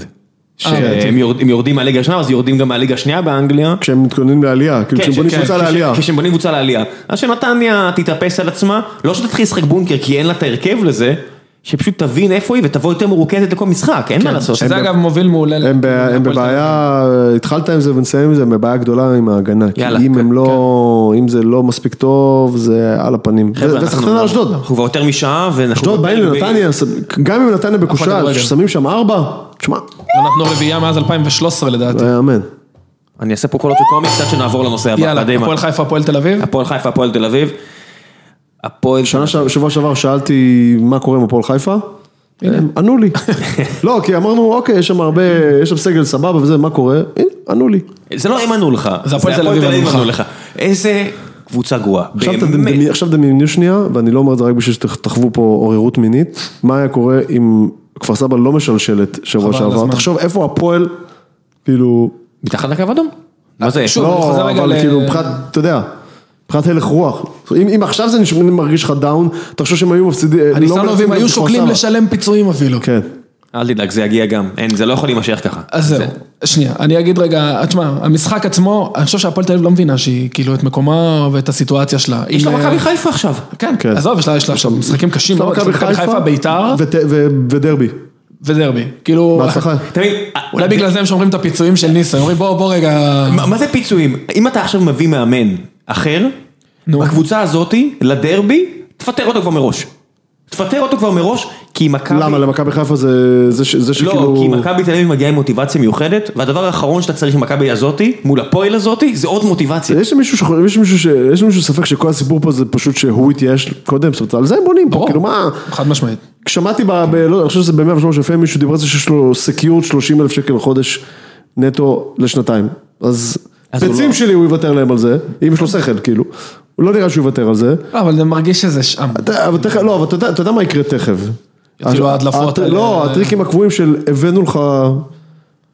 [SPEAKER 2] אה, כן.
[SPEAKER 1] שהם יורד- הם יורדים מהליגה הראשונה, אז יורדים גם מהליגה השנייה באנגליה.
[SPEAKER 2] כשהם מתכוננים לעלייה, כאילו כשהם
[SPEAKER 1] כן,
[SPEAKER 2] בונים
[SPEAKER 1] כן,
[SPEAKER 2] קבוצה
[SPEAKER 1] כש-
[SPEAKER 2] לעלייה.
[SPEAKER 1] כשהם בונים קבוצה לעלייה. אז שנתניה תתאפס על עצמה, לא שתתחיל לשחק בונקר כי אין לה את ההרכב לזה, שפשוט תבין איפה היא ותבוא יותר מרוכזת לכל משחק,
[SPEAKER 2] כן.
[SPEAKER 1] אין מה לעשות.
[SPEAKER 3] שזה אגב מוביל מעולה.
[SPEAKER 2] הם ב-
[SPEAKER 3] להפועל
[SPEAKER 2] הם
[SPEAKER 3] תל אביב.
[SPEAKER 2] בבעיה, התחלת עם זה ונסיים עם זה, הם בבעיה גדולה עם ההגנה. כי
[SPEAKER 1] לא. יאללה,
[SPEAKER 2] אם
[SPEAKER 1] כן,
[SPEAKER 2] הם לא, אם זה לא מספיק טוב, זה על הפנים.
[SPEAKER 1] חבר'ה, אנחנו- לא-
[SPEAKER 2] וסחטיין על אשדוד.
[SPEAKER 1] אנחנו לא- כבר יותר משעה ואנחנו...
[SPEAKER 2] אשדוד באים לנתניה, ס- גם אם נתניה
[SPEAKER 3] הכדורגל.
[SPEAKER 2] בקושאל, ששמים שם ארבע, תשמע,
[SPEAKER 3] לא נתנו רביעייה מאז 2013 לדעתי.
[SPEAKER 2] לא יאמן.
[SPEAKER 1] אני אעשה פה קולות של קומיקס עד שנעבור לנושא הבא.
[SPEAKER 3] יאללה,
[SPEAKER 1] קדימה.
[SPEAKER 3] הפועל חיפה, הפועל תל אביב.
[SPEAKER 1] הפועל חיפה, הפועל תל אביב. הפועל...
[SPEAKER 2] שנה ש- שבוע שעבר שאלתי מה קורה עם הפועל חיפה, הם ענו לי. לא, כי אמרנו, אוקיי, יש שם הרבה, יש שם סגל סבבה וזה, מה קורה? הנה, ענו לי.
[SPEAKER 1] זה לא הם ענו לך.
[SPEAKER 3] זה הפועל תל אביב ענו לך.
[SPEAKER 1] איזה קבוצה גרועה.
[SPEAKER 2] עכשיו
[SPEAKER 1] באמת.
[SPEAKER 2] תדמי- עכשיו דמיינו שנייה, ואני לא אומר את זה רק בשביל שתחוו פה עוררות מינית, מה היה קורה אם כפר סבא לא משלשלת שבוע
[SPEAKER 3] חבל על
[SPEAKER 2] שעבר,
[SPEAKER 3] הזמן.
[SPEAKER 2] תחשוב איפה הפועל, כאילו,
[SPEAKER 1] מתחת לקו אדום? מה זה?
[SPEAKER 3] שוב, אני חוזר
[SPEAKER 2] לא,
[SPEAKER 3] רגע
[SPEAKER 2] אבל
[SPEAKER 3] ל-
[SPEAKER 2] כאילו מבחינת, אתה יודע, מבחינת הלך רוח, אם אם עכשיו זה נשמע- מרגיש לך דאון, תחשוב שהם היו מפסידים, לא
[SPEAKER 3] הניסנובים
[SPEAKER 2] מנצחים את
[SPEAKER 3] היו
[SPEAKER 2] כפר
[SPEAKER 3] שוקלים
[SPEAKER 2] סבא.
[SPEAKER 3] לשלם פיצויים אפילו.
[SPEAKER 2] כן,
[SPEAKER 1] אל תדאג, זה יגיע גם. אין, זה לא יכול להימשך ככה.
[SPEAKER 3] אז זהו, שנייה, אני אגיד רגע, תשמע, המשחק עצמו, אני חושב שהפועל תל אביב לא מבינה שהיא, כאילו, את מקומה ואת הסיטואציה שלה.
[SPEAKER 1] יש לה
[SPEAKER 3] אם,
[SPEAKER 1] מכבי
[SPEAKER 3] אה,
[SPEAKER 1] חיפה עכשיו.
[SPEAKER 3] כן,
[SPEAKER 2] כן.
[SPEAKER 3] עזוב, יש לה- יש לה עכשיו משחקים קשים מאוד, יש לה מכבי לא, חיפה, ביתר
[SPEAKER 2] ות- ו- ודרבי,
[SPEAKER 3] ודרבי. כאילו,
[SPEAKER 2] בהצלחה.
[SPEAKER 1] אתה מבין?
[SPEAKER 3] אולי
[SPEAKER 1] אה,
[SPEAKER 3] בגלל זה הם שומרים את הפיצויים של ניסן, אומרים בוא, בוא רגע,
[SPEAKER 1] מה מה זה פיצויים? אם אתה עכשיו מביא מאמן אחר,
[SPEAKER 3] נו.
[SPEAKER 1] בקבוצה הזאתי, לדרבי, תפטר אותו כבר מראש. תפטר אותו כבר מראש, כי מכבי...
[SPEAKER 2] למה, למכבי חיפה זה זה ש- זה
[SPEAKER 1] לא,
[SPEAKER 3] כאילו-
[SPEAKER 1] כי
[SPEAKER 2] שכאילו...
[SPEAKER 1] מכבי תל אביב מגיעה עם מוטיבציה מיוחדת, והדבר האחרון שאתה צריך עם מכבי הזאתי, מול הפועל הזאתי, זה עוד מוטיבציה.
[SPEAKER 2] יש למישהו שחו- יש מישהו ש- יש למישהו ספק שכל הסיפור פה זה פשוט שהוא התייאש קודם, זאת אומרת, על זה הם בונים פה,
[SPEAKER 3] ברור.
[SPEAKER 2] כאילו מה...
[SPEAKER 3] חד משמעית.
[SPEAKER 2] שמעתי, ב... ב... לא, אני חושב שזה ב-103 לפעמים מישהו דיבר על זה שיש לו סקיורט 30 אלף שקל לחודש נטו לשנתיים. אז
[SPEAKER 1] אז הוא
[SPEAKER 2] ביצים
[SPEAKER 1] לא-
[SPEAKER 2] שלי הוא יוותר להם על זה, אם יש לו שכל, כאילו. הוא לא נראה שהוא יוותר על זה.
[SPEAKER 3] לא, אבל אני מרגיש שזה שם.
[SPEAKER 2] אתה- אבל תכף, לא, אבל אתה יודע- אתה יודע מה יקרה תכף.
[SPEAKER 3] יתחילו כאילו, ההדלפות
[SPEAKER 2] הט-
[SPEAKER 3] האלה.
[SPEAKER 2] לא, הטריקים הקבועים של הבאנו לך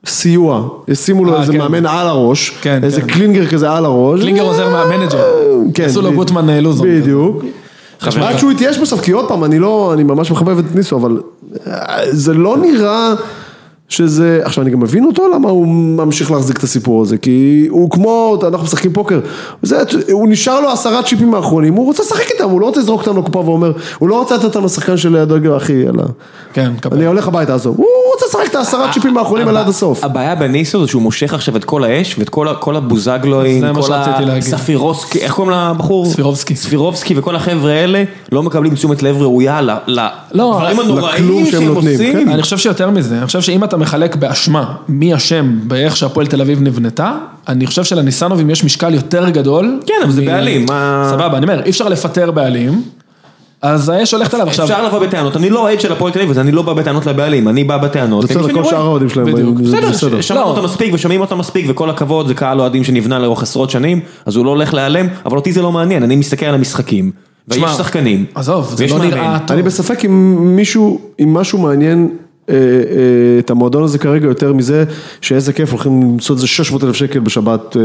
[SPEAKER 2] סיוע, ישימו לו
[SPEAKER 3] אה,
[SPEAKER 2] איזה
[SPEAKER 3] כן.
[SPEAKER 2] מאמן על הראש,
[SPEAKER 3] כן,
[SPEAKER 2] איזה
[SPEAKER 3] כן.
[SPEAKER 2] קלינגר כזה על הראש.
[SPEAKER 3] קלינגר עוזר מהמנג'ר.
[SPEAKER 2] כן,
[SPEAKER 3] עשו לו
[SPEAKER 2] ב-
[SPEAKER 3] גוטמן אה, לוזון.
[SPEAKER 2] בדיוק.
[SPEAKER 1] חבר-
[SPEAKER 2] רק שהוא התייאש בסוף, כי עוד פעם, אני לא, אני ממש מחבב את ניסו, אבל אה, זה לא נראה שזה, עכשיו אני גם מבין אותו, למה הוא ממשיך להחזיק את הסיפור הזה, כי הוא כמו, אנחנו משחקים פוקר, זה, הוא נשאר לו עשרה צ'יפים האחרונים, הוא רוצה לשחק איתם, הוא לא רוצה לזרוק אותם לקופה ואומר, הוא לא רוצה לתת אותם לשחקן שלידו, יגיד, אחי, יאללה,
[SPEAKER 3] כן, קבל.
[SPEAKER 2] אני הולך הביתה, עזוב, הוא רוצה לשחק את העשרה צ'יפים האחרונים האלה עד הסוף.
[SPEAKER 1] הבעיה בניסו זה שהוא מושך עכשיו את כל האש ואת כל, ה- כל הבוזגלויים,
[SPEAKER 3] זה מה
[SPEAKER 1] כל
[SPEAKER 3] שרציתי להגיד.
[SPEAKER 1] הספירוסקי, איך קוראים לבחור?
[SPEAKER 3] ספירובסקי.
[SPEAKER 1] ספירובסקי וכל החבר'ה האלה לא מקבלים תשומת לב ראויה ל- ל-
[SPEAKER 3] לא,
[SPEAKER 1] לדברים
[SPEAKER 2] לכלום
[SPEAKER 1] הנוראים
[SPEAKER 2] שהם
[SPEAKER 1] שהם
[SPEAKER 2] נותנים,
[SPEAKER 1] עושים.
[SPEAKER 2] כן.
[SPEAKER 3] אני חושב שיותר מזה, אני חושב שאם אתה מחלק באשמה מי אשם באיך שהפועל תל אביב נבנתה, אני חושב שלניסנובים יש משקל יותר גדול.
[SPEAKER 1] כן, אבל זה בעלים, מה-
[SPEAKER 3] סבבה, אני אומר, אי אפשר לפטר בעלים, אז האש הולכת עליו עכשיו.
[SPEAKER 1] אפשר לבוא בטענות, אני לא אוהד של הפועל תל אביב, אז אני לא בא בטענות לבעלים, אני בא בטענות. למי
[SPEAKER 2] בסדר,
[SPEAKER 1] שאני
[SPEAKER 2] כל
[SPEAKER 1] רואה.
[SPEAKER 2] שאר האוהדים שלהם,
[SPEAKER 3] בדיוק.
[SPEAKER 2] זה בסדר.
[SPEAKER 1] בסדר, ש- שמענו
[SPEAKER 3] לא.
[SPEAKER 1] אותם מספיק ושומעים אותם מספיק וכל הכבוד זה קהל אוהדים שנבנה לאורך עשרות שנים אז הוא לא הולך להיעלם אבל אותי זה לא מעניין אני מסתכל על המשחקים ויש
[SPEAKER 3] שמע,
[SPEAKER 1] שחקנים
[SPEAKER 3] עזוב, זה
[SPEAKER 1] ויש
[SPEAKER 3] לא
[SPEAKER 1] מאמן.
[SPEAKER 3] נראה טוב.
[SPEAKER 2] אני בספק אם מישהו, אם משהו מעניין אה, אה, את המועדון הזה כרגע יותר מזה, שאיזה כיף הולכים למצוא איזה 600 אלף שקל בשבת. אה,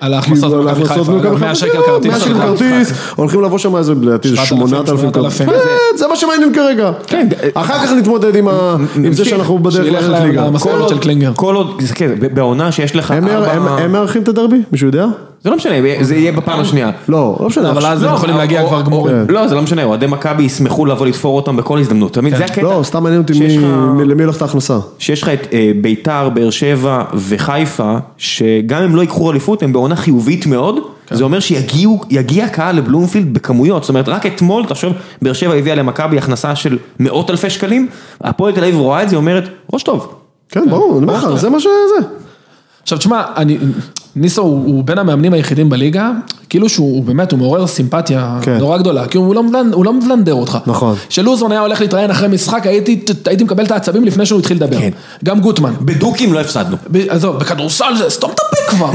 [SPEAKER 3] על ההכנסות
[SPEAKER 2] כאילו,
[SPEAKER 3] ממכבי
[SPEAKER 2] על ההכנסות
[SPEAKER 3] חיפה,
[SPEAKER 2] ממכבי
[SPEAKER 3] על
[SPEAKER 2] חיפה,
[SPEAKER 3] 100 שקל
[SPEAKER 2] כן,
[SPEAKER 3] כרטיס,
[SPEAKER 2] 100 שקל
[SPEAKER 3] על המשחק.
[SPEAKER 2] כרטיס, הולכים לבוא שם איזה, לדעתי זה
[SPEAKER 3] 7,000,
[SPEAKER 2] 8,000 כרטיס.
[SPEAKER 3] 8,000.
[SPEAKER 2] כן, זה מה שמעניין כרגע.
[SPEAKER 1] כן,
[SPEAKER 2] אחר כך נתמודד עם ה- עם זה
[SPEAKER 1] נמשיך.
[SPEAKER 2] שאנחנו בדרך
[SPEAKER 3] שילך
[SPEAKER 2] לרדת
[SPEAKER 3] ל-
[SPEAKER 2] ליגה.
[SPEAKER 3] למסורת
[SPEAKER 2] כל עוד-
[SPEAKER 3] של קלינגר.
[SPEAKER 1] כל עוד, זה כן, ב- בעונה שיש לך
[SPEAKER 2] הם מאר- הם-
[SPEAKER 1] ארבע,
[SPEAKER 2] הם מארחים את הדרבי? מישהו יודע?
[SPEAKER 1] זה לא משנה, זה יהיה בפעם השנייה.
[SPEAKER 2] לא, לא כן. משנה.
[SPEAKER 3] אבל אז
[SPEAKER 1] לא,
[SPEAKER 3] הם יכולים להגיע
[SPEAKER 1] או-
[SPEAKER 3] כבר גמורים.
[SPEAKER 1] לא, זה לא משנה, אוהדי מכבי ישמחו לבוא לתפור אותם בכל הזדמנות, אתה מבין? זה הקטע.
[SPEAKER 2] לא, סתם מעניין אותי
[SPEAKER 1] שיש
[SPEAKER 2] מי-
[SPEAKER 1] לך-
[SPEAKER 2] מי- למי הולכת ההכנסה.
[SPEAKER 1] שיש לך את אה, ביתר, באר שבע וחיפה, שגם אם לא ייקחו אליפות, הם בעונה חיובית מאוד,
[SPEAKER 2] כן.
[SPEAKER 1] זה אומר שיגיע קהל לבלומפילד בכמויות, זאת אומרת רק אתמול, תחשוב, באר שבע הביאה למכבי הכנסה של מאות אלפי שקלים, הפועל תל אביב רואה את זה, אומרת, ראש טוב.
[SPEAKER 2] כן, ברור, אני אומר לך, זה מה שזה.
[SPEAKER 3] עכשיו תשמע, אני, ניסו הוא, הוא בין המאמנים היחידים בליגה, כאילו שהוא הוא באמת, הוא מעורר סימפתיה
[SPEAKER 2] כן.
[SPEAKER 3] כן. נורא גדולה, כי הוא לא, מבלנ- הוא לא מבלנדר אותך.
[SPEAKER 2] נכון.
[SPEAKER 3] כשלוזון היה הולך להתראיין אחרי משחק, הייתי, הייתי מקבל את העצבים לפני שהוא התחיל לדבר.
[SPEAKER 1] כן.
[SPEAKER 3] כן. גם גוטמן.
[SPEAKER 1] בדוקים לא הפסדנו.
[SPEAKER 3] ב- עזוב, בכדורסל זה, סתום את הפה כבר.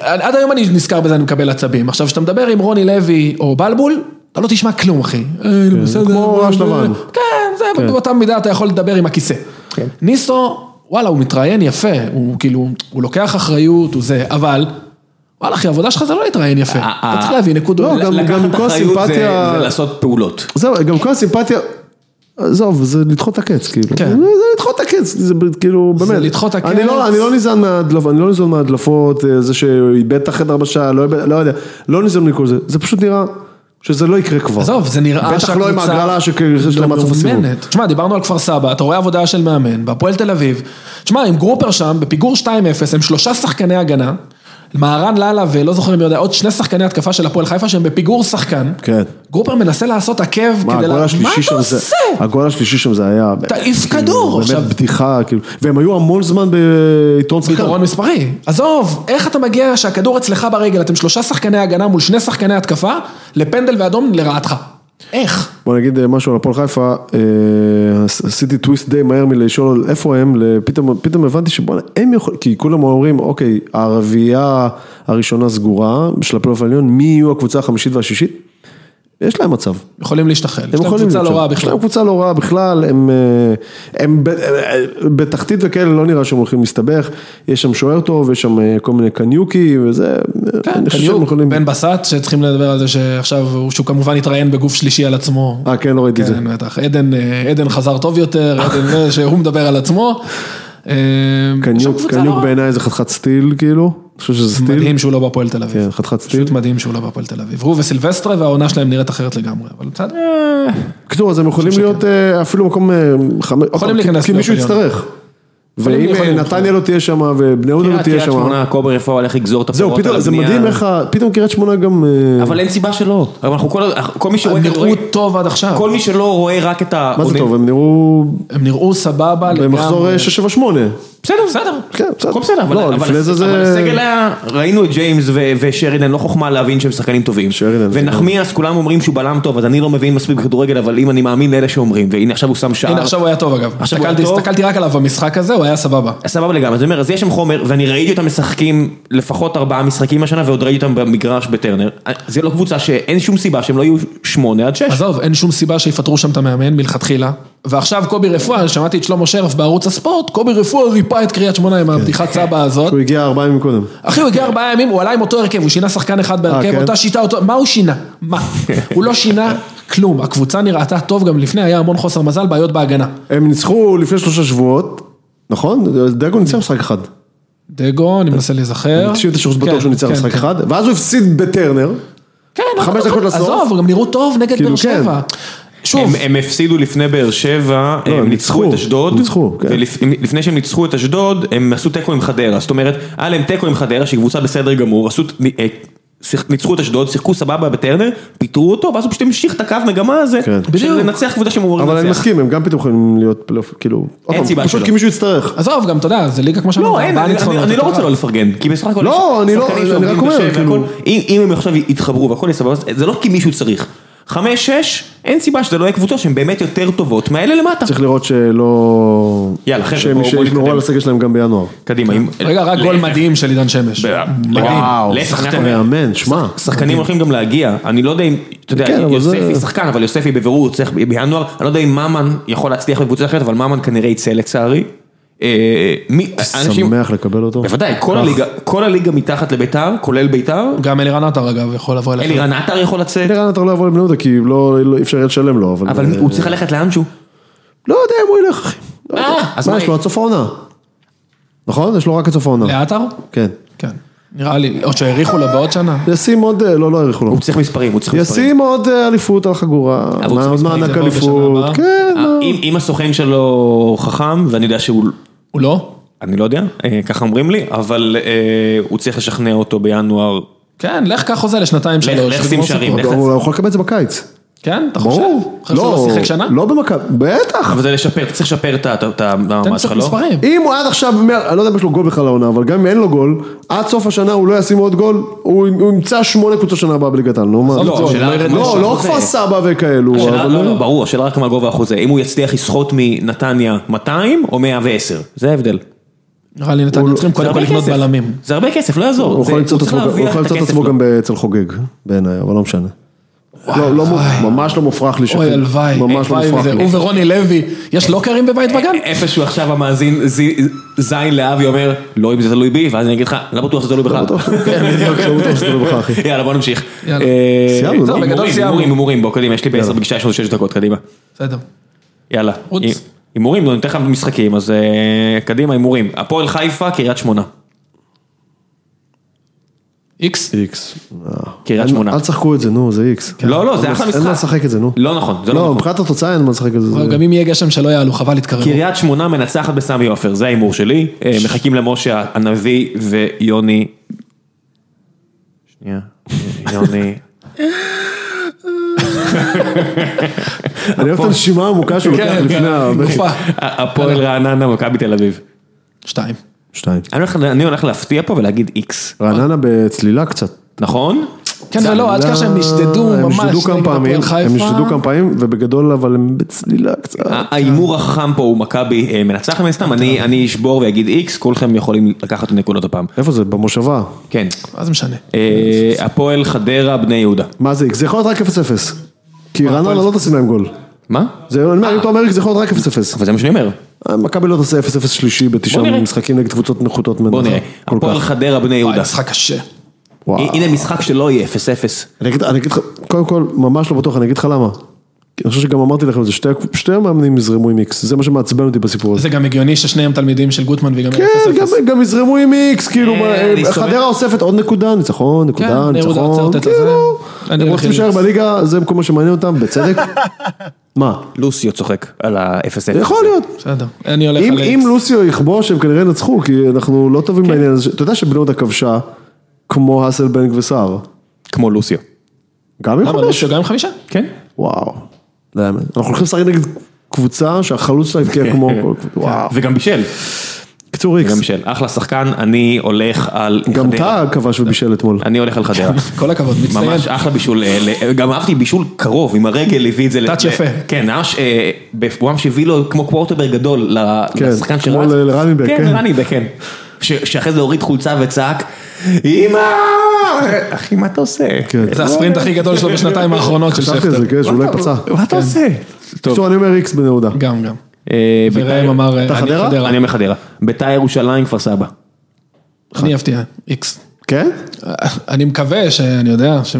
[SPEAKER 3] עד עד היום אני נזכר בזה, אני מקבל עצבים. עכשיו, כשאתה מדבר עם רוני לוי או בלבול, אתה לא תשמע כלום, אחי. אה, בסדר,
[SPEAKER 2] כן, כמו
[SPEAKER 3] אה,
[SPEAKER 2] רעש
[SPEAKER 3] אה,
[SPEAKER 2] לבן.
[SPEAKER 3] כן, זה באותה מידה אתה יכול לדבר עם הכיסא.
[SPEAKER 2] כן.
[SPEAKER 3] ניסו, וואלה, הוא מתראיין יפה, הוא כאילו, הוא לוקח אחריות, הוא זה, אבל, וואלה, אחי, העבודה שלך זה לא להתראיין יפה.
[SPEAKER 1] אה,
[SPEAKER 3] אתה
[SPEAKER 1] אה.
[SPEAKER 3] צריך להביא נקודות.
[SPEAKER 2] לא, גם-
[SPEAKER 1] לקחת
[SPEAKER 2] כל
[SPEAKER 1] אחריות זה-
[SPEAKER 2] סימפתיה-
[SPEAKER 1] זה לעשות פעולות.
[SPEAKER 2] זהו, גם כל הסימפתיה, עזוב, זה לדחות את הקץ, כאילו.
[SPEAKER 3] כן.
[SPEAKER 2] זה לדחות את הקץ, זה ב- כאילו, באמת.
[SPEAKER 3] זה לדחות את
[SPEAKER 2] אני לא,
[SPEAKER 3] הקץ.
[SPEAKER 2] אני לא ניזון מההדלפות, אני לא ניזון מההדלפות, אה, זה שאיבד את החדר בשעה, לא איבד, לא יודע. לא ניזון מכל זה, זה פשוט נראה שזה לא יקרה כבר.
[SPEAKER 3] עזוב, זה נראה
[SPEAKER 2] בטח לא עם ההגרלה שכ- שלהם עד סוף הסיבוב.
[SPEAKER 3] מאומנת. תשמע, לא, דיברנו על כפר סבא, אתה רואה עבודה של מאמן, בהפועל תל אביב. תשמע, עם גרופר שם, בפיגור 2-0, הם שלושה שחקני הגנה. מהרן לאללה ולא זוכר מי יודע, עוד שני שחקני התקפה של הפועל חיפה שהם בפיגור שחקן.
[SPEAKER 2] כן.
[SPEAKER 3] גרופר מנסה לעשות עקב
[SPEAKER 2] מה,
[SPEAKER 3] כדי...
[SPEAKER 2] הגול
[SPEAKER 3] לה- מה
[SPEAKER 2] השלישי
[SPEAKER 3] אתה
[SPEAKER 2] שם זה,
[SPEAKER 3] עושה?
[SPEAKER 2] הגול השלישי שם זה היה,
[SPEAKER 3] תעיף
[SPEAKER 2] כאילו,
[SPEAKER 3] כדור, עכשיו-
[SPEAKER 2] באמת בדיחה, כאילו, והם היו המון זמן ביתרון שחקן,
[SPEAKER 3] יתרון מספרי. עזוב, איך אתה מגיע שהכדור אצלך ברגל, אתם שלושה שחקני הגנה מול שני שחקני התקפה, לפנדל ואדום לרעתך. איך?
[SPEAKER 2] בוא נגיד אה, משהו על הפועל חיפה, אה, עש- עשיתי טוויסט די מהר מלשאול על איפה הם, לפתאום- פתאום הבנתי שבואנה, הם יכולים, כי כולם אומרים, אוקיי, הרביעייה הראשונה סגורה של הפלייאוף העליון, מי יהיו הקבוצה החמישית והשישית? יש להם מצב,
[SPEAKER 3] יכולים להשתחל. יש
[SPEAKER 2] הם
[SPEAKER 3] להם
[SPEAKER 2] יכולים
[SPEAKER 3] קבוצה
[SPEAKER 2] להיות שם.
[SPEAKER 3] לא רעה
[SPEAKER 2] יש
[SPEAKER 3] בכלל.
[SPEAKER 2] להם קבוצה לא רעה בכלל, הם, אה, הם ב- אה, בתחתית וכאלה, לא נראה שהם הולכים להסתבך, יש שם שוער טוב, יש שם אה, כל מיני קניוקי וזה, אה,
[SPEAKER 3] כן,
[SPEAKER 2] אני חושב שהם
[SPEAKER 3] קניוק,
[SPEAKER 2] יכולים-
[SPEAKER 3] בן בסט, שצריכים לדבר על זה שעכשיו, הוא- שהוא כמובן התראיין בגוף שלישי על עצמו.
[SPEAKER 2] אה כן, לא ראיתי את זה,
[SPEAKER 3] כן, בטח. עדן, אה, עדן חזר טוב יותר, עדן זה שהוא מדבר על עצמו. אה, יש שם
[SPEAKER 2] קניוק,
[SPEAKER 3] קבוצה
[SPEAKER 2] קניוק
[SPEAKER 3] לא רעה.
[SPEAKER 2] בעיניי זה חתיכת סטיל כאילו, אני חושב שזה סטיל.
[SPEAKER 3] מדהים שהוא לא בהפועל תל אביב.
[SPEAKER 2] כן, חתיכת סטיל.
[SPEAKER 3] פשוט מדהים שהוא לא בהפועל תל אביב. הוא וסילבסטרה והעונה שלהם נראית אחרת לגמרי, אבל בסדר.
[SPEAKER 2] בקיצור, אז הם יכולים להיות אה, אפילו מקום אה, חמש, עוד פעם,
[SPEAKER 3] להיכנס
[SPEAKER 2] כי- כי מישהו
[SPEAKER 3] לפלייאוף
[SPEAKER 2] יצטרך. ואם
[SPEAKER 3] יכולים.
[SPEAKER 2] נתניה לא תהיה שם, ובני יהודה לא תהיה
[SPEAKER 1] קריית
[SPEAKER 2] שם,
[SPEAKER 1] שמונה, קובי רפואה הולך לגזור את
[SPEAKER 2] זהו,
[SPEAKER 1] הפירות על
[SPEAKER 2] פתאום, זה
[SPEAKER 1] הבנייה.
[SPEAKER 2] מדהים איך, ה- פתאום קריית שמונה גם, אה,
[SPEAKER 1] אבל אין סיבה שלא. אבל אנחנו כל, כל מי שרואה
[SPEAKER 3] נראו
[SPEAKER 1] כדורגל,
[SPEAKER 3] טוב עד עכשיו.
[SPEAKER 1] כל מי שלא רואה רק את ה...
[SPEAKER 2] מה זה
[SPEAKER 1] עונה-
[SPEAKER 2] טוב, הם נראו
[SPEAKER 3] הם נראו סבבה לגמרי.
[SPEAKER 2] במחזור אה, 678.
[SPEAKER 1] בסדר, בסדר.
[SPEAKER 2] כן, בסדר.
[SPEAKER 1] הכל בסדר, אבל,
[SPEAKER 2] לא,
[SPEAKER 1] אבל,
[SPEAKER 2] לפני זה זה-
[SPEAKER 1] אבל הסגל היה, ראינו את ג'יימס ו- ושרידן, לא חוכמה להבין שהם שחקנים טובים.
[SPEAKER 2] שרידן,
[SPEAKER 1] ונחמיאס, כולם אומרים שהוא בלם טוב, אז אני לא מבין מספיק בכדורגל, אבל אם אני מאמין לאלה שאומרים, והנה עכשיו הוא שם שער.
[SPEAKER 3] הנה עכשיו הוא היה טוב אגב.
[SPEAKER 1] עכשיו הוא היה
[SPEAKER 3] הסתכלתי-
[SPEAKER 1] טוב.
[SPEAKER 3] הסתכלתי רק עליו במשחק הזה, הוא היה סבבה.
[SPEAKER 1] סבבה לגמרי, אז אני אומר, אז יש שם חומר, ואני ראיתי אותם משחקים לפחות ארבעה משחקים השנה, ועוד ראיתי אותם במגרש בטרנר. זה לא קבוצה שאין שום סיבה שהם לא יהיו שמונה עד שש.
[SPEAKER 3] עזוב, אין שום סיבה שיפטרו שם את המאמן מלכתחילה. ועכשיו קובי רפואה, שמעתי את שלמה שרף בערוץ הספורט, קובי רפואה ריפא את קריית שמונה עם
[SPEAKER 2] כן.
[SPEAKER 3] הבדיחת סבא הזאת.
[SPEAKER 2] הוא הגיע ארבעה ימים קודם.
[SPEAKER 3] אחי, הוא הגיע ארבעה ימים, הוא עלה עם אותו הרכב, הוא שינה שחקן אחד בהרכב,
[SPEAKER 2] כן?
[SPEAKER 3] אותה שיטה, אותו... מה הוא שינה? מה? הוא לא שינה כלום. הקבוצה נראתה טוב גם לפני, היה המון חוסר מזל, בעיות בהגנה.
[SPEAKER 2] הם ניצחו לפני שלושה שבועות, נכון? דגו ניצח משחק אחד.
[SPEAKER 3] דגו, אני מנסה להיזכר.
[SPEAKER 2] 99 אחוז בטוח
[SPEAKER 3] כן,
[SPEAKER 2] שהוא ניצח
[SPEAKER 3] כן,
[SPEAKER 2] משחק
[SPEAKER 3] כן.
[SPEAKER 2] אחד, ואז הוא הפסיד בטרנר.
[SPEAKER 3] כן, לא
[SPEAKER 2] חמש
[SPEAKER 3] יודע,
[SPEAKER 2] דקות לסוף.
[SPEAKER 3] עזוב, גם נראו טוב נגד
[SPEAKER 2] כאילו,
[SPEAKER 3] באר
[SPEAKER 2] כן.
[SPEAKER 3] שבע. שוב,
[SPEAKER 1] הם, הם הפסידו לפני באר שבע,
[SPEAKER 2] לא,
[SPEAKER 1] הם
[SPEAKER 2] הם
[SPEAKER 1] ניצחו
[SPEAKER 2] ניצחו,
[SPEAKER 1] את אשדוד,
[SPEAKER 2] ניצחו, כן.
[SPEAKER 1] ולפני שהם ניצחו את אשדוד, הם עשו תיקו עם חדרה, זאת אומרת, היה להם תיקו עם חדרה, שהיא קבוצה בסדר גמור, עשו, אה, שיח- ניצחו את אשדוד, שיחקו סבבה בטרנר, פיטרו אותו, ואז הוא פשוט המשיך את הקו מגמה הזה,
[SPEAKER 2] כן.
[SPEAKER 1] של
[SPEAKER 3] בדיוק.
[SPEAKER 1] לנצח קבוצה שהם אמורים
[SPEAKER 2] אבל אני
[SPEAKER 1] לנצח.
[SPEAKER 2] מסכים, הם גם פתאום יכולים להיות פלייאוף, כאילו, עוד פעם,
[SPEAKER 1] לא סיבה
[SPEAKER 2] פשוט
[SPEAKER 1] שלא.
[SPEAKER 2] כי מישהו יצטרך.
[SPEAKER 3] עזוב, גם אתה יודע, זה ליגה כמו שאמרת,
[SPEAKER 1] לא, אין, אני-
[SPEAKER 3] ארבעה
[SPEAKER 1] אני
[SPEAKER 3] ניצחונות,
[SPEAKER 1] אני לא
[SPEAKER 3] אתה
[SPEAKER 1] רוצה
[SPEAKER 3] רץ.
[SPEAKER 1] לא לפרגן, כי בסך הכל
[SPEAKER 2] לא,
[SPEAKER 1] יש
[SPEAKER 2] אני לא-
[SPEAKER 1] שחקנים
[SPEAKER 2] אני
[SPEAKER 1] שעובדים
[SPEAKER 2] רק אומר,
[SPEAKER 1] קשה
[SPEAKER 2] כאילו-
[SPEAKER 1] והכל. אם אם הם עכשיו יתחברו והכל יהיה סבבה, אז זה לא כי מישהו צריך. חמש, שש, אין סיבה שזה לא יהיה קבוצות שהן באמת יותר טובות מאלה למטה.
[SPEAKER 2] צריך לראות שלא...
[SPEAKER 1] יאללה, חבר'ה,
[SPEAKER 2] שהם-
[SPEAKER 1] בואו- בואו
[SPEAKER 2] שישמרו
[SPEAKER 1] נתקדם.
[SPEAKER 2] על הסגל שלהם גם בינואר.
[SPEAKER 1] קדימה, אם...
[SPEAKER 3] רגע, רק גול
[SPEAKER 1] להפך.
[SPEAKER 3] מדהים של עידן שמש.
[SPEAKER 1] מדהים.
[SPEAKER 2] וואו,
[SPEAKER 1] להפך,
[SPEAKER 2] שחקן
[SPEAKER 1] אנחנו-
[SPEAKER 2] מאמן, שמע.
[SPEAKER 1] שחקנים הולכים גם להגיע, אני לא יודע אם, אתה יודע,
[SPEAKER 2] כן, אבל
[SPEAKER 1] יוספי
[SPEAKER 2] זה-
[SPEAKER 1] שחקן, אבל יוספי בבירור הוא צריך בינואר, אני לא יודע אם ממן יכול להצליח בקבוצה אחרת, אבל ממן כנראה יצא לצערי. אה, מי- אנשים-
[SPEAKER 2] שמח לא? אה. לקבל אותו.
[SPEAKER 1] בוודאי, כל
[SPEAKER 2] כך.
[SPEAKER 1] הליגה- כל הליגה מתחת לביתר, כולל ביתר,
[SPEAKER 3] גם אלירן עטר אגב יכול לבוא אליך.
[SPEAKER 2] אה.
[SPEAKER 1] אלירן עטר יכול לצאת,
[SPEAKER 2] אלירן עטר לא יבוא לבני יהודה כי לא לא- אי אפשר יהיה לשלם לו, אבל... אה,
[SPEAKER 1] אבל מי- הוא צריך ללכת לאנשהו.
[SPEAKER 2] לא יודע אם הוא ילך, אחי. לא
[SPEAKER 1] אה,
[SPEAKER 2] יודע.
[SPEAKER 1] אז
[SPEAKER 2] מה
[SPEAKER 1] מה
[SPEAKER 2] יש לו
[SPEAKER 1] יהיה?
[SPEAKER 2] עד סוף העונה? נכון? יש לו רק עד סוף העונה.
[SPEAKER 3] לעטר?
[SPEAKER 2] כן.
[SPEAKER 3] כן. נראה לי, עוד שהאריכו לו בעוד שנה.
[SPEAKER 2] ישים עוד, אה, לא, לא האריכו לו.
[SPEAKER 1] הוא צריך מספרים, הוא צריך מספרים.
[SPEAKER 2] ישים עוד אה, אליפות על החגורה.
[SPEAKER 1] הוא
[SPEAKER 2] מה-
[SPEAKER 1] צריך
[SPEAKER 2] עוד
[SPEAKER 1] מספרים,
[SPEAKER 2] מענק
[SPEAKER 3] זה יבוא בשנה
[SPEAKER 2] אליפות.
[SPEAKER 3] הבאה.
[SPEAKER 2] כן,
[SPEAKER 1] אה, אם אם הסוכן שלו חכם, ואני יודע שהוא
[SPEAKER 3] הוא לא?
[SPEAKER 1] אני לא יודע, אה, ככה אומרים לי, אבל אה, הוא צריך לשכנע אותו בינואר.
[SPEAKER 3] כן, לך קח חוזה לשנתיים שלוש.
[SPEAKER 1] לך
[SPEAKER 3] תגמור
[SPEAKER 1] שים
[SPEAKER 3] סיפור.
[SPEAKER 1] שערים, לך.
[SPEAKER 2] לא, הוא יכול לקבל את זה בקיץ.
[SPEAKER 3] כן, אתה חושב?
[SPEAKER 2] ברור.
[SPEAKER 3] אחרי שהוא לא שיחק שנה?
[SPEAKER 2] לא במכבי, בטח.
[SPEAKER 1] אבל זה לשפר, אתה צריך לשפר את ה- את ה- את
[SPEAKER 3] תן
[SPEAKER 1] המעמד
[SPEAKER 3] קצת
[SPEAKER 1] שלך, לא?
[SPEAKER 3] מספרים.
[SPEAKER 2] אם הוא עד עכשיו, מ- אני לא יודע אם יש לו גול בכלל העונה, אבל גם אם אין לו גול, עד סוף השנה הוא לא ישים עוד גול, הוא הוא ימצא שמונה קבוצות שנה הבאה בליגת העל, נו מה.
[SPEAKER 1] לא,
[SPEAKER 2] זה-
[SPEAKER 1] השאלה רק מה
[SPEAKER 2] לא, לא
[SPEAKER 1] שאחוז
[SPEAKER 2] כפר
[SPEAKER 1] זה.
[SPEAKER 2] סבא וכאלו.
[SPEAKER 1] השאלה-
[SPEAKER 2] אבל-
[SPEAKER 1] לא, לא, ברור, השאלה רק מה גובה החוזה, אם הוא יצליח לסחוט מנתניה 200 או 110, זה ההבדל.
[SPEAKER 3] נראה לי נתניה צריכים
[SPEAKER 1] זה
[SPEAKER 3] קודם כל
[SPEAKER 1] הרבה
[SPEAKER 3] לקנות
[SPEAKER 1] כסף.
[SPEAKER 3] בלמים.
[SPEAKER 1] זה הרבה כסף, לא יעזור.
[SPEAKER 2] הוא
[SPEAKER 1] זה-
[SPEAKER 2] יכול למצוא את
[SPEAKER 1] צריך
[SPEAKER 2] עצמו גם- הוא
[SPEAKER 1] להרוויח
[SPEAKER 2] יכול למצוא את
[SPEAKER 1] הכסף
[SPEAKER 2] עצמו
[SPEAKER 1] לו.
[SPEAKER 2] גם אצל חוגג, בעיניי, אבל לא משנה. לא, לא, מופ- ממש לא מופרך לי שחוגג.
[SPEAKER 3] אוי, הלוואי.
[SPEAKER 2] ממש לא אה,
[SPEAKER 3] הלוואי
[SPEAKER 2] מופרך
[SPEAKER 3] וזה.
[SPEAKER 2] לי.
[SPEAKER 3] הוא ורוני לוי, יש לוקרים בבית וגן?
[SPEAKER 1] איפשהו עכשיו המאזין זי- זין לאבי אומר, לא אם זה תלוי בי, ואז אני אגיד לך, לא בטוח שזה תלוי בך.
[SPEAKER 2] כן, בדיוק. לא בטוח שזה לא בך, אחי.
[SPEAKER 1] יאללה בוא נמשיך.
[SPEAKER 3] יאללה.
[SPEAKER 1] אה,
[SPEAKER 2] סיימנו,
[SPEAKER 1] טוב, בגדול
[SPEAKER 2] לא?
[SPEAKER 3] הימורים,
[SPEAKER 1] סיימנו.
[SPEAKER 3] הימורים,
[SPEAKER 1] הימורים, בוא קדימה, יש לי בעשר פגישה, יש לנו שש דקות, קדימה.
[SPEAKER 2] אה.
[SPEAKER 3] בסדר.
[SPEAKER 1] יאללה.
[SPEAKER 3] רוץ.
[SPEAKER 1] הימ- הימורים, לא, אני אתן לך משחקים, אז אה, קדימה, הימורים. הפועל חיפה, קריית שמונה.
[SPEAKER 3] איקס?
[SPEAKER 2] איקס. אה.
[SPEAKER 1] קריית
[SPEAKER 2] אל-
[SPEAKER 1] שמונה.
[SPEAKER 2] אל תשחקו את זה, נו, זה איקס.
[SPEAKER 1] לא, לא, זה
[SPEAKER 2] אין
[SPEAKER 1] אחלה
[SPEAKER 2] מה-
[SPEAKER 1] משחק.
[SPEAKER 2] אין מה לשחק את זה, נו.
[SPEAKER 1] לא נכון, זה לא
[SPEAKER 2] לא,
[SPEAKER 1] נכון.
[SPEAKER 2] מבחינת התוצאה אין מה לשחק את זה.
[SPEAKER 3] אבל גם אם יהיה גשם שלא יעלו, חבל להתקרב.
[SPEAKER 1] קריית שמונה מנצחת בסמי עופר, זה ההימור שלי. אה, מחכים למשה הנביא ויוני. שנייה, יוני.
[SPEAKER 2] אני אוהב את הנשימה העמוקה שהוא לוקח
[SPEAKER 3] כן,
[SPEAKER 2] לפני ה... אה,
[SPEAKER 3] גופה.
[SPEAKER 1] הפועל רעננה, מכבי תל אביב.
[SPEAKER 3] שתיים.
[SPEAKER 2] שתיים.
[SPEAKER 1] אני הולך- אני הולך להפתיע פה ולהגיד איקס,
[SPEAKER 2] רעננה בצלילה קצת.
[SPEAKER 1] נכון?
[SPEAKER 3] כן, ולא, אל תשכח שהם נשדדו
[SPEAKER 2] אה, הם
[SPEAKER 3] ממש.
[SPEAKER 2] נשדדו כמה
[SPEAKER 3] נגד הפועל
[SPEAKER 2] פעמים, הם
[SPEAKER 3] חיפה.
[SPEAKER 2] נשדדו כמה פעמים, ובגדול אבל הם בצלילה קצת.
[SPEAKER 1] ה- ההימור החכם פה הוא מכבי אה, מנצחת מן הסתם, אני אני אשבור ואגיד איקס, כולכם יכולים לקחת את הנקודות הפעם.
[SPEAKER 2] איפה זה? במושבה.
[SPEAKER 1] כן.
[SPEAKER 3] מה זה משנה?
[SPEAKER 1] אה, הפועל חדרה, בני יהודה.
[SPEAKER 2] מה זה איקס? זה יכול להיות רק 0-0. כי רעננה לא תשים להם גול.
[SPEAKER 1] מה?
[SPEAKER 2] זה, אני אומר, אם אתה אומר איקס זה יכול להיות רק 0-0.
[SPEAKER 1] אבל זה מה שאני אומר.
[SPEAKER 2] מכבי לא תעשה 0-0 שלישי
[SPEAKER 1] בוא
[SPEAKER 2] בתשעה
[SPEAKER 1] נראה.
[SPEAKER 2] משחקים נגד קבוצות נחותות
[SPEAKER 1] בוא
[SPEAKER 2] ממנו.
[SPEAKER 1] נראה.
[SPEAKER 2] כל
[SPEAKER 1] הפועל אה,
[SPEAKER 2] כך.
[SPEAKER 1] חדרה, בני
[SPEAKER 3] וואי,
[SPEAKER 1] יהודה.
[SPEAKER 3] משחק קשה.
[SPEAKER 2] וואו.
[SPEAKER 1] הנה משחק שלא יהיה 0-0.
[SPEAKER 2] אני אגיד אני אגיד לך, קודם כל, ממש לא בטוח, אני אגיד לך למה. כי אני חושב שגם אמרתי לכם את זה, שתי- שתי המאמנים יזרמו עם איקס, זה מה שמעצבן אותי בסיפור הזה.
[SPEAKER 3] זה גם הגיוני ששניהם תלמידים של גוטמן ויגמר 0-0.
[SPEAKER 2] כן, גם- גם יזרמו עם איקס, כאילו,
[SPEAKER 1] אה,
[SPEAKER 2] מה,
[SPEAKER 1] אני
[SPEAKER 2] אה,
[SPEAKER 1] סומך.
[SPEAKER 2] חדרה אוספת עוד נקודה, ניצחון,
[SPEAKER 3] כן,
[SPEAKER 2] נקודה,
[SPEAKER 3] בני יהודה
[SPEAKER 2] ניצחון,
[SPEAKER 3] עוצרת את זה.
[SPEAKER 2] כאילו,
[SPEAKER 3] אני
[SPEAKER 2] הם
[SPEAKER 3] הולך
[SPEAKER 2] רוצים
[SPEAKER 3] עם
[SPEAKER 2] להישאר
[SPEAKER 3] איקס.
[SPEAKER 2] בליגה, זה כל מה שמעניין אותם, בצדק. מה?
[SPEAKER 1] לוסיו צוחק על ה-0-0.
[SPEAKER 2] יכול להיות.
[SPEAKER 3] בסדר, אני הולך
[SPEAKER 2] אם,
[SPEAKER 3] על כן.
[SPEAKER 2] אם
[SPEAKER 3] איקס.
[SPEAKER 2] לוסיו יכבוש, הם כנראה ינצחו, כי אנחנו לא טובים בעניין הזה. אתה יודע שבני יהודה כבשה כמו האסלבנק וסער.
[SPEAKER 1] כמו לוסיו.
[SPEAKER 2] גם עם
[SPEAKER 3] למה,
[SPEAKER 2] לא
[SPEAKER 3] לא?
[SPEAKER 2] חמש?
[SPEAKER 3] לוסיו גם עם חמישה?
[SPEAKER 1] כן?
[SPEAKER 2] וואו. לא יאמן. אנחנו הולכים לשחק נגד קבוצה שהחלוץ שלה
[SPEAKER 3] כן.
[SPEAKER 2] הבקיע כמו... וואו.
[SPEAKER 1] וגם בישל.
[SPEAKER 2] קצור איקס.
[SPEAKER 1] וגם בישל. אחלה שחקן, אני הולך על
[SPEAKER 2] גם
[SPEAKER 1] חדרה.
[SPEAKER 2] טאה כבש ובישל אתמול.
[SPEAKER 1] אני הולך על חדרה.
[SPEAKER 3] כל הכבוד, מצטיין.
[SPEAKER 1] ממש אחלה בישול, אה, ל- גם אהבתי בישול קרוב, עם הרגל הביא את זה. ל-
[SPEAKER 3] טאץ'
[SPEAKER 1] ל-
[SPEAKER 3] יפה.
[SPEAKER 1] כן, ממש, אה, הוא ממש הביא לו כמו קוורטבר גדול ל-
[SPEAKER 2] כן,
[SPEAKER 1] לשחקן שרץ.
[SPEAKER 2] כמו ל- לרנינבק,
[SPEAKER 1] כן,
[SPEAKER 2] כן.
[SPEAKER 1] לרנינבק, כן. ש- שאחרי זה הוריד חולצה וצעק, אמא! אחי, מה אתה עושה?
[SPEAKER 2] כן.
[SPEAKER 3] זה הספרינט הכי גדול שלו בשנתיים האחרונות של
[SPEAKER 2] חשבתי על
[SPEAKER 3] שכטר.
[SPEAKER 2] זה, כן, שאולי
[SPEAKER 1] מה אתה-
[SPEAKER 2] פצע.
[SPEAKER 1] מה אתה עושה? טוב,
[SPEAKER 2] בקיצור, אני אומר איקס בני יהודה.
[SPEAKER 3] גם, גם.
[SPEAKER 1] אה, בית"ר-
[SPEAKER 3] וראם אמר, אני
[SPEAKER 2] אתה חדרה?
[SPEAKER 3] חדרה.
[SPEAKER 1] אני אומר חדרה. ביתר ירושלים, כפר סבא.
[SPEAKER 3] אני אפתיע, איקס.
[SPEAKER 2] כן?
[SPEAKER 3] אני מקווה שאני יודע, ש...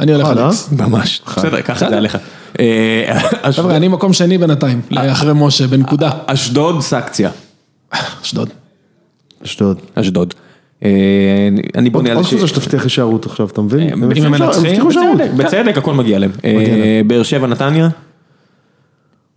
[SPEAKER 3] אני הולך על
[SPEAKER 2] אה?
[SPEAKER 3] איקס.
[SPEAKER 1] ממש. בסדר, ככה זה עליך. אה, אשדוד-
[SPEAKER 3] חבר'ה, אני מקום שני בינתיים,
[SPEAKER 1] אה.
[SPEAKER 3] אחרי משה, בנקודה.
[SPEAKER 1] אשדוד סקציה.
[SPEAKER 3] אשדוד.
[SPEAKER 2] אשדוד.
[SPEAKER 1] אשדוד. אה, אני- אני
[SPEAKER 2] עוד
[SPEAKER 1] בונה על
[SPEAKER 2] עוד
[SPEAKER 1] זה
[SPEAKER 2] קבוצה שתבטיח הישארות עכשיו, אתה מבין? הם
[SPEAKER 1] אם
[SPEAKER 2] הבטיחו-
[SPEAKER 1] הם
[SPEAKER 3] מנצחים,
[SPEAKER 2] הם הבטיחו כן. הישארות.
[SPEAKER 1] בצדק, בצדק הכל מגיע להם. אה, באר שבע נתניה,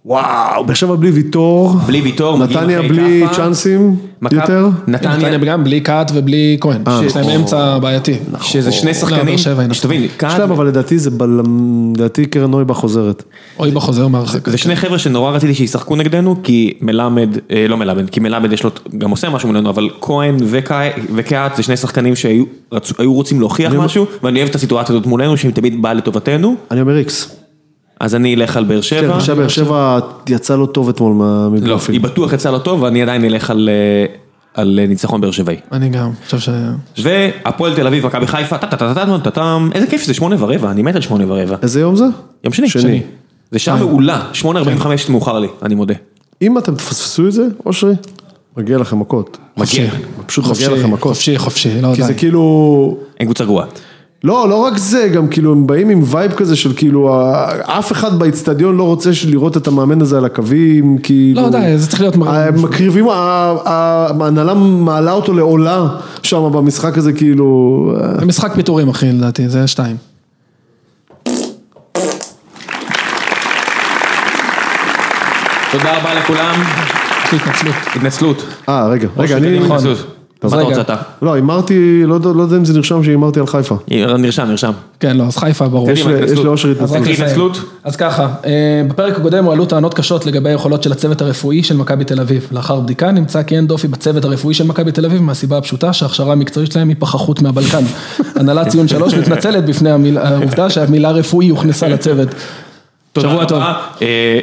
[SPEAKER 2] וואו, באר שבע בלי ויטור.
[SPEAKER 1] בלי ויטור, מגיעים
[SPEAKER 2] נתניה
[SPEAKER 1] אחרי אה?
[SPEAKER 2] בלי
[SPEAKER 1] כאפה.
[SPEAKER 2] צ'אנסים
[SPEAKER 1] מכב-
[SPEAKER 2] יותר.
[SPEAKER 1] נתניה, אה, נכון.
[SPEAKER 3] נתניה גם בלי קאט ובלי כהן. יש להם אמצע בעייתי.
[SPEAKER 1] שזה שני
[SPEAKER 3] לא, באר
[SPEAKER 1] שחקנים,
[SPEAKER 3] שבע, הנה.
[SPEAKER 1] שתבין,
[SPEAKER 2] יש
[SPEAKER 1] כאן,
[SPEAKER 2] להם, אבל לדעתי זה בלם, לדעתי קרן נויבה חוזרת.
[SPEAKER 3] אוי בחוזר מהרחק.
[SPEAKER 1] זה שני חבר'ה שנורא רציתי שישחקו נגדנו, כי מלמד, אה, לא מלמד, כי מלמד יש לו, גם עושה משהו מולנו, אבל כהן וקה- וקהת זה שני שחקנים שהיו רצו- היו רוצים להוכיח משהו, ואני אוהב את הסיטואציה הזאת מולנו, שהיא תמיד באה לטובתנו,
[SPEAKER 2] אני אומר איקס.
[SPEAKER 1] אז אני אלך על באר שבע.
[SPEAKER 2] כן, עכשיו באר שבע יצא לא טוב אתמול מה-
[SPEAKER 1] לא,
[SPEAKER 2] מגרופים.
[SPEAKER 1] היא בטוח יצאה לא טוב, ואני עדיין אלך על, אה, על אה, ניצחון באר שבעי.
[SPEAKER 3] אני גם, חושב ש...
[SPEAKER 1] והפועל תל אביב, מכבי חיפה, טה-טה-טה-טה-טם, איזה כיף שזה שמונה ורבע, אני מת על שמונה ורבע.
[SPEAKER 2] איזה יום זה?
[SPEAKER 1] יום שני.
[SPEAKER 2] שני. אה. כן.
[SPEAKER 1] זה שעה מעולה, שמונה ארבעים וחמש מאוחר לי, אני מודה.
[SPEAKER 2] אם אתם תפספסו את זה, אושרי, מגיע לכם מכות.
[SPEAKER 1] מגיע.
[SPEAKER 3] חופשי.
[SPEAKER 2] פשוט
[SPEAKER 3] חופשי,
[SPEAKER 2] מגיע לכם מכות.
[SPEAKER 3] חופשי, חופשי, לא
[SPEAKER 2] כי זה
[SPEAKER 3] די.
[SPEAKER 2] כאילו...
[SPEAKER 1] אין קבוצה גרועה.
[SPEAKER 2] לא, לא רק זה, גם כאילו הם באים עם וייב כזה של כאילו, ה- אף אחד באיצטדיון לא רוצה של- לראות את המאמן הזה על הקווים, כאילו...
[SPEAKER 3] לא, די, זה צריך להיות מראה.
[SPEAKER 2] הם מקריבים, ה- ה- ההנהלה מעלה אותו לעולה שם במשחק הזה, כאילו... אה,
[SPEAKER 3] זה משחק פיטורים, אחי, לדעתי, זה שתיים.
[SPEAKER 1] תודה רבה לכולם,
[SPEAKER 3] יש לי התנצלות.
[SPEAKER 1] התנצלות.
[SPEAKER 2] אה, רגע, רגע,
[SPEAKER 1] אושר,
[SPEAKER 2] אני...
[SPEAKER 1] קדימה,
[SPEAKER 3] נכון.
[SPEAKER 1] התנצלות. מה
[SPEAKER 3] אז
[SPEAKER 1] אתה
[SPEAKER 3] רגע.
[SPEAKER 1] רוצה אתה?
[SPEAKER 2] לא, הימרתי, לא, יודע- לא יודע אם זה נרשם שהימרתי על חיפה.
[SPEAKER 3] אה,
[SPEAKER 1] נרשם, נרשם.
[SPEAKER 3] כן, לא, אז חיפה, ברור.
[SPEAKER 1] קדימה,
[SPEAKER 2] יש
[SPEAKER 1] התנצלות.
[SPEAKER 2] לאושר
[SPEAKER 3] אז רק
[SPEAKER 1] תקריא
[SPEAKER 3] לסיים.
[SPEAKER 1] התנצלות.
[SPEAKER 3] אז ככה, אה, בפרק הקודם הועלו טענות קשות לגבי היכולות של הצוות הרפואי של מכבי תל אביב. לאחר בדיקה נמצא כי אין דופי בצוות הרפואי של מכבי תל אביב מהסיבה הפשוטה שההכשרה המקצועית שלהם היא פחחות מהבלקן. הנהלת ציון שלוש מתנצלת בפני המיל- העובדה שהמילה רפואי הוכנסה לצוות. שבוע טוב.
[SPEAKER 1] אה,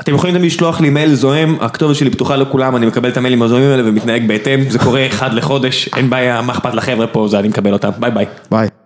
[SPEAKER 1] אתם יכולים גם לשלוח לי מייל זוהם, הכתובת שלי פתוחה לכולם, אני מקבל את המיילים הזוהמים האלה ומתנהג בהתאם, זה קורה אחד לחודש, אין בעיה, מה אכפת לחבר'ה פה, זה אני מקבל אותם, ביי ביי.
[SPEAKER 2] ביי.